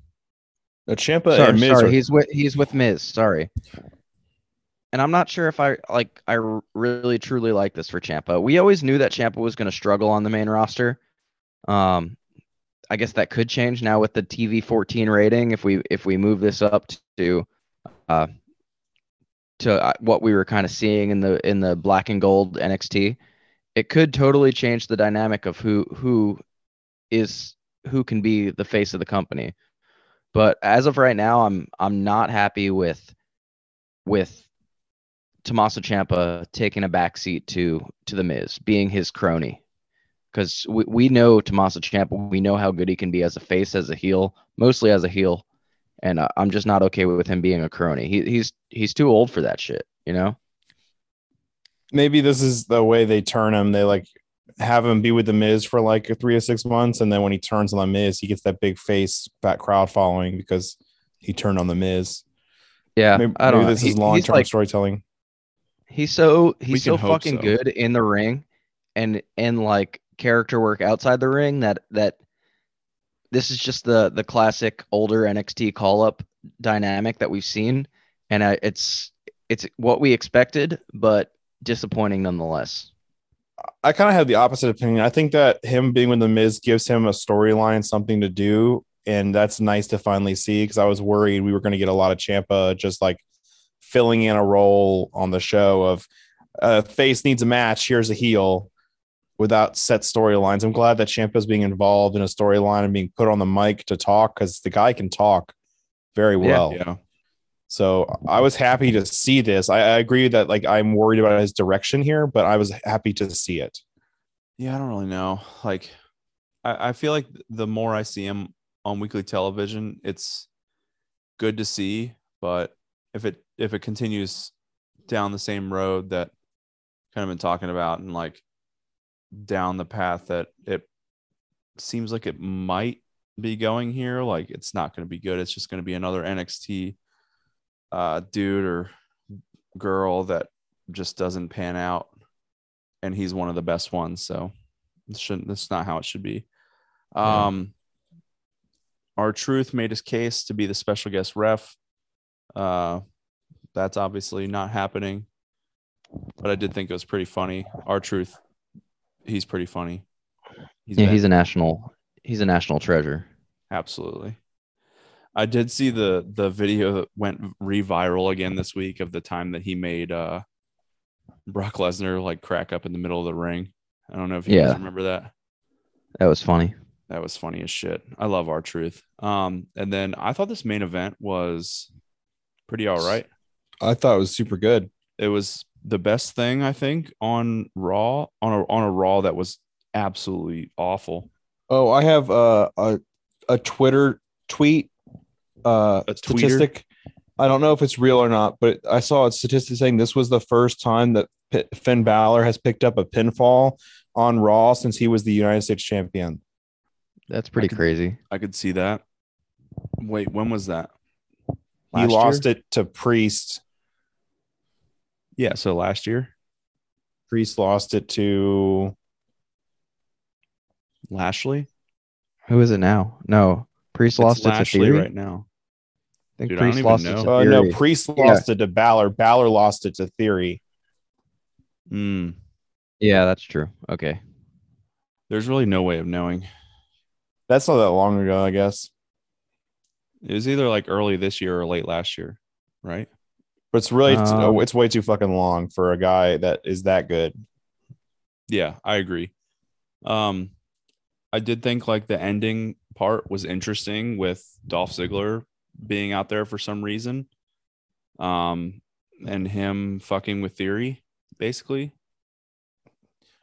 [SPEAKER 3] Now, Champa
[SPEAKER 5] sorry,
[SPEAKER 3] and Miz
[SPEAKER 5] sorry,
[SPEAKER 3] are-
[SPEAKER 5] he's with he's with Miz. Sorry. And I'm not sure if I like I r- really truly like this for Champa. We always knew that Champa was going to struggle on the main roster. Um, I guess that could change now with the TV 14 rating if we if we move this up to uh, to uh, what we were kind of seeing in the in the black and gold NXT, it could totally change the dynamic of who who is who can be the face of the company. But as of right now, I'm I'm not happy with with Tommaso Ciampa taking a backseat to to the Miz, being his crony. Because we, we know Tommaso Ciampa, we know how good he can be as a face, as a heel, mostly as a heel, and I, I'm just not okay with him being a crony. He, he's he's too old for that shit, you know.
[SPEAKER 3] Maybe this is the way they turn him. They like have him be with the Miz for like three or six months, and then when he turns on the Miz, he gets that big face, that crowd following because he turned on the Miz.
[SPEAKER 5] Yeah,
[SPEAKER 3] Maybe,
[SPEAKER 5] I don't
[SPEAKER 3] maybe
[SPEAKER 5] know.
[SPEAKER 3] this
[SPEAKER 5] He-
[SPEAKER 3] is long
[SPEAKER 5] he's
[SPEAKER 3] term
[SPEAKER 5] like-
[SPEAKER 3] storytelling.
[SPEAKER 5] He's so
[SPEAKER 1] We
[SPEAKER 5] he's so
[SPEAKER 1] can hope
[SPEAKER 5] fucking
[SPEAKER 1] so.
[SPEAKER 5] good in the ring and and like character work outside the ring that that this is just the the classic older NXT call up dynamic that we've seen and I, it's it's what we expected but disappointing nonetheless.
[SPEAKER 3] I kind of have the opposite opinion. I think that him being with the Miz gives him a storyline, something to do, and that's nice to finally see. Because I was worried we were going to get a lot of Champa just like filling in a role on the show of uh, face needs a match, here's a heel, without set storylines. I'm glad that Champa's being involved in a storyline and being put on the mic to talk because the guy can talk very well.
[SPEAKER 1] Yeah.
[SPEAKER 3] So I was happy to see this. I, I agree that like I'm worried about his direction here, but I was happy to see it.
[SPEAKER 1] Yeah, I don't really know. Like, I, I feel like the more I see him on weekly television, it's good to see. But if it if it continues down the same road that kind of been talking about, and like down the path that it seems like it might be going here, like it's not going to be good. It's just going to be another NXT uh, dude or girl that just doesn't pan out and he's one of the best ones. So it shouldn't that's not how it should be.
[SPEAKER 3] Yeah.
[SPEAKER 1] Um our truth made his case to be the special guest ref. Uh that's obviously not happening. But I did think it was pretty funny. Our truth, he's pretty funny. He's
[SPEAKER 5] yeah,
[SPEAKER 1] been-
[SPEAKER 5] he's a national he's a national treasure.
[SPEAKER 1] Absolutely. I did see the the video that went reviral again this week of the time that he made uh Brock Lesnar like crack up in the middle of the ring. I don't know if you
[SPEAKER 5] Yeah.
[SPEAKER 1] guys remember that.
[SPEAKER 5] That was funny.
[SPEAKER 1] That was funny as shit. I love our truth. Um, and then I thought this main event was pretty all right.
[SPEAKER 3] I thought it was super good.
[SPEAKER 1] It was the best thing I think on Raw on a on a Raw that was absolutely awful.
[SPEAKER 3] Oh, I have uh, a a Twitter tweet uh,
[SPEAKER 1] A tweeter?
[SPEAKER 3] statistic. I don't know if it's real or not, but I saw a statistic saying this was the first time that P- Finn Balor has picked up a pinfall on Raw since he was the United States champion.
[SPEAKER 5] That's pretty
[SPEAKER 1] could-
[SPEAKER 5] crazy.
[SPEAKER 1] I could see that. Wait, when was that?
[SPEAKER 3] he lost it to Priest.
[SPEAKER 1] Yeah, so last year.
[SPEAKER 3] Priest lost it to
[SPEAKER 1] Lashley.
[SPEAKER 5] Who is it now? No. Priest lost
[SPEAKER 1] it's
[SPEAKER 5] it to
[SPEAKER 1] Lashley
[SPEAKER 5] Theory.
[SPEAKER 1] right now.
[SPEAKER 5] I think
[SPEAKER 1] Dude, I don't
[SPEAKER 5] Priest
[SPEAKER 1] even
[SPEAKER 5] lost it
[SPEAKER 1] know.
[SPEAKER 5] to
[SPEAKER 3] uh, no
[SPEAKER 5] Theory.
[SPEAKER 3] Priest lost it to Balor. Balor lost it to Theory.
[SPEAKER 1] Mm,
[SPEAKER 5] yeah, that's true. Okay.
[SPEAKER 1] there's really no way of knowing.
[SPEAKER 3] That's not that long ago, I guess.
[SPEAKER 1] It was either like early this year or late last year, right?
[SPEAKER 3] But it's really
[SPEAKER 5] Um,
[SPEAKER 3] it's way too fucking long for a guy that is that good.
[SPEAKER 1] Yeah, I agree. Um, I did think like the ending part was interesting with Dolph Ziggler being out there for some reason, um, and him fucking with Theory basically.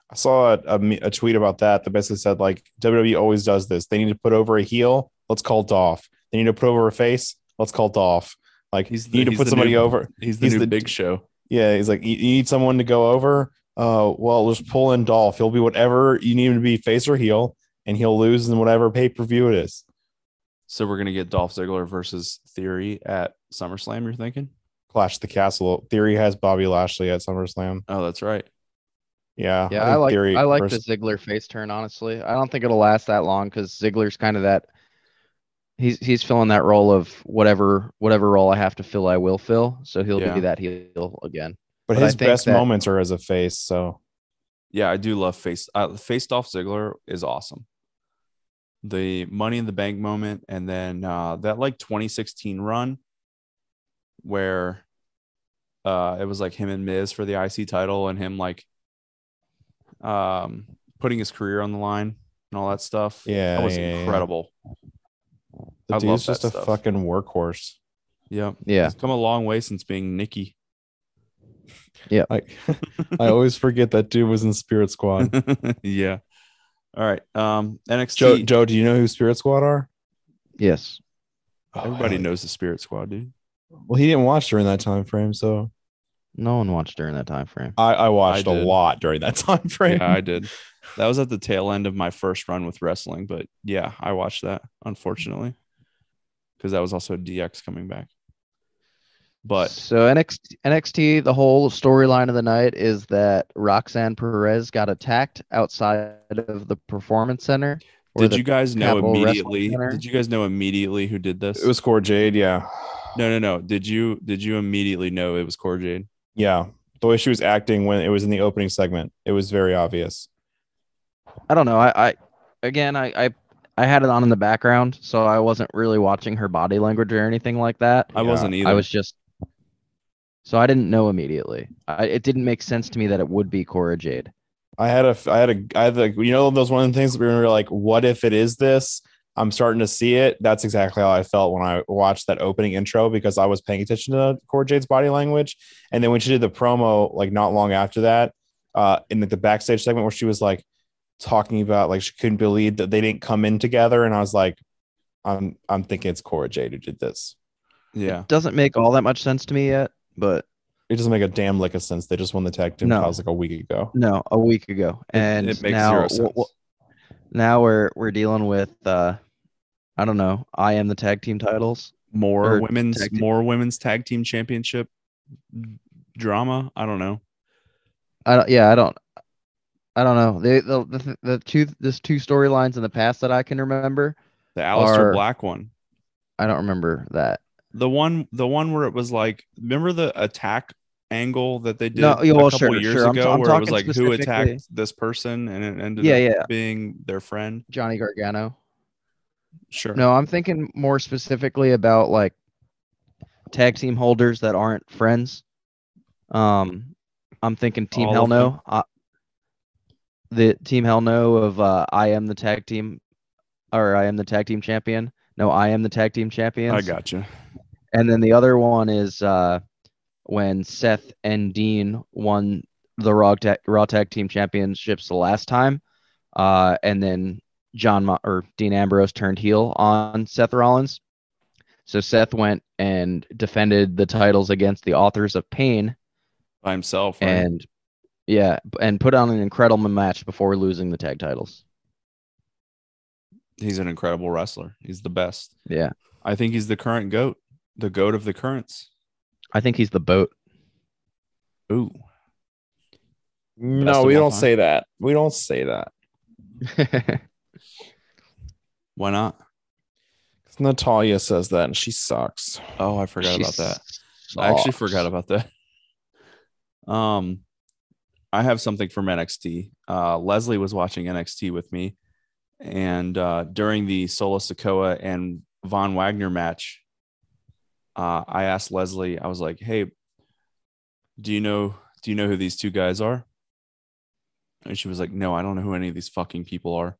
[SPEAKER 3] I saw a, a, me- a tweet about that that basically said like WWE always does this. They need to put over a heel. Let's call Dolph. They need to put over a face. Let's call Dolph. Like
[SPEAKER 1] He's the-
[SPEAKER 3] you need to
[SPEAKER 1] he's
[SPEAKER 3] put
[SPEAKER 1] the
[SPEAKER 3] somebody
[SPEAKER 1] new-
[SPEAKER 3] over.
[SPEAKER 1] He's the
[SPEAKER 3] He's
[SPEAKER 1] new
[SPEAKER 3] the-
[SPEAKER 1] Big Show.
[SPEAKER 3] Yeah, he's like you, you need someone to go over. Uh, well, just pull in Dolph. He'll be whatever you need him to be, face or heel, and he'll lose in whatever pay per view it is.
[SPEAKER 1] So we're gonna get Dolph Ziggler versus Theory at SummerSlam. You're thinking?
[SPEAKER 3] Clash of the Castle. Theory has Bobby Lashley at SummerSlam.
[SPEAKER 1] Oh, that's right.
[SPEAKER 3] Yeah,
[SPEAKER 5] Yeah,
[SPEAKER 3] think
[SPEAKER 5] I like
[SPEAKER 3] Theory
[SPEAKER 5] I like
[SPEAKER 3] versus-
[SPEAKER 5] the Ziggler face turn. Honestly, I don't think it'll last that long because Ziggler's kind of that. He's he's filling that role of whatever whatever role I have to fill, I will fill. So he'll
[SPEAKER 1] Yeah.
[SPEAKER 5] be that heel again.
[SPEAKER 3] but
[SPEAKER 5] but I
[SPEAKER 3] his
[SPEAKER 5] think
[SPEAKER 3] best
[SPEAKER 5] that-
[SPEAKER 3] moments are as a face. So
[SPEAKER 1] yeah, I do love face uh, face Dolph Ziggler is awesome. The Money in the Bank moment, and then uh, that like 2016 run where uh it was like him and Miz for the IC title and him like um putting his career on the line and all that stuff.
[SPEAKER 3] Yeah,
[SPEAKER 1] That was
[SPEAKER 3] yeah, yeah.
[SPEAKER 1] incredible.
[SPEAKER 3] The
[SPEAKER 1] I love
[SPEAKER 3] dude's just
[SPEAKER 1] that
[SPEAKER 3] a
[SPEAKER 1] stuff.
[SPEAKER 3] fucking workhorse.
[SPEAKER 1] Yep.
[SPEAKER 5] Yeah.
[SPEAKER 1] He's come a long way since being Nikki.
[SPEAKER 3] Like I always forget that dude was in Spirit Squad.
[SPEAKER 1] yeah. All right. Um NXT
[SPEAKER 3] Joe, Joe, do you know who Spirit Squad are?
[SPEAKER 5] Yes.
[SPEAKER 3] Oh,
[SPEAKER 1] everybody
[SPEAKER 3] hell.
[SPEAKER 1] knows the Spirit Squad, dude.
[SPEAKER 3] Well, he didn't watch during that time frame, so
[SPEAKER 5] No one watched during that time frame.
[SPEAKER 3] I, I watched
[SPEAKER 1] I
[SPEAKER 3] a
[SPEAKER 1] did.
[SPEAKER 3] lot during that time frame.
[SPEAKER 1] Yeah, I did. That was at the tail end of my first run with wrestling, but yeah, I watched that unfortunately because that was also DX coming back. But
[SPEAKER 5] so NXT, NXT, the whole storyline of the night is that Roxanne Perez got attacked outside of the performance center. or
[SPEAKER 1] did
[SPEAKER 5] the-
[SPEAKER 1] you guys know
[SPEAKER 5] Capitol Wrestling
[SPEAKER 1] immediately?
[SPEAKER 5] Center.
[SPEAKER 1] Did you guys know immediately who did this?
[SPEAKER 3] It was Core Jade, yeah,
[SPEAKER 1] no, no, no. Did you did you immediately know it was Core Jade?
[SPEAKER 3] yeah. The way she was acting when it was in the opening segment, it was very obvious.
[SPEAKER 5] I don't know. I, I again, I, I I had it on in the background, so I wasn't really watching her body language or anything like that.
[SPEAKER 1] I
[SPEAKER 3] Yeah,
[SPEAKER 1] wasn't either.
[SPEAKER 5] I was just so I didn't know immediately. I, it didn't make sense to me that it would be Cora Jade.
[SPEAKER 3] I had a, I had a, I had like, you know, those one of the things we were like, what if it is this? I'm starting to see it. That's exactly how I felt when I watched that opening intro because I was paying attention to Core Jade's body language. And then when she did the promo, like not long after that, uh, in the, the backstage segment where she was like talking about like she couldn't believe that they didn't come in together, and I was like, I'm, I'm thinking it's Cora Jade who did this.
[SPEAKER 1] yeah.
[SPEAKER 5] Doesn't make all that much sense to me yet, but
[SPEAKER 3] It doesn't make a damn lick of sense. They just won the tag team
[SPEAKER 5] No.
[SPEAKER 3] titles like a week ago.
[SPEAKER 5] no, a week ago,
[SPEAKER 1] It-
[SPEAKER 5] and
[SPEAKER 1] it, makes
[SPEAKER 5] now
[SPEAKER 1] zero
[SPEAKER 5] wh-
[SPEAKER 1] sense.
[SPEAKER 5] wh- now we're we're dealing with uh, I don't know. I am the tag team titles.
[SPEAKER 1] more
[SPEAKER 5] or
[SPEAKER 1] women's
[SPEAKER 5] tag team-
[SPEAKER 1] more women's tag team championship drama. I don't know.
[SPEAKER 5] I don't, yeah, I don't. I don't know. They, the, the, th- the two there's two storylines in the past that I can remember.
[SPEAKER 1] The Alistair
[SPEAKER 5] Are-
[SPEAKER 1] Black one.
[SPEAKER 5] I don't remember that.
[SPEAKER 1] the one the one where it was like remember the attack angle that they did
[SPEAKER 5] No, yeah, well,
[SPEAKER 1] a couple
[SPEAKER 5] sure,
[SPEAKER 1] years
[SPEAKER 5] sure. I'm-
[SPEAKER 1] ago
[SPEAKER 5] I'm
[SPEAKER 1] where it was
[SPEAKER 5] talking
[SPEAKER 1] like who
[SPEAKER 5] specifically-
[SPEAKER 1] attacked this person and it ended
[SPEAKER 5] Yeah,
[SPEAKER 1] up
[SPEAKER 5] yeah.
[SPEAKER 1] being their friend
[SPEAKER 5] Johnny Gargano.
[SPEAKER 1] sure
[SPEAKER 5] No, I'm thinking more specifically about like tag team holders that aren't friends. Um, I'm thinking Team
[SPEAKER 1] All
[SPEAKER 5] Hell
[SPEAKER 1] of them?
[SPEAKER 5] No. Uh, the Team Hell No of uh, I am the tag team, or I am the tag team champion. No, I am the tag team champion.
[SPEAKER 1] i gotcha
[SPEAKER 5] And then the other one is uh, when Seth and Dean won the Raw Tag, Raw Tag Team Championships the last time, uh, and then John Mo- or Dean Ambrose turned heel on Seth Rollins. So Seth went and defended the titles against the Authors of Pain,
[SPEAKER 1] by himself right?
[SPEAKER 5] and yeah, and put on an incredible match before losing the tag titles.
[SPEAKER 1] he's an incredible wrestler he's the best
[SPEAKER 5] Yeah,
[SPEAKER 1] i think he's the current goat the goat of the currents
[SPEAKER 5] I think he's the boat.
[SPEAKER 1] ooh
[SPEAKER 3] No,
[SPEAKER 1] of
[SPEAKER 3] we
[SPEAKER 1] all
[SPEAKER 3] don't
[SPEAKER 1] time.
[SPEAKER 3] say that. We don't say that.
[SPEAKER 1] why not
[SPEAKER 3] Natalia says that and she sucks.
[SPEAKER 1] oh i forgot
[SPEAKER 5] She
[SPEAKER 1] about that I actually forgot about that. Um, I have something from NXT. Uh, Leslie was watching NXT with me, and uh, during the Solo Sokoa and Von Wagner match, uh, I asked Leslie. I was like, "Hey, do you know do you know who these two guys are?" And she was like, "No, I don't know who any of these fucking people are."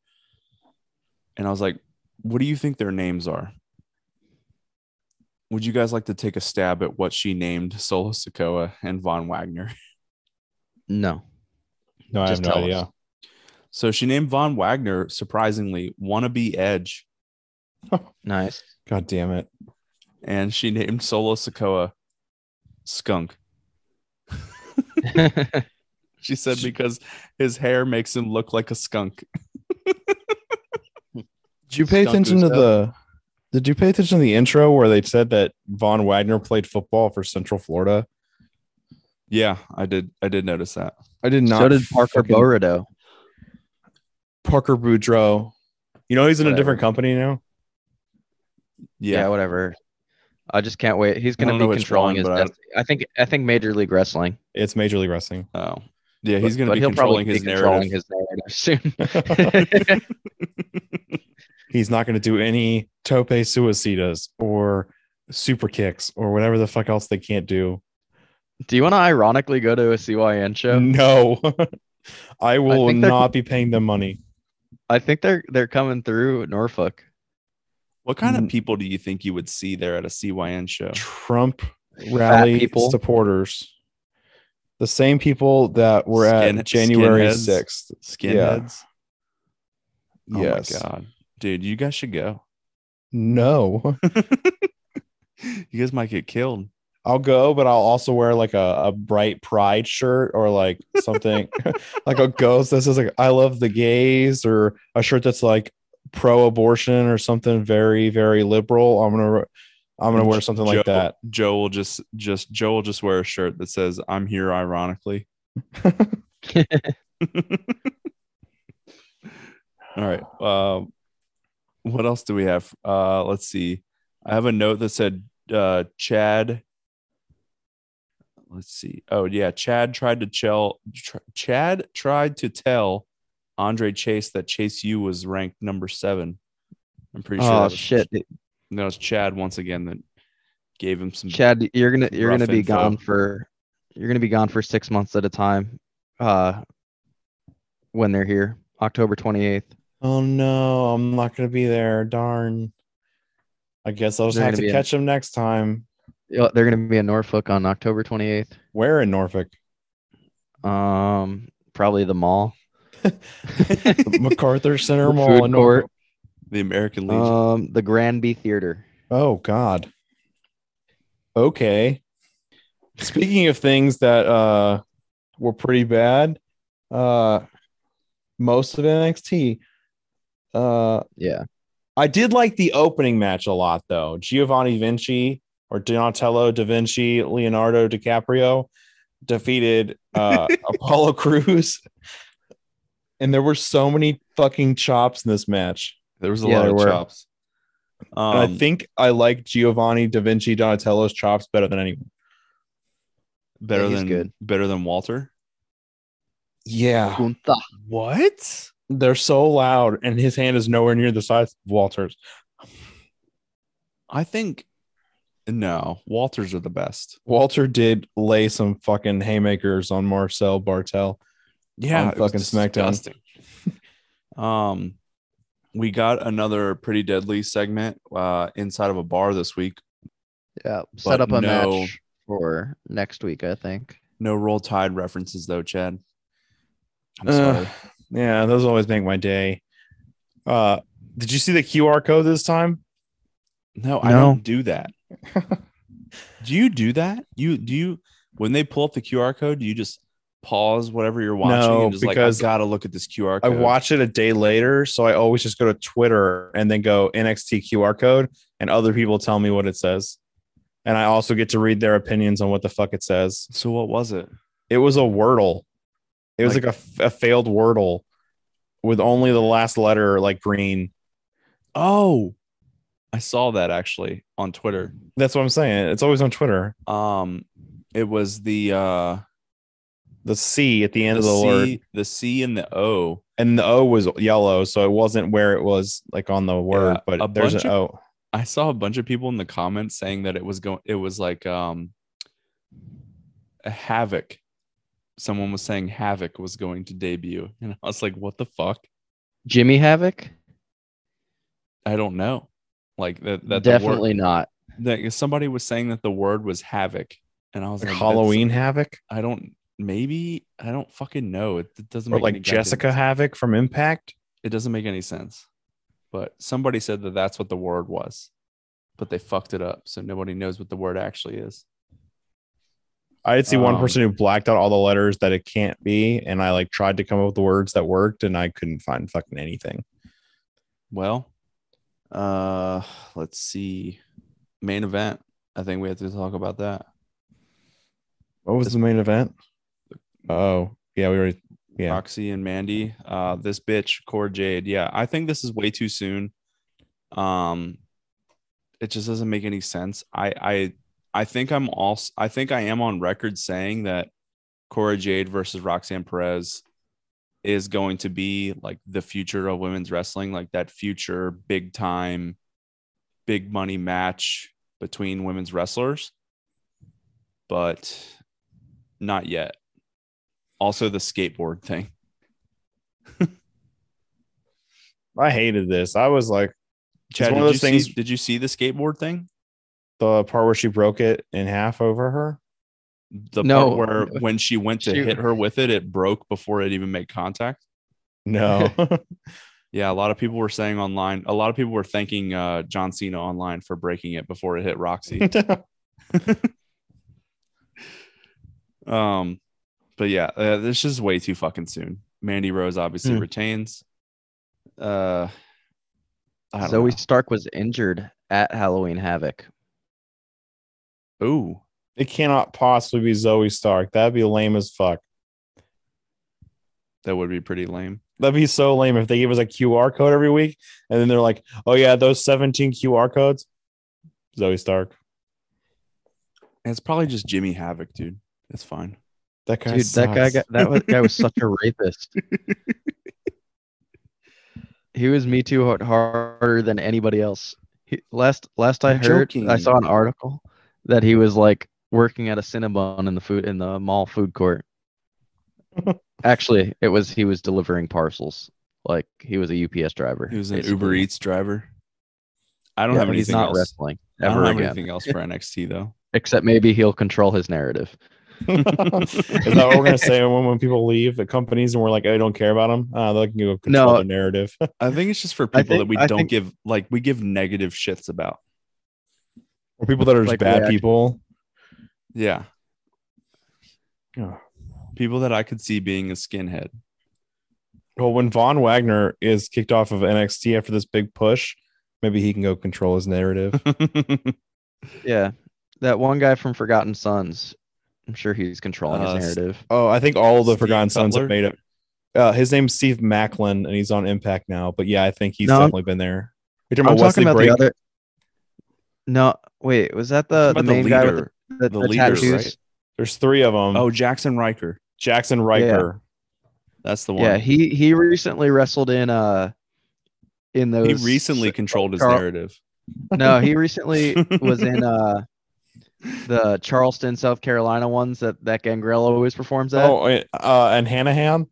[SPEAKER 1] And I was like, "What do you think their names are?" would you guys like to take a stab at what she named Solo Sokoa and Von Wagner?
[SPEAKER 5] No.
[SPEAKER 3] No, I
[SPEAKER 5] Just
[SPEAKER 3] have no
[SPEAKER 5] tell
[SPEAKER 3] idea.
[SPEAKER 5] us.
[SPEAKER 1] So she named Von Wagner, surprisingly, Wannabe Edge,
[SPEAKER 5] Nice.
[SPEAKER 3] God damn it.
[SPEAKER 1] and she named Solo Sokoa Skunk. She said because his hair makes him look like a skunk.
[SPEAKER 3] Did you pay
[SPEAKER 1] Skunk
[SPEAKER 3] attention to
[SPEAKER 1] Gusto.
[SPEAKER 3] the did you pay attention to the intro where they said that Von Wagner played football for Central Florida?
[SPEAKER 1] Yeah, I did. I did notice that.
[SPEAKER 3] I did not
[SPEAKER 5] so did Parker
[SPEAKER 3] fucking-
[SPEAKER 5] Borudo.
[SPEAKER 3] Parker Boudreaux. You know he's in a
[SPEAKER 5] Whatever.
[SPEAKER 3] different company now?
[SPEAKER 5] yeah,
[SPEAKER 1] Yeah,
[SPEAKER 5] whatever. I just can't wait. He's
[SPEAKER 1] I
[SPEAKER 5] going
[SPEAKER 1] don't
[SPEAKER 5] to
[SPEAKER 1] know
[SPEAKER 5] be
[SPEAKER 1] which one,
[SPEAKER 5] controlling his
[SPEAKER 1] but I-
[SPEAKER 5] destiny. I think I think Major League Wrestling.
[SPEAKER 3] It's Major League Wrestling.
[SPEAKER 1] oh, yeah, he's
[SPEAKER 5] but-
[SPEAKER 1] going
[SPEAKER 5] but
[SPEAKER 1] to be
[SPEAKER 5] he'll probably
[SPEAKER 1] controlling his
[SPEAKER 5] be controlling
[SPEAKER 1] narrative.
[SPEAKER 5] his narrative soon.
[SPEAKER 3] He's not gonna do any tope suicidas or super kicks or whatever the fuck else they can't do.
[SPEAKER 5] Do you want to ironically go to a CYN show?
[SPEAKER 1] Mm.
[SPEAKER 3] No, I will
[SPEAKER 5] think they're-
[SPEAKER 3] not be paying them money.
[SPEAKER 5] I think they're they're coming through Norfolk.
[SPEAKER 1] What kind of
[SPEAKER 5] Mm-hmm.
[SPEAKER 3] Mm.
[SPEAKER 1] people do you think you would see there at a CYN show?
[SPEAKER 3] Trump rally
[SPEAKER 5] people.
[SPEAKER 3] supporters, the same people that were
[SPEAKER 1] Skin-
[SPEAKER 3] at January
[SPEAKER 1] skinheads.
[SPEAKER 3] sixth.
[SPEAKER 1] Skinheads. Oh
[SPEAKER 3] yes.
[SPEAKER 1] my god, dude, you guys should go.
[SPEAKER 3] No,
[SPEAKER 1] You guys might get killed.
[SPEAKER 3] I'll go, but I'll also wear like a, a bright pride shirt or like something like a ghost that says like I love the gays or a shirt that's like pro abortion or something very, very liberal. I'm gonna I'm gonna wear something like
[SPEAKER 1] Joe-
[SPEAKER 3] that.
[SPEAKER 1] Joe will just just Joe will just wear a shirt that says "I'm here ironically." All right. Um, what else do we have? Uh, let's see. I have a note that said uh, Chad. Let's see. Oh yeah, Chad tried to tell. Tr- Chad tried to tell Andre Chase that Chase U was ranked number seven. I'm pretty sure.
[SPEAKER 5] oh
[SPEAKER 1] that was-
[SPEAKER 5] shit,
[SPEAKER 1] No, it's Chad once again that gave him some.
[SPEAKER 5] Chad, you're gonna you're
[SPEAKER 1] rough
[SPEAKER 5] gonna be
[SPEAKER 1] info.
[SPEAKER 5] gone for you're gonna be gone for six months at a time. Uh, when they're here, October twenty eighth.
[SPEAKER 3] Oh no, I'm not gonna be there. Darn. I guess I'll just
[SPEAKER 5] You're
[SPEAKER 3] have
[SPEAKER 5] gonna
[SPEAKER 3] to
[SPEAKER 5] be in-
[SPEAKER 3] catch him next time.
[SPEAKER 5] They're gonna be in Norfolk on October twenty eighth.
[SPEAKER 3] Where in Norfolk?
[SPEAKER 5] Um, probably the mall.
[SPEAKER 3] MacArthur Center
[SPEAKER 5] The
[SPEAKER 3] Mall
[SPEAKER 5] food court.
[SPEAKER 3] in Norfolk.
[SPEAKER 1] the American Legion.
[SPEAKER 5] Um, the Granby Theater.
[SPEAKER 3] Oh God. Okay. Speaking of things that uh were pretty bad, uh most of NXT. Uh
[SPEAKER 5] Yeah.
[SPEAKER 3] I did like the opening match a lot though. Giovanni Vinci or Donatello da Vinci, Leonardo DiCaprio defeated uh Apollo Cruz. And there were so many fucking chops in this match.
[SPEAKER 1] there was a
[SPEAKER 5] yeah,
[SPEAKER 1] lot
[SPEAKER 5] there
[SPEAKER 1] of
[SPEAKER 5] were.
[SPEAKER 1] chops. Um,
[SPEAKER 3] And I think I like Giovanni Da Vinci Donatello's chops better than anyone.
[SPEAKER 1] better
[SPEAKER 5] Yeah, he's
[SPEAKER 1] than
[SPEAKER 5] good.
[SPEAKER 1] better than Walter.
[SPEAKER 3] Yeah.
[SPEAKER 5] Gunther.
[SPEAKER 1] What?
[SPEAKER 3] They're so loud, and his hand is nowhere near the size of Walter's.
[SPEAKER 1] I think no. Walters are the best.
[SPEAKER 3] Walter did lay some fucking haymakers on Marcel Bartel.
[SPEAKER 1] Yeah,
[SPEAKER 3] on
[SPEAKER 1] it was
[SPEAKER 3] fucking SmackDown.
[SPEAKER 1] disgusting. um, we got another pretty deadly segment uh, inside of a bar this week.
[SPEAKER 5] Yeah. Set
[SPEAKER 1] But
[SPEAKER 5] up a
[SPEAKER 1] no-
[SPEAKER 5] match for next week, I think.
[SPEAKER 1] No roll tide references though, Chad. I'm
[SPEAKER 3] Uh,
[SPEAKER 1] sorry.
[SPEAKER 3] Ugh. yeah, those always make my day. Uh, did you see the QR code this time?
[SPEAKER 1] No, I
[SPEAKER 5] No.
[SPEAKER 1] don't do that. do you do that? You do you when they pull up the QR code, do you just pause whatever you're watching
[SPEAKER 3] No,
[SPEAKER 1] and just
[SPEAKER 3] because
[SPEAKER 1] like I gotta look at this QR
[SPEAKER 3] I
[SPEAKER 1] code.
[SPEAKER 3] watch it a day later, so I always just go to Twitter and then go NXT QR code, and other people tell me what it says. And I also get to read their opinions on what the fuck it says.
[SPEAKER 1] So what was it?
[SPEAKER 3] It was a Wordle. It was
[SPEAKER 1] Like-
[SPEAKER 3] like, a f a a, failed Wordle with only the last letter like green.
[SPEAKER 1] Oh, I saw that actually on Twitter.
[SPEAKER 3] That's what I'm saying. It's always on Twitter.
[SPEAKER 1] Um, it was the uh
[SPEAKER 3] The C at the end
[SPEAKER 1] the
[SPEAKER 3] of the word,
[SPEAKER 1] C, the C and the O.
[SPEAKER 3] and the O was yellow, so it wasn't where it was like on the word.
[SPEAKER 1] Yeah, a
[SPEAKER 3] but there's
[SPEAKER 1] bunch
[SPEAKER 3] an O.
[SPEAKER 1] I saw a bunch of people in the comments saying that it was going. It was like um, a havoc. Someone was saying havoc was going to debut, and I was like, "What the fuck?
[SPEAKER 5] Jimmy Havoc?
[SPEAKER 1] I don't know." Like that. that the word-
[SPEAKER 5] Definitely not.
[SPEAKER 1] that somebody was saying that the word was havoc, and I was like,
[SPEAKER 3] Like
[SPEAKER 1] "That's-
[SPEAKER 3] Halloween Havoc
[SPEAKER 1] I don't. Maybe I don't fucking know. It, it doesn't
[SPEAKER 3] or
[SPEAKER 1] make any
[SPEAKER 3] like
[SPEAKER 1] goddamn
[SPEAKER 3] Jessica
[SPEAKER 1] sense.
[SPEAKER 3] Havoc from Impact.
[SPEAKER 1] it doesn't make any sense. But somebody said that that's what the word was, but they fucked it up, so nobody knows what the word actually is.
[SPEAKER 3] I did see one
[SPEAKER 1] Um,
[SPEAKER 3] person who blacked out all the letters that it can't be, and I like tried to come up with words that worked, and I couldn't find fucking anything.
[SPEAKER 1] Well, uh, let's see. Main event. I think we have to talk about that.
[SPEAKER 3] What was the main event? Oh, yeah, we already Yeah.
[SPEAKER 1] Roxy and Mandy. Uh, this bitch, Core Jade. Yeah, I think this is way too soon. Um, it just doesn't make any sense. I, I, I think I'm also. I think I am on record saying that Cora Jade versus Roxanne Perez is going to be like the future of women's wrestling, like that future big time, big money match between women's wrestlers. But Not yet. Also, the skateboard thing.
[SPEAKER 3] I hated this. I was like
[SPEAKER 1] Chad, did
[SPEAKER 3] one of
[SPEAKER 1] you,
[SPEAKER 3] those things-
[SPEAKER 1] see, did you see the skateboard thing?
[SPEAKER 3] the part where she broke it in half over her.
[SPEAKER 1] The
[SPEAKER 2] No.
[SPEAKER 1] part where when she went to
[SPEAKER 2] She-
[SPEAKER 1] hit her with it, it broke before it even made contact.
[SPEAKER 3] No.
[SPEAKER 1] Yeah, a lot of people were saying online. A lot of people were thanking uh, John Cena online for breaking it before it hit Roxy. um, but yeah, uh, this is way too fucking soon. Mandy Rose obviously
[SPEAKER 3] Hmm.
[SPEAKER 1] retains. Uh, I don't
[SPEAKER 2] So
[SPEAKER 1] know.
[SPEAKER 2] we-
[SPEAKER 5] Stark was injured at Halloween Havoc.
[SPEAKER 1] Ooh,
[SPEAKER 3] it cannot possibly be Zoe Stark. That'd be lame as fuck.
[SPEAKER 1] that would be pretty lame.
[SPEAKER 3] That'd be so lame if they gave us a QR code every week and then they're like, oh yeah, those 17 QR codes. Zoe Stark.
[SPEAKER 1] It's probably just Jimmy Havoc, dude. It's fine.
[SPEAKER 3] That guy
[SPEAKER 2] Dude, that guy
[SPEAKER 3] sucks.
[SPEAKER 2] got, that was, guy was such a rapist.
[SPEAKER 5] He was Me Too hard, harder than anybody else. He, last last I
[SPEAKER 1] You're
[SPEAKER 5] heard, I
[SPEAKER 1] joking.
[SPEAKER 5] saw an article that he was like working at a Cinnabon in the food in the mall food court. Actually, it was he was delivering parcels. Like he was a UPS driver.
[SPEAKER 1] He was an
[SPEAKER 5] basically.
[SPEAKER 1] Uber Eats driver. I don't
[SPEAKER 5] Yeah,
[SPEAKER 1] have
[SPEAKER 5] but
[SPEAKER 1] anything
[SPEAKER 5] He's not
[SPEAKER 1] else.
[SPEAKER 5] wrestling
[SPEAKER 1] I don't
[SPEAKER 5] ever
[SPEAKER 1] have
[SPEAKER 5] again.
[SPEAKER 1] anything else for NXT though.
[SPEAKER 5] Except maybe he'll control his narrative.
[SPEAKER 3] Is that what we're gonna say when, when people leave the companies and we're like, I don't care about them? Uh, they can go control
[SPEAKER 5] No.
[SPEAKER 3] the narrative.
[SPEAKER 1] I think it's just for
[SPEAKER 5] I
[SPEAKER 1] people that
[SPEAKER 5] think-
[SPEAKER 1] we
[SPEAKER 5] I
[SPEAKER 1] don't
[SPEAKER 5] think-
[SPEAKER 1] give like we give negative shits about.
[SPEAKER 3] or people that are just
[SPEAKER 5] Like
[SPEAKER 3] bad
[SPEAKER 5] reaction.
[SPEAKER 3] people.
[SPEAKER 1] Yeah.
[SPEAKER 3] Yeah.
[SPEAKER 1] People that I could see being a skinhead.
[SPEAKER 3] Well, when Von Wagner is kicked off of NXT after this big push, maybe he can go control his narrative.
[SPEAKER 5] Uh, Yeah, that one guy from Forgotten Sons. I'm sure he's controlling
[SPEAKER 1] Uh,
[SPEAKER 5] his
[SPEAKER 1] s-
[SPEAKER 5] narrative.
[SPEAKER 3] oh, I think all the
[SPEAKER 1] Steve
[SPEAKER 3] Forgotten Sons
[SPEAKER 1] Cutler?
[SPEAKER 3] have made it. Uh, his name's Steve Macklin, and he's on Impact now. But yeah, I think he's
[SPEAKER 5] No, I'm-
[SPEAKER 3] definitely been there. You're talking
[SPEAKER 5] I'm
[SPEAKER 3] about
[SPEAKER 5] talking
[SPEAKER 3] Wesley
[SPEAKER 5] about
[SPEAKER 3] Blake?
[SPEAKER 5] the other. No, wait, was that the,
[SPEAKER 1] Talking
[SPEAKER 5] the
[SPEAKER 1] about
[SPEAKER 5] main guy with the,
[SPEAKER 1] the
[SPEAKER 5] the, the
[SPEAKER 1] leader,
[SPEAKER 5] tattoos?
[SPEAKER 1] right?
[SPEAKER 3] There's three of them.
[SPEAKER 1] Oh, Jackson Riker.
[SPEAKER 3] Jackson Riker.
[SPEAKER 1] That's the one.
[SPEAKER 5] Yeah, he he recently wrestled in uh in those.
[SPEAKER 1] he recently controlled his
[SPEAKER 5] Carl-
[SPEAKER 1] narrative.
[SPEAKER 5] No, he recently was in uh the Charleston, South Carolina ones that that Gangrel always performs at.
[SPEAKER 3] Oh, and- uh, and Hanahan.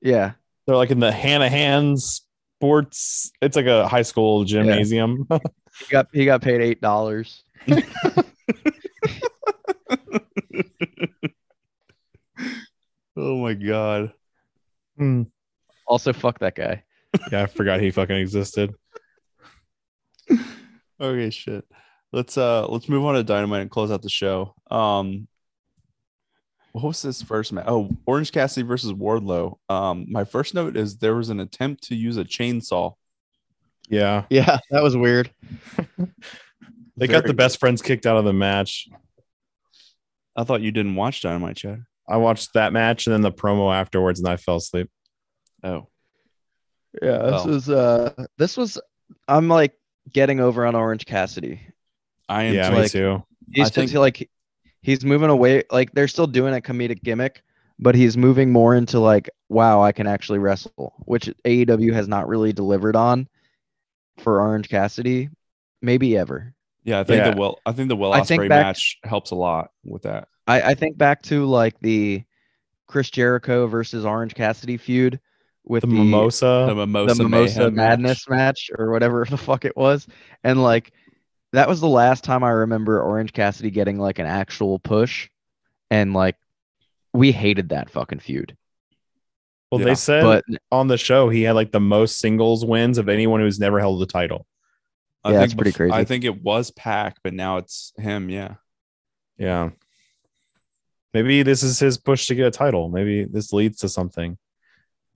[SPEAKER 5] Yeah,
[SPEAKER 3] They're like in the Hanahan Sports. It's like a high school gymnasium.
[SPEAKER 5] he got he got paid eight dollars.
[SPEAKER 1] Oh my god.
[SPEAKER 3] Hmm.
[SPEAKER 5] Also, fuck that guy.
[SPEAKER 3] yeah, I forgot he fucking existed.
[SPEAKER 1] Okay, shit. Let's uh let's move on to Dynamite and close out the show. Um what was this first match? Oh, Orange Cassidy versus Wardlow. Um, my first note is there was an attempt to use a chainsaw.
[SPEAKER 3] Yeah,
[SPEAKER 5] Yeah, that was weird.
[SPEAKER 3] they got
[SPEAKER 1] Very-
[SPEAKER 3] the best friends kicked out of the match.
[SPEAKER 1] I thought you didn't watch Dynamite, Chad.
[SPEAKER 3] I watched that match and then the promo afterwards, and I fell asleep.
[SPEAKER 1] Oh,
[SPEAKER 5] Yeah, this
[SPEAKER 1] Well.
[SPEAKER 5] was uh this was I'm like getting over on Orange Cassidy.
[SPEAKER 1] I am
[SPEAKER 3] Yeah,
[SPEAKER 1] too.
[SPEAKER 3] me
[SPEAKER 5] like-
[SPEAKER 3] too.
[SPEAKER 5] He's
[SPEAKER 1] I
[SPEAKER 5] just
[SPEAKER 1] think-
[SPEAKER 5] like he's moving away like they're still doing a comedic gimmick, but he's moving more into like wow, I can actually wrestle, which AEW has not really delivered on for Orange Cassidy maybe ever.
[SPEAKER 1] Yeah, I think
[SPEAKER 3] Yeah.
[SPEAKER 1] the well, I think the Will
[SPEAKER 5] I think
[SPEAKER 1] Osprey
[SPEAKER 5] back-
[SPEAKER 1] match helps a lot with that.
[SPEAKER 5] I I think back to like the Chris Jericho versus Orange Cassidy feud with
[SPEAKER 3] The
[SPEAKER 5] the,
[SPEAKER 1] The
[SPEAKER 3] mimosa.
[SPEAKER 1] mimosa,
[SPEAKER 5] the Mimosa
[SPEAKER 1] Mayhem match.
[SPEAKER 5] Madness match. or whatever the fuck it was. And like that was the last time I remember Orange Cassidy getting like an actual push. And like we hated that fucking feud.
[SPEAKER 3] Well,
[SPEAKER 1] Yeah,
[SPEAKER 3] they said
[SPEAKER 5] But
[SPEAKER 3] on the show he had like the most singles wins of anyone who's never held the title.
[SPEAKER 1] I
[SPEAKER 5] Yeah,
[SPEAKER 1] think
[SPEAKER 5] that's pretty
[SPEAKER 1] bef- I
[SPEAKER 5] crazy.
[SPEAKER 1] think it was Pac, but now it's him. Yeah,
[SPEAKER 3] Yeah. Maybe this is his push to get a title. Maybe this leads to something.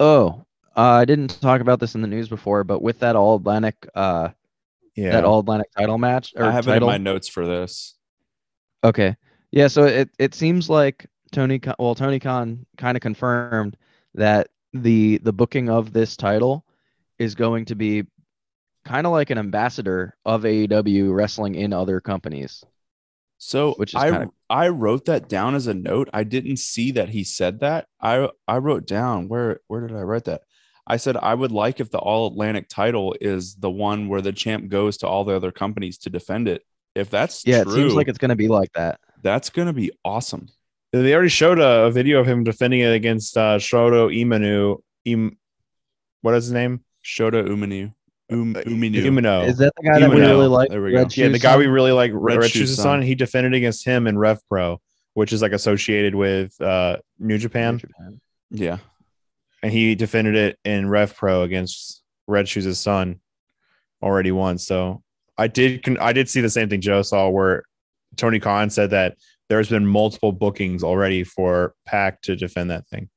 [SPEAKER 5] oh, uh, I didn't talk about this in the news before, but with that all Atlantic uh
[SPEAKER 3] Yeah.
[SPEAKER 5] that all Atlantic title match or
[SPEAKER 1] I have
[SPEAKER 5] title
[SPEAKER 1] it in my notes for this.
[SPEAKER 5] Okay. Yeah, so it it seems like Tony Khan, well Tony Khan kind of confirmed that the the booking of this title is going to be kind of like an ambassador of AEW wrestling in other companies.
[SPEAKER 1] So
[SPEAKER 5] Which is
[SPEAKER 1] I
[SPEAKER 5] kinda-
[SPEAKER 1] I wrote that down as a note. I didn't see that he said that. I I wrote down where where did I write that? I said I would like if the All Atlantic title is the one where the champ goes to all the other companies to defend it. If that's
[SPEAKER 5] Yeah,
[SPEAKER 1] true,
[SPEAKER 5] it seems like it's going to be like that.
[SPEAKER 1] that's gonna be awesome.
[SPEAKER 3] They already showed a, a video of him defending it against uh, Shoto Imanu. Im, what is his name?
[SPEAKER 1] Shota Uminu.
[SPEAKER 5] Uh,
[SPEAKER 1] Um, Uminu.
[SPEAKER 3] Umino.
[SPEAKER 5] Is that the guy that we
[SPEAKER 3] Umino.
[SPEAKER 5] really like?
[SPEAKER 1] There we go.
[SPEAKER 5] Red
[SPEAKER 3] yeah, the
[SPEAKER 5] Shoes
[SPEAKER 3] guy
[SPEAKER 5] on?
[SPEAKER 3] we really like, Red,
[SPEAKER 1] Red
[SPEAKER 3] Red
[SPEAKER 1] Shoes
[SPEAKER 3] Shoes'
[SPEAKER 1] son.
[SPEAKER 3] son. He defended against him in Rev Pro, which is like associated with uh, New Japan,
[SPEAKER 5] Japan.
[SPEAKER 1] Yeah.
[SPEAKER 3] and he defended it in Rev Pro against Red Shoes' son already once. So I did, con- I did see the same thing Joe saw, where Tony Khan said that there's been multiple bookings already for Pac to defend that thing.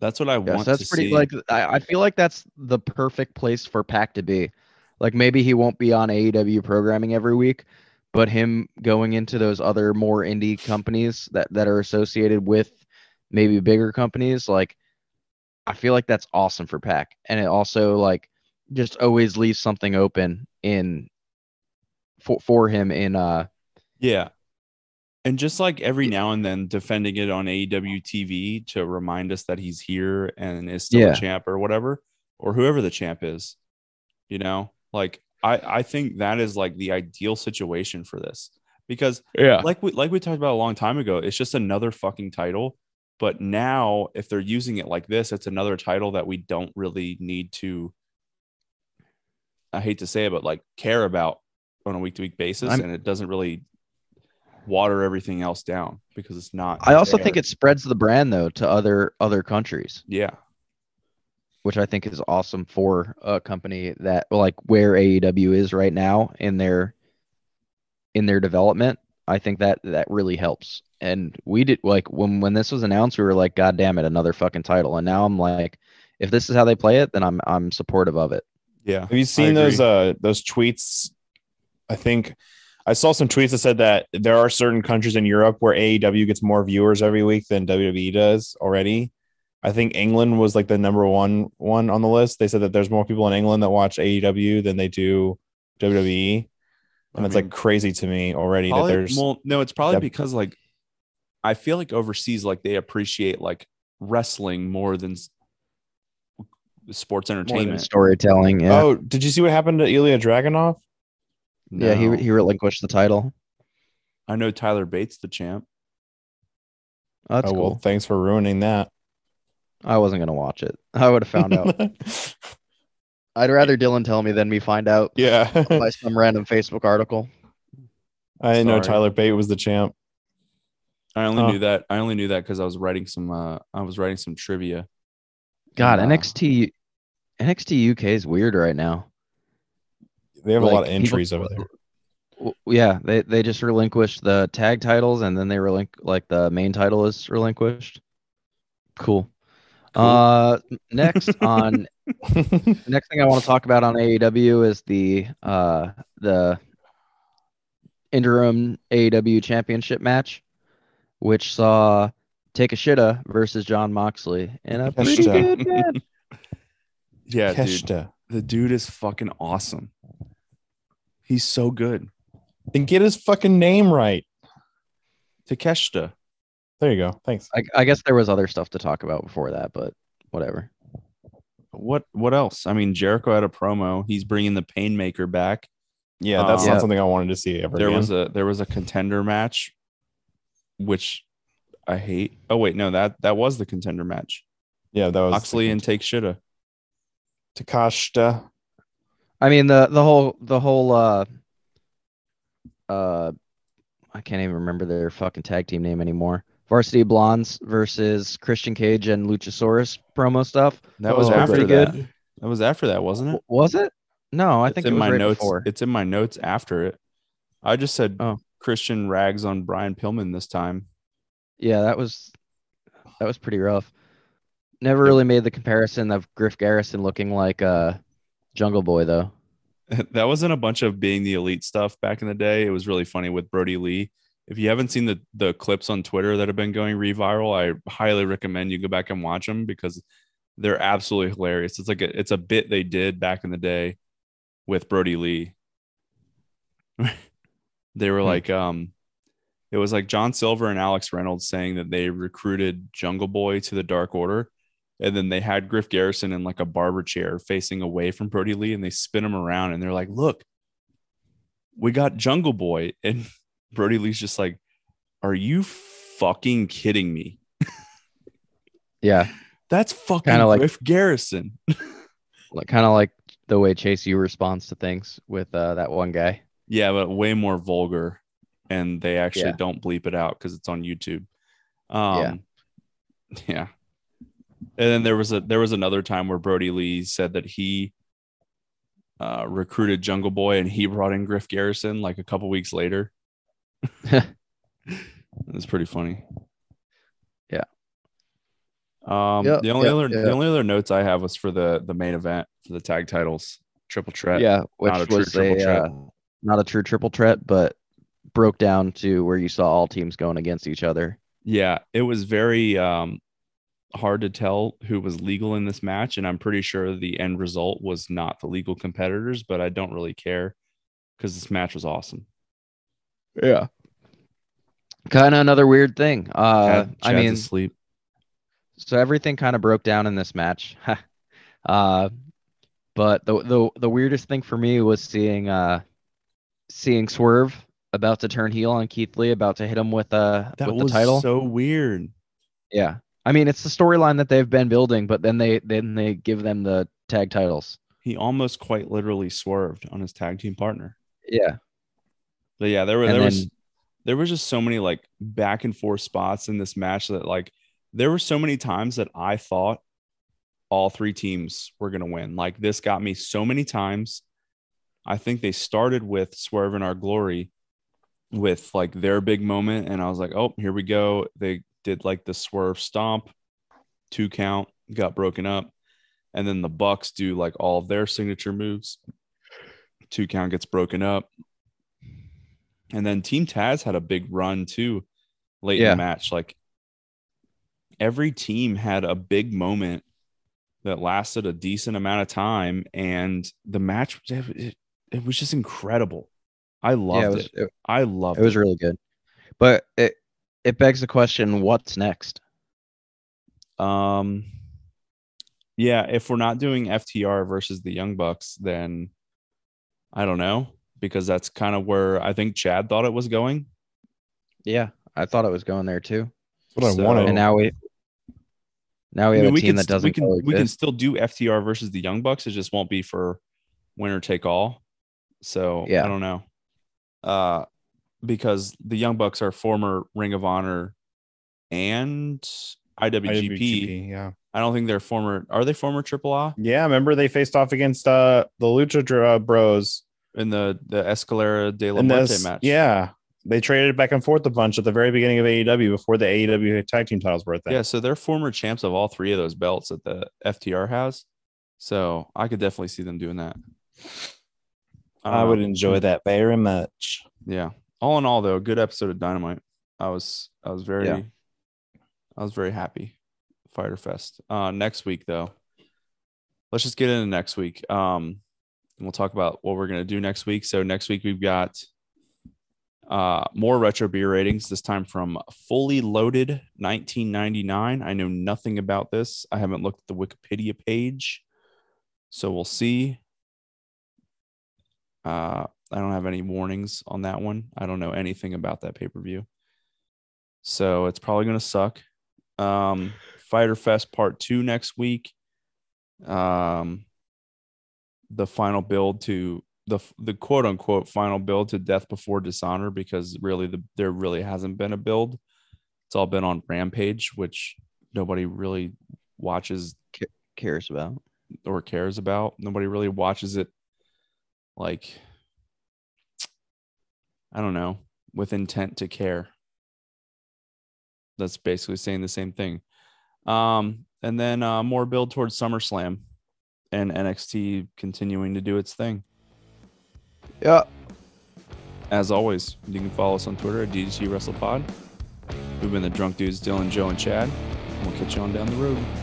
[SPEAKER 1] That's what I
[SPEAKER 5] Yeah,
[SPEAKER 1] want
[SPEAKER 5] so that's
[SPEAKER 1] to
[SPEAKER 5] pretty
[SPEAKER 1] see.
[SPEAKER 5] like I, I feel like that's the perfect place for Pac to be. Like maybe he won't be on AEW programming every week, but him going into those other more indie companies that that are associated with maybe bigger companies, like I feel like that's awesome for Pac. And it also like just always leaves something open in for for him in uh
[SPEAKER 1] Yeah. And just like every now and then defending it on E AEW TV to remind us that he's here and is still
[SPEAKER 5] Yeah.
[SPEAKER 1] a champ or whatever, or whoever the champ is, you know, like I, I think that is like the ideal situation for this because
[SPEAKER 3] Yeah,
[SPEAKER 1] like we, like we talked about a long time ago, it's just another fucking title. But now if they're using it like this, it's another title that we don't really need to, I hate to say it, but like care about on a week to week basis.
[SPEAKER 5] I'm-
[SPEAKER 1] and it doesn't really water everything else down because it's not.
[SPEAKER 5] I also
[SPEAKER 1] there.
[SPEAKER 5] think it spreads the brand though to other other countries.
[SPEAKER 1] yeah.
[SPEAKER 5] which I think is awesome for a company that like where AEW is right now in their in their development. I think that that really helps. And we did like when when this was announced, we were like, God damn it, another fucking title. And now I'm like, if this is how they play it, then I'm I'm supportive of it.
[SPEAKER 1] Yeah.
[SPEAKER 3] Have you seen those uh those tweets? I think I saw some tweets that said that there are certain countries in Europe where AEW gets more viewers every week than WWE does already. I think England was like the number one one on the list. They said that there's more people in England that watch AEW than they do WWE, and it's
[SPEAKER 1] I mean,
[SPEAKER 3] like crazy to me already that
[SPEAKER 1] probably,
[SPEAKER 3] there's
[SPEAKER 1] well, no, it's probably
[SPEAKER 3] that-
[SPEAKER 1] because like I feel like overseas, like they appreciate like wrestling more than s- sports
[SPEAKER 5] Entertainment
[SPEAKER 1] entertainment.
[SPEAKER 5] storytelling. Yeah.
[SPEAKER 3] Oh, did you see what happened to Ilya Dragunov?
[SPEAKER 5] Yeah,
[SPEAKER 1] No.
[SPEAKER 5] he he relinquished the title.
[SPEAKER 1] I know Tyler Bates, the champ.
[SPEAKER 5] Oh, that's
[SPEAKER 3] oh well,
[SPEAKER 5] cool.
[SPEAKER 3] thanks for ruining that.
[SPEAKER 5] I wasn't gonna watch it. I would have found out. I'd rather Dylan tell me than me find out
[SPEAKER 3] yeah,
[SPEAKER 5] by some random Facebook article.
[SPEAKER 3] I didn't know
[SPEAKER 1] Sorry.
[SPEAKER 3] Tyler Bate was the champ.
[SPEAKER 1] I only
[SPEAKER 3] Oh.
[SPEAKER 1] knew that. I only knew that because I was writing some. Uh, I was writing some trivia.
[SPEAKER 5] God,
[SPEAKER 1] Nah.
[SPEAKER 5] NXT NXT UK is weird right now.
[SPEAKER 3] They have a lot
[SPEAKER 5] Like,
[SPEAKER 3] of
[SPEAKER 5] people-
[SPEAKER 3] entries over there.
[SPEAKER 5] W- Yeah, they they just relinquished the tag titles and then they relinqu like the main title is relinquished. Cool. Uh next on the next thing I want to talk about on AEW is the uh the interim AEW championship match, which saw Take a Shitta versus John Moxley in a pretty
[SPEAKER 3] Keshta.
[SPEAKER 5] good match.
[SPEAKER 1] Yeah, dude.
[SPEAKER 3] Keshta.
[SPEAKER 1] The dude is fucking awesome. He's so good.
[SPEAKER 3] Then get his fucking name right.
[SPEAKER 1] Takeshita.
[SPEAKER 3] There you go. Thanks.
[SPEAKER 5] I, I guess there was other stuff to talk about before that, but whatever.
[SPEAKER 1] What what else? I mean, Jericho had a promo. He's bringing the Painmaker back.
[SPEAKER 3] Yeah, that's
[SPEAKER 5] Yeah.
[SPEAKER 3] Uh, not something I wanted to see ever.
[SPEAKER 1] There was a there was a contender match, which I hate. Oh wait, no that that was the contender match.
[SPEAKER 3] yeah, that was
[SPEAKER 1] Oxley and Take Shitta.
[SPEAKER 3] Takashita.
[SPEAKER 5] I mean the the whole the whole uh uh I can't even remember their fucking tag team name anymore. Varsity Blondes versus Christian Cage and Luchasaurus promo stuff.
[SPEAKER 1] That was
[SPEAKER 3] Oh,
[SPEAKER 1] after
[SPEAKER 5] pretty
[SPEAKER 1] that. That was after that, wasn't it?
[SPEAKER 5] W- Was it? No, I
[SPEAKER 1] Mm-hmm. it's in
[SPEAKER 5] think it was
[SPEAKER 1] my
[SPEAKER 5] right
[SPEAKER 1] notes.
[SPEAKER 5] before.
[SPEAKER 1] It's in my notes after it. I just said
[SPEAKER 5] Oh.
[SPEAKER 1] Christian rags on Brian Pillman this time.
[SPEAKER 5] Yeah, that was that was pretty rough. Never really made the comparison of Griff Garrison looking like uh Jungle Boy though.
[SPEAKER 1] that wasn't a bunch of being the elite stuff back in the day. It was really funny with Brody Lee. If you haven't seen the the clips on Twitter that have been going reviral, I highly recommend you go back and watch them because they're absolutely hilarious. It's like a, it's a bit they did back in the day with Brody Lee. they were
[SPEAKER 5] Hmm.
[SPEAKER 1] like um it was like John Silver and Alex Reynolds saying that they recruited Jungle Boy to the Dark Order and then they had Griff Garrison in like a barber chair facing away from Brody Lee, and they spin him around, and they're like, "Look, we got Jungle Boy," and Brody Lee's just like, "Are you fucking kidding me?
[SPEAKER 5] Yeah,
[SPEAKER 1] That's fucking
[SPEAKER 5] Kinda like-
[SPEAKER 1] Griff Garrison.
[SPEAKER 5] like, kind of like the way Chase U responds to things with uh, that one guy.
[SPEAKER 1] Yeah, but way more vulgar, and they actually
[SPEAKER 5] Yeah.
[SPEAKER 1] don't bleep it out because it's on YouTube.
[SPEAKER 5] Yeah.
[SPEAKER 1] Um, yeah. And then there was a there was another time where Brody Lee said that he uh, recruited Jungle Boy and he brought in Griff Garrison like a couple weeks later. It's pretty funny.
[SPEAKER 5] Yeah.
[SPEAKER 1] Um,
[SPEAKER 5] Yep,
[SPEAKER 1] the only
[SPEAKER 5] yep,
[SPEAKER 1] other
[SPEAKER 5] yep.
[SPEAKER 1] the only other notes I have was for the the main event for the tag titles triple threat.
[SPEAKER 5] Yeah, which
[SPEAKER 1] not a true
[SPEAKER 5] was
[SPEAKER 1] triple
[SPEAKER 5] a
[SPEAKER 1] threat.
[SPEAKER 5] uh, not a true triple threat, but broke down to where you saw all teams going against each other.
[SPEAKER 1] Yeah, it was very um, hard to tell who was legal in this match, and I'm pretty sure the end result was not the legal competitors, but I don't really care because this match was awesome.
[SPEAKER 5] Yeah. Kind of another weird thing. Uh,
[SPEAKER 1] Chad-
[SPEAKER 5] I
[SPEAKER 1] Chad's
[SPEAKER 5] mean,
[SPEAKER 1] asleep.
[SPEAKER 5] so everything kind of broke down in this match. uh, but the, the the weirdest thing for me was seeing uh, seeing Swerve about to turn heel on Keith Lee, about to hit him with uh
[SPEAKER 1] that
[SPEAKER 5] with
[SPEAKER 1] was
[SPEAKER 5] the title.
[SPEAKER 1] so weird.
[SPEAKER 5] yeah, I mean it's the storyline that they've been building, but then they then they give them the tag titles.
[SPEAKER 1] He almost quite literally swerved on his tag team partner.
[SPEAKER 5] Yeah,
[SPEAKER 1] But yeah, there were
[SPEAKER 5] And
[SPEAKER 1] there was
[SPEAKER 5] then-
[SPEAKER 1] there was just so many like back and forth spots in this match that like there were so many times that I thought all three teams were gonna win. Like this got me so many times. I think they started with Swerve and Our Glory with like their big moment, and I was like, oh, here we go. They did like the Swerve stomp, two count, got broken up, and then the Bucks do like all of their signature moves. Two count gets broken up. And then Team Taz had a big run too late
[SPEAKER 5] Yeah.
[SPEAKER 1] in the match. Like every team had a big moment that lasted a decent amount of time. And the match, it, it was just incredible. I loved
[SPEAKER 5] yeah,
[SPEAKER 1] it.
[SPEAKER 5] it was, it,
[SPEAKER 1] I loved
[SPEAKER 5] it was really good. But it it begs the question, what's next?
[SPEAKER 1] Um, yeah, if we're not doing FTR versus the Young Bucks, then I don't know because that's kind of where I think Chad thought it was going.
[SPEAKER 5] Yeah, I thought it was going there too.
[SPEAKER 3] That's what
[SPEAKER 1] So-
[SPEAKER 3] I wanted.
[SPEAKER 5] And now we now we
[SPEAKER 1] Oh. I
[SPEAKER 5] have
[SPEAKER 1] mean,
[SPEAKER 5] a Oh, team
[SPEAKER 1] can
[SPEAKER 5] that
[SPEAKER 1] st-
[SPEAKER 5] doesn't
[SPEAKER 1] we can we can
[SPEAKER 5] coexist.
[SPEAKER 1] still do FTR versus the Young Bucks. It just won't be for winner take all. So
[SPEAKER 5] Yeah.
[SPEAKER 1] I don't know. Uh, because the Young Bucks are former Ring of Honor and IWGP.
[SPEAKER 3] IWGP, yeah.
[SPEAKER 1] I don't think they're former. Are they former AAA
[SPEAKER 3] Yeah, remember they faced off against uh the Lucha Dr- uh, Bros
[SPEAKER 1] in the the Escalera de la
[SPEAKER 3] in
[SPEAKER 1] Muerte
[SPEAKER 3] this.
[SPEAKER 1] match?
[SPEAKER 3] Yeah, they traded back and forth a bunch at the very beginning of AEW before the AEW tag team titles were a thing.
[SPEAKER 1] Yeah, so they're former champs of all three of those belts that the FTR has. So I could definitely see them doing that.
[SPEAKER 3] I
[SPEAKER 1] Um,
[SPEAKER 3] would enjoy that very much.
[SPEAKER 1] Yeah. All in all, though, good episode of Dynamite. I was I was very
[SPEAKER 5] Yeah.
[SPEAKER 1] I was very happy. Fighter Fest. Uh, next week though, let's just get into next week. Um, and we'll talk about what we're gonna do next week. So next week we've got uh more retro beer ratings this time from fully loaded 1999 i know nothing about this i haven't looked at the wikipedia page so we'll see uh I don't have any warnings on that one. I don't know anything about that pay per view. So it's probably going to suck. Um, Fighter Fest Part 2 next week. Um, the final build to the, the quote unquote final build to Death Before Dishonor because really the, there really hasn't been a build. It's all been on Rampage, which nobody really watches
[SPEAKER 5] cares about.
[SPEAKER 1] or cares about. Nobody really watches it like I don't know, with intent to care. That's basically saying the same thing. Um, and then uh, more build towards SummerSlam and NXT continuing to do its thing.
[SPEAKER 5] Yeah.
[SPEAKER 1] As always, you can follow us on Twitter at DDT WrestlePod. We've been the drunk dudes, Dylan, Joe, and Chad. And we'll catch you on down the road.
[SPEAKER 4] Oh,